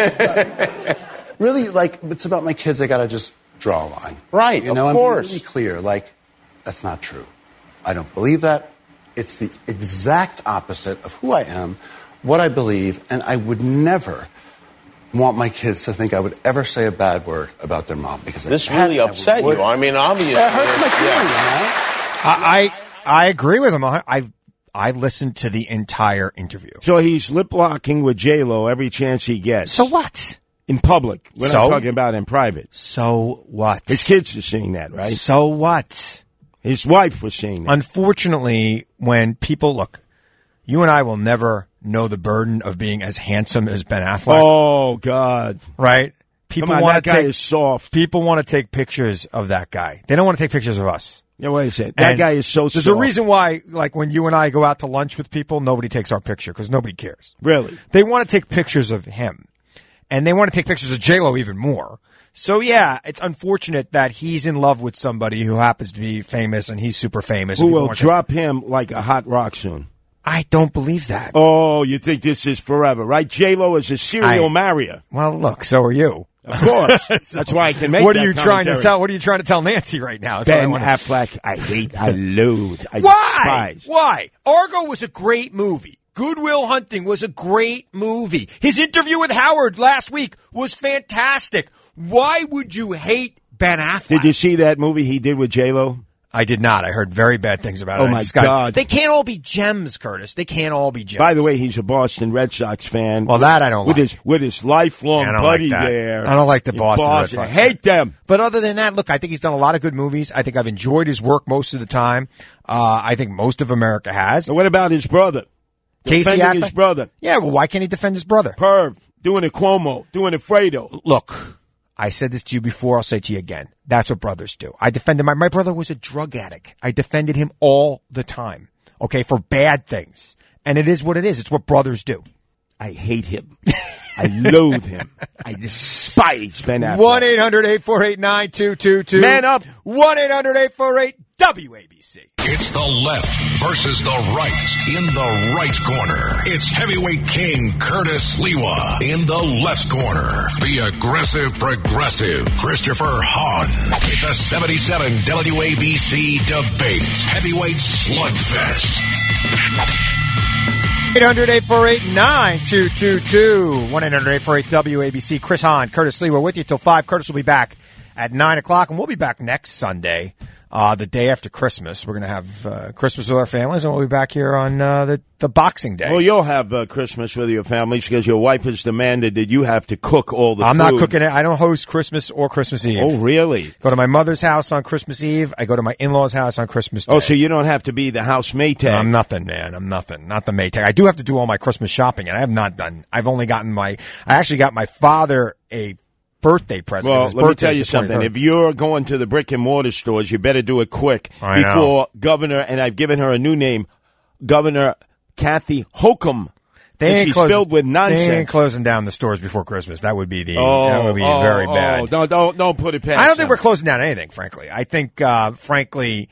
D: really, like, it's about my kids. I gotta just draw a line. Right, you know,
I: of
D: I'm
I: course.
D: really clear. Like, that's not true. I don't believe that. It's the exact opposite of who I am, what I believe, and I would never want my kids to think I would ever say a bad word about their mom because I
I: This
D: can't,
I: really
D: I
I: upset
D: would-
I: you. I mean, obviously.
D: It hurts my
I: yeah.
D: feelings, man.
B: I, I I agree with him. I I- I listened to the entire interview.
C: So he's lip locking with J Lo every chance he gets. So
B: what?
C: In public. We're
B: So?
C: not talking about in private.
B: So what?
C: His kids are seeing that, right?
B: So what?
C: His wife was seeing that.
B: Unfortunately, when people look, you and I will never know the burden of being as handsome as Ben Affleck.
C: Oh God!
B: Right? People
C: Come on,
B: want
C: that
B: to
C: guy
B: take
C: is soft.
B: People want to take pictures of that guy. They don't want to take pictures of us.
C: Yeah, wait a second. That
B: And
C: guy is so
B: There's
C: soft.
B: a reason why, like when you and I go out to lunch with people, nobody takes our picture because nobody cares.
C: Really?
B: They want to take pictures of him, and they want to take pictures of J Lo even more. So yeah, it's unfortunate that he's in love with somebody who happens to be famous and he's super famous.
C: Who
B: and people
C: will
B: want to-
C: drop him like a hot rock soon?
B: I don't believe that.
C: Oh, you think this is forever, right? J Lo is a serial
B: I-
C: marrier.
B: Well, look, so are you.
C: Of course. That's why I can make.
B: what
C: that
B: are you trying to
C: commentary.
B: sell? What are you trying to tell Nancy right now? Is what I
C: Ben
B: wanna-
C: Affleck, I hate, I loathe, I
B: Why?
C: despise.
B: Why? Argo was a great movie. Goodwill Hunting was a great movie. His interview with Howard last week was fantastic. Why would you hate Ben Affleck?
C: Did you see that movie he did with J Lo?
B: I did not. I heard very bad things about it.
C: Oh
B: I
C: my
B: just got-
C: God!
B: They can't all be gems, Curtis. They can't all be gems.
C: By the way, he's a Boston Red Sox fan.
B: Well, that I don't
C: with
B: like.
C: his with his lifelong
B: I don't
C: buddy
B: like that.
C: there.
B: I don't like the
C: In
B: Boston, Red
C: Boston.
B: Sox.
C: I hate them.
B: But other than that, look, I think he's done a lot of good movies. I think I've enjoyed his work most of the time. Uh, I think most of America has.
C: what about his brother?
B: Casey
C: Defending
B: Affleck?
C: his brother.
B: Yeah, well, why can't he defend his brother?
C: Perv doing a Cuomo, doing a Fredo.
B: Look, I said this to you before. I'll say it to you again. That's what brothers do. I defended my my brother was a drug addict. I defended him all the time. Okay, for bad things. and it is what it is. It's what brothers do.
C: I hate him. I loathe him. I despise Ben Affleck.
B: 1 800 848 9222.
C: Man up.
B: 1 800 848 WABC.
A: It's the left versus the right. In the right corner, it's heavyweight king Curtis Lewa. In the left corner, the aggressive progressive Christopher Hahn. It's a 77 WABC debate. Heavyweight slugfest.
B: 800 848 9222. 1 800 848 WABC. Chris Hahn, Curtis Lee, we're with you till 5. Curtis will be back at 9 o'clock, and we'll be back next Sunday, uh, the day after Christmas. We're going to have uh, Christmas with our families, and we'll be back here on uh, the, the Boxing Day.
C: Well, you'll have uh, Christmas with your families because your wife has demanded that you have to cook all the
B: I'm
C: food.
B: not cooking it. I don't host Christmas or Christmas Eve.
C: Oh, really?
B: Go to my mother's house on Christmas Eve. I go to my in law's house on Christmas Day.
C: Oh, so you don't have to be the house mate.
B: I'm nothing, man. I'm nothing. Not the Maytag. I do have to do all my Christmas shopping, and I have not done. I've only gotten my. I actually got my father a birthday present. 'cause
C: Well,
B: his
C: let me
B: birthday
C: tell
B: is
C: you
B: the
C: something.
B: 23rd.
C: If you're going to the brick and mortar stores, you better do it quick
B: I know.
C: before Governor and I've given her a new name, Governor Kathy Hokum.
B: They
C: and
B: ain't
C: she's
B: closing-
C: filled with nonsense.
B: They ain't closing down the stores before Christmas. That would be the.
C: oh,
B: that would be
C: oh,
B: very
C: oh,
B: bad.
C: Don't don't don't put it past.
B: I don't think
C: them.
B: we're closing down anything. Frankly, I think, uh, frankly,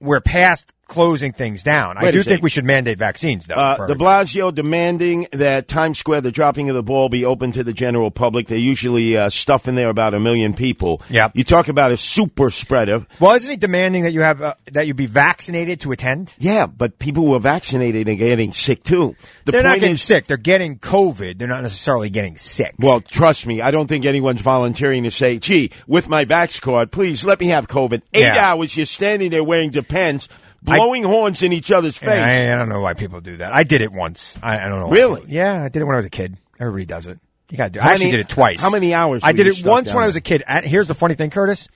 B: we're past closing things down.
C: Wait
B: I
C: a
B: do think
C: second.
B: we should mandate vaccines, though.
C: Uh,
B: for
C: de Blasio demanding that Times Square, the dropping of the ball, be open to the general public. They usually uh, stuff in there about a million people.
B: Yep.
C: You talk about a super spreader.
B: Well, isn't he demanding that you have uh, that you be vaccinated to attend?
C: Yeah, but people who are vaccinated are getting sick too. The
B: they're not
C: point
B: getting
C: is,
B: sick. They're getting COVID. They're not necessarily getting sick.
C: well, trust me, I don't think anyone's volunteering to say, "Gee, with my vax card, please let me have COVID." Eight
B: Yeah.
C: hours, you're standing there wearing depends, blowing horns in each other's face.
B: And I, I don't know why people do that. I did it once. I, I don't know. why
C: Really?
B: people- Yeah, I did it when I was a kid. Everybody does it. You got to do. it.
C: How
B: I actually
C: many-
B: did it twice.
C: how many hours
B: I
C: were
B: did
C: you
B: it
C: stuck
B: once
C: down
B: when I was
C: there?
B: a kid. And here's the funny thing, Curtis.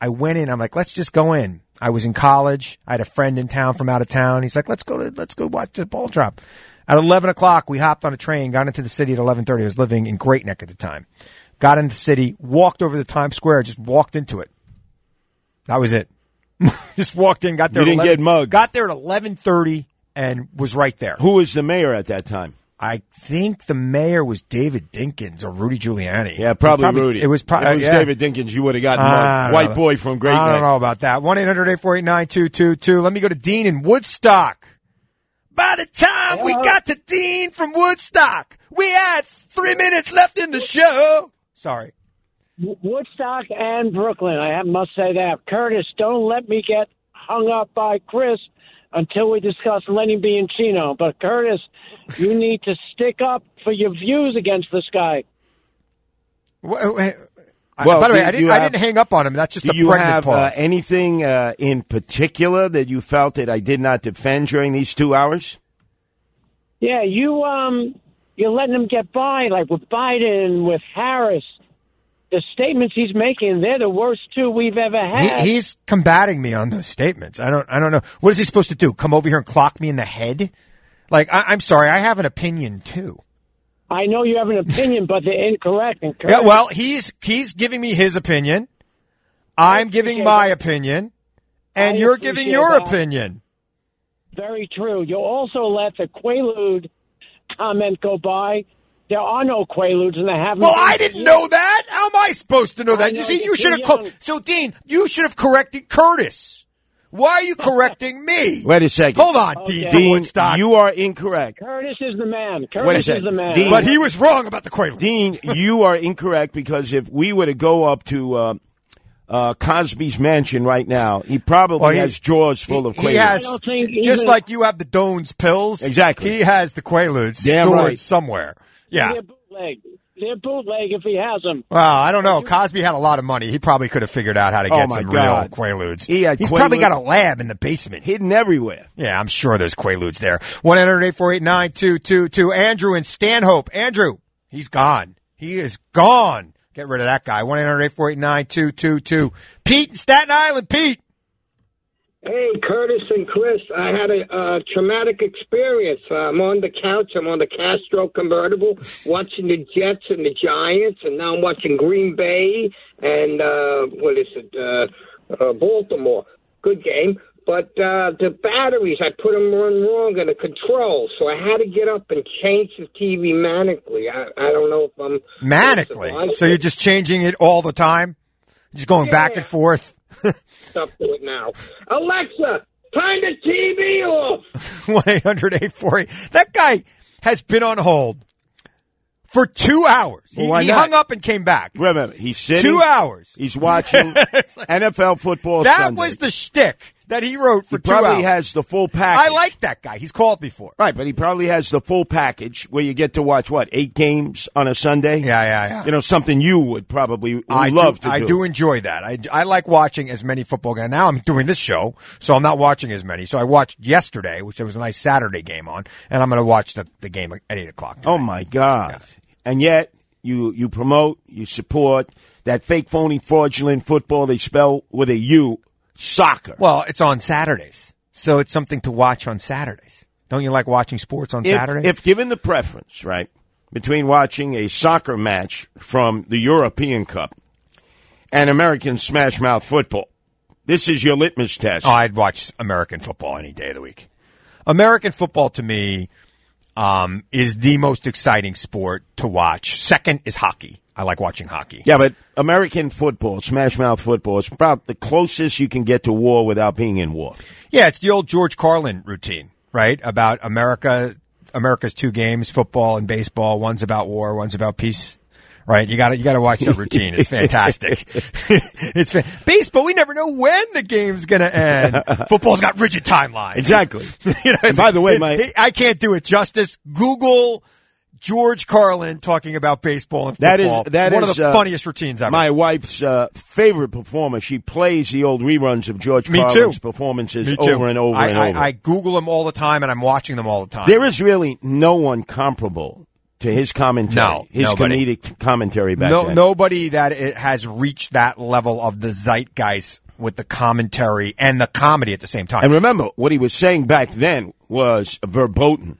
B: I went in. I'm like, let's just go in. I was in college. I had a friend in town from out of town. He's like, let's go to let's go watch the ball drop. At 11 o'clock, we hopped on a train, got into the city at 11:30. I was living in Great Neck at the time. Got in the city, walked over to Times Square, just walked into it. That was it. just walked in, got there.
C: You
B: at
C: didn't
B: 11
C: get mugged.
B: Got there at eleven thirty and was right there.
C: Who was the mayor at that time?
B: I think the mayor was David Dinkins or Rudy Giuliani.
C: Yeah, probably, Rudy.
B: It was probably
C: If it was David Dinkins. You would have gotten mugged. white boy from Great
B: I don't
C: Neck.
B: know about that. One 800 Let me go to Dean in Woodstock. By the time we got to Dean from Woodstock, we had three minutes left in the show. Sorry.
F: Woodstock and Brooklyn. I must say that. Curtis, don't let me get hung up by Chris until we discuss Lenny B and Chino. But Curtis, you need to stick up for your views against this guy.
B: Wha- wha- I-
C: Well,
B: by the way,
C: do
B: I didn't,
C: you
B: I
C: have-
B: didn't hang up on him. That's just
C: Do
B: a
C: you
B: pregnant
C: have uh,
B: pause.
C: anything uh, in particular that you felt that I did not defend during these two hours?
F: Yeah, you um, you're letting him get by, like with Biden, with Harris. The statements he's making, they're the worst two we've ever
B: He,
F: had.
B: he's combating me on those statements. I don't. I don't know. What is he supposed to do? Come over here and clock me in the head? Like I, I'm sorry, I have an opinion too.
F: I know you have an opinion, but they're incorrect. And Curtis,
B: Yeah. Well, he's he's giving me his opinion. I'm giving my opinion, and
F: I
B: you're giving
F: appreciate
B: your
F: that.
B: opinion.
F: Very true. You also let the Quaalude comment go by. There are no Quaaludes, and I haven't.
B: Well, I didn't know that. How am I supposed to know that? You see, you should have. Co- so, Dean, you should have corrected Curtis. Why are you correcting me?
C: Wait a second.
B: Hold on, Dean. from
C: Dean,
B: Woodstock.
C: you are incorrect.
F: Curtis is the man.
C: Wait a
F: Curtis is
C: second.
F: the man.
C: Dean,
B: But he was wrong about the Quaaludes.
C: Dean, you are incorrect because if we were to go up to uh, uh, Cosby's mansion right now, he probably
B: Well, he-
C: has drawers full of Quaaludes.
B: He has, just
F: even-
B: like you have the Doan's pills.
C: Exactly.
B: He has the Quaaludes
C: Damn
B: stored
C: right.
B: somewhere. Yeah.
F: They're bootleg. They're bootleg if he has them.
B: Well, I don't know. Cosby had a lot of money. He probably could have figured out how to
C: Oh,
B: get
C: my
B: some
C: God.
B: real Quaaludes.
C: He had
B: He's probably
C: Quaaludes.
B: got a lab in the basement.
C: hidden everywhere.
B: Yeah, I'm sure there's Quaaludes there. One hundred eight four eight nine two two two. Andrew and Stanhope. Andrew, he's gone. He is gone. Get rid of that guy. One eight hundred eight four eight nine two two two. Pete in Staten Island. Pete.
I: Hey, Curtis and Chris, I had a uh, traumatic experience. Uh, I'm on the couch. I'm on the Castro convertible, watching the Jets and the Giants, and now I'm watching Green Bay and uh, what is it, uh, uh, Baltimore. Good game. But uh, the batteries, I put them on wrong in the control, so I had to get up and change the TV manically. I, I don't know if I'm
B: manically. So you're just changing it all the time, just going back and forth.
I: stuff to it now. Alexa, turn the TV off.
B: One eight hundred eight four eight. That guy has been on hold for two hours. He,
C: Well, why
B: he
C: not?
B: hung up and came back.
C: Remember, he's sitting.
B: Two hours.
C: He's watching NFL football
B: that
C: Sunday.
B: was the shtick that he wrote for
C: He
B: two hours.
C: probably has the full package.
B: I like that guy. He's called before.
C: Right, but he probably has the full package where you get to watch what eight games on a Sunday. Yeah,
B: yeah, yeah.
C: You know something you would probably
B: I
C: love
B: do,
C: to
B: I
C: do.
B: do enjoy that. I, I like watching as many football games. Now I'm doing this show, so I'm not watching as many. So I watched yesterday, which there was a nice Saturday game on, and I'm going to watch the, the game at eight o'clock.
C: Oh my God! And yet you you promote, you support that fake, phony, fraudulent football they spell with a U, soccer.
B: Well, it's on Saturdays, so it's something to watch on Saturdays. Don't you like watching sports on
C: If-
B: Saturday?
C: If given the preference, right, between watching a soccer match from the European Cup and American Smash Mouth football, this is your litmus test.
B: Oh, I'd watch American football any day of the week. American football to me um, is the most exciting sport to watch. Second is hockey. I like watching hockey.
C: Yeah, but American football, Smash Mouth football, is about the closest you can get to war without being in war.
B: Yeah, it's the old George Carlin routine, right? About America, America's two games, football and baseball. One's about war, one's about peace. Right? You got to you got to watch that routine. It's fantastic. it's fan- baseball. We never know when the game's going to end. Football's got rigid timelines.
C: Exactly.
B: You know,
C: And by the way,
B: it-
C: my-
B: it- I can't do it justice. Google George Carlin talking about baseball and
C: That is
B: football.
C: that
B: one
C: is,
B: of the
C: uh,
B: funniest routines ever.
C: My wife's uh, favorite performer. She plays the old reruns of George
B: Me
C: Carlin's
B: too.
C: performances
B: Me too.
C: over and over
B: I,
C: and
B: I-
C: over.
B: I Google them all the time, and I'm watching them all the time.
C: there is really no one comparable to his commentary,
B: No,
C: his
B: nobody.
C: comedic commentary back
B: no,
C: then.
B: nobody that it has reached that level of the zeitgeist with the commentary and the comedy at the same time.
C: And remember, what he was saying back then was verboten.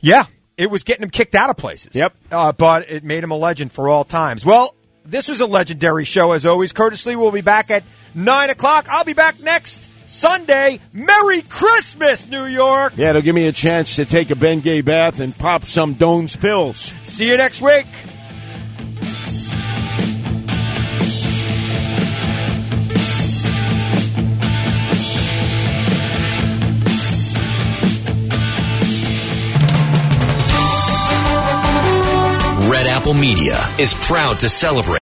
B: Yeah, it was getting him kicked out of places. Yep. Uh, but it made him a legend for all times. Well, this was a legendary show as always. Curtis Lee will be back at nine o'clock. I'll be back next Sunday. Merry Christmas, New York.
C: Yeah, it'll give me a chance to take a Ben Gay bath and pop some Doan's pills.
B: See you next week.
E: Red Apple Media is proud to celebrate.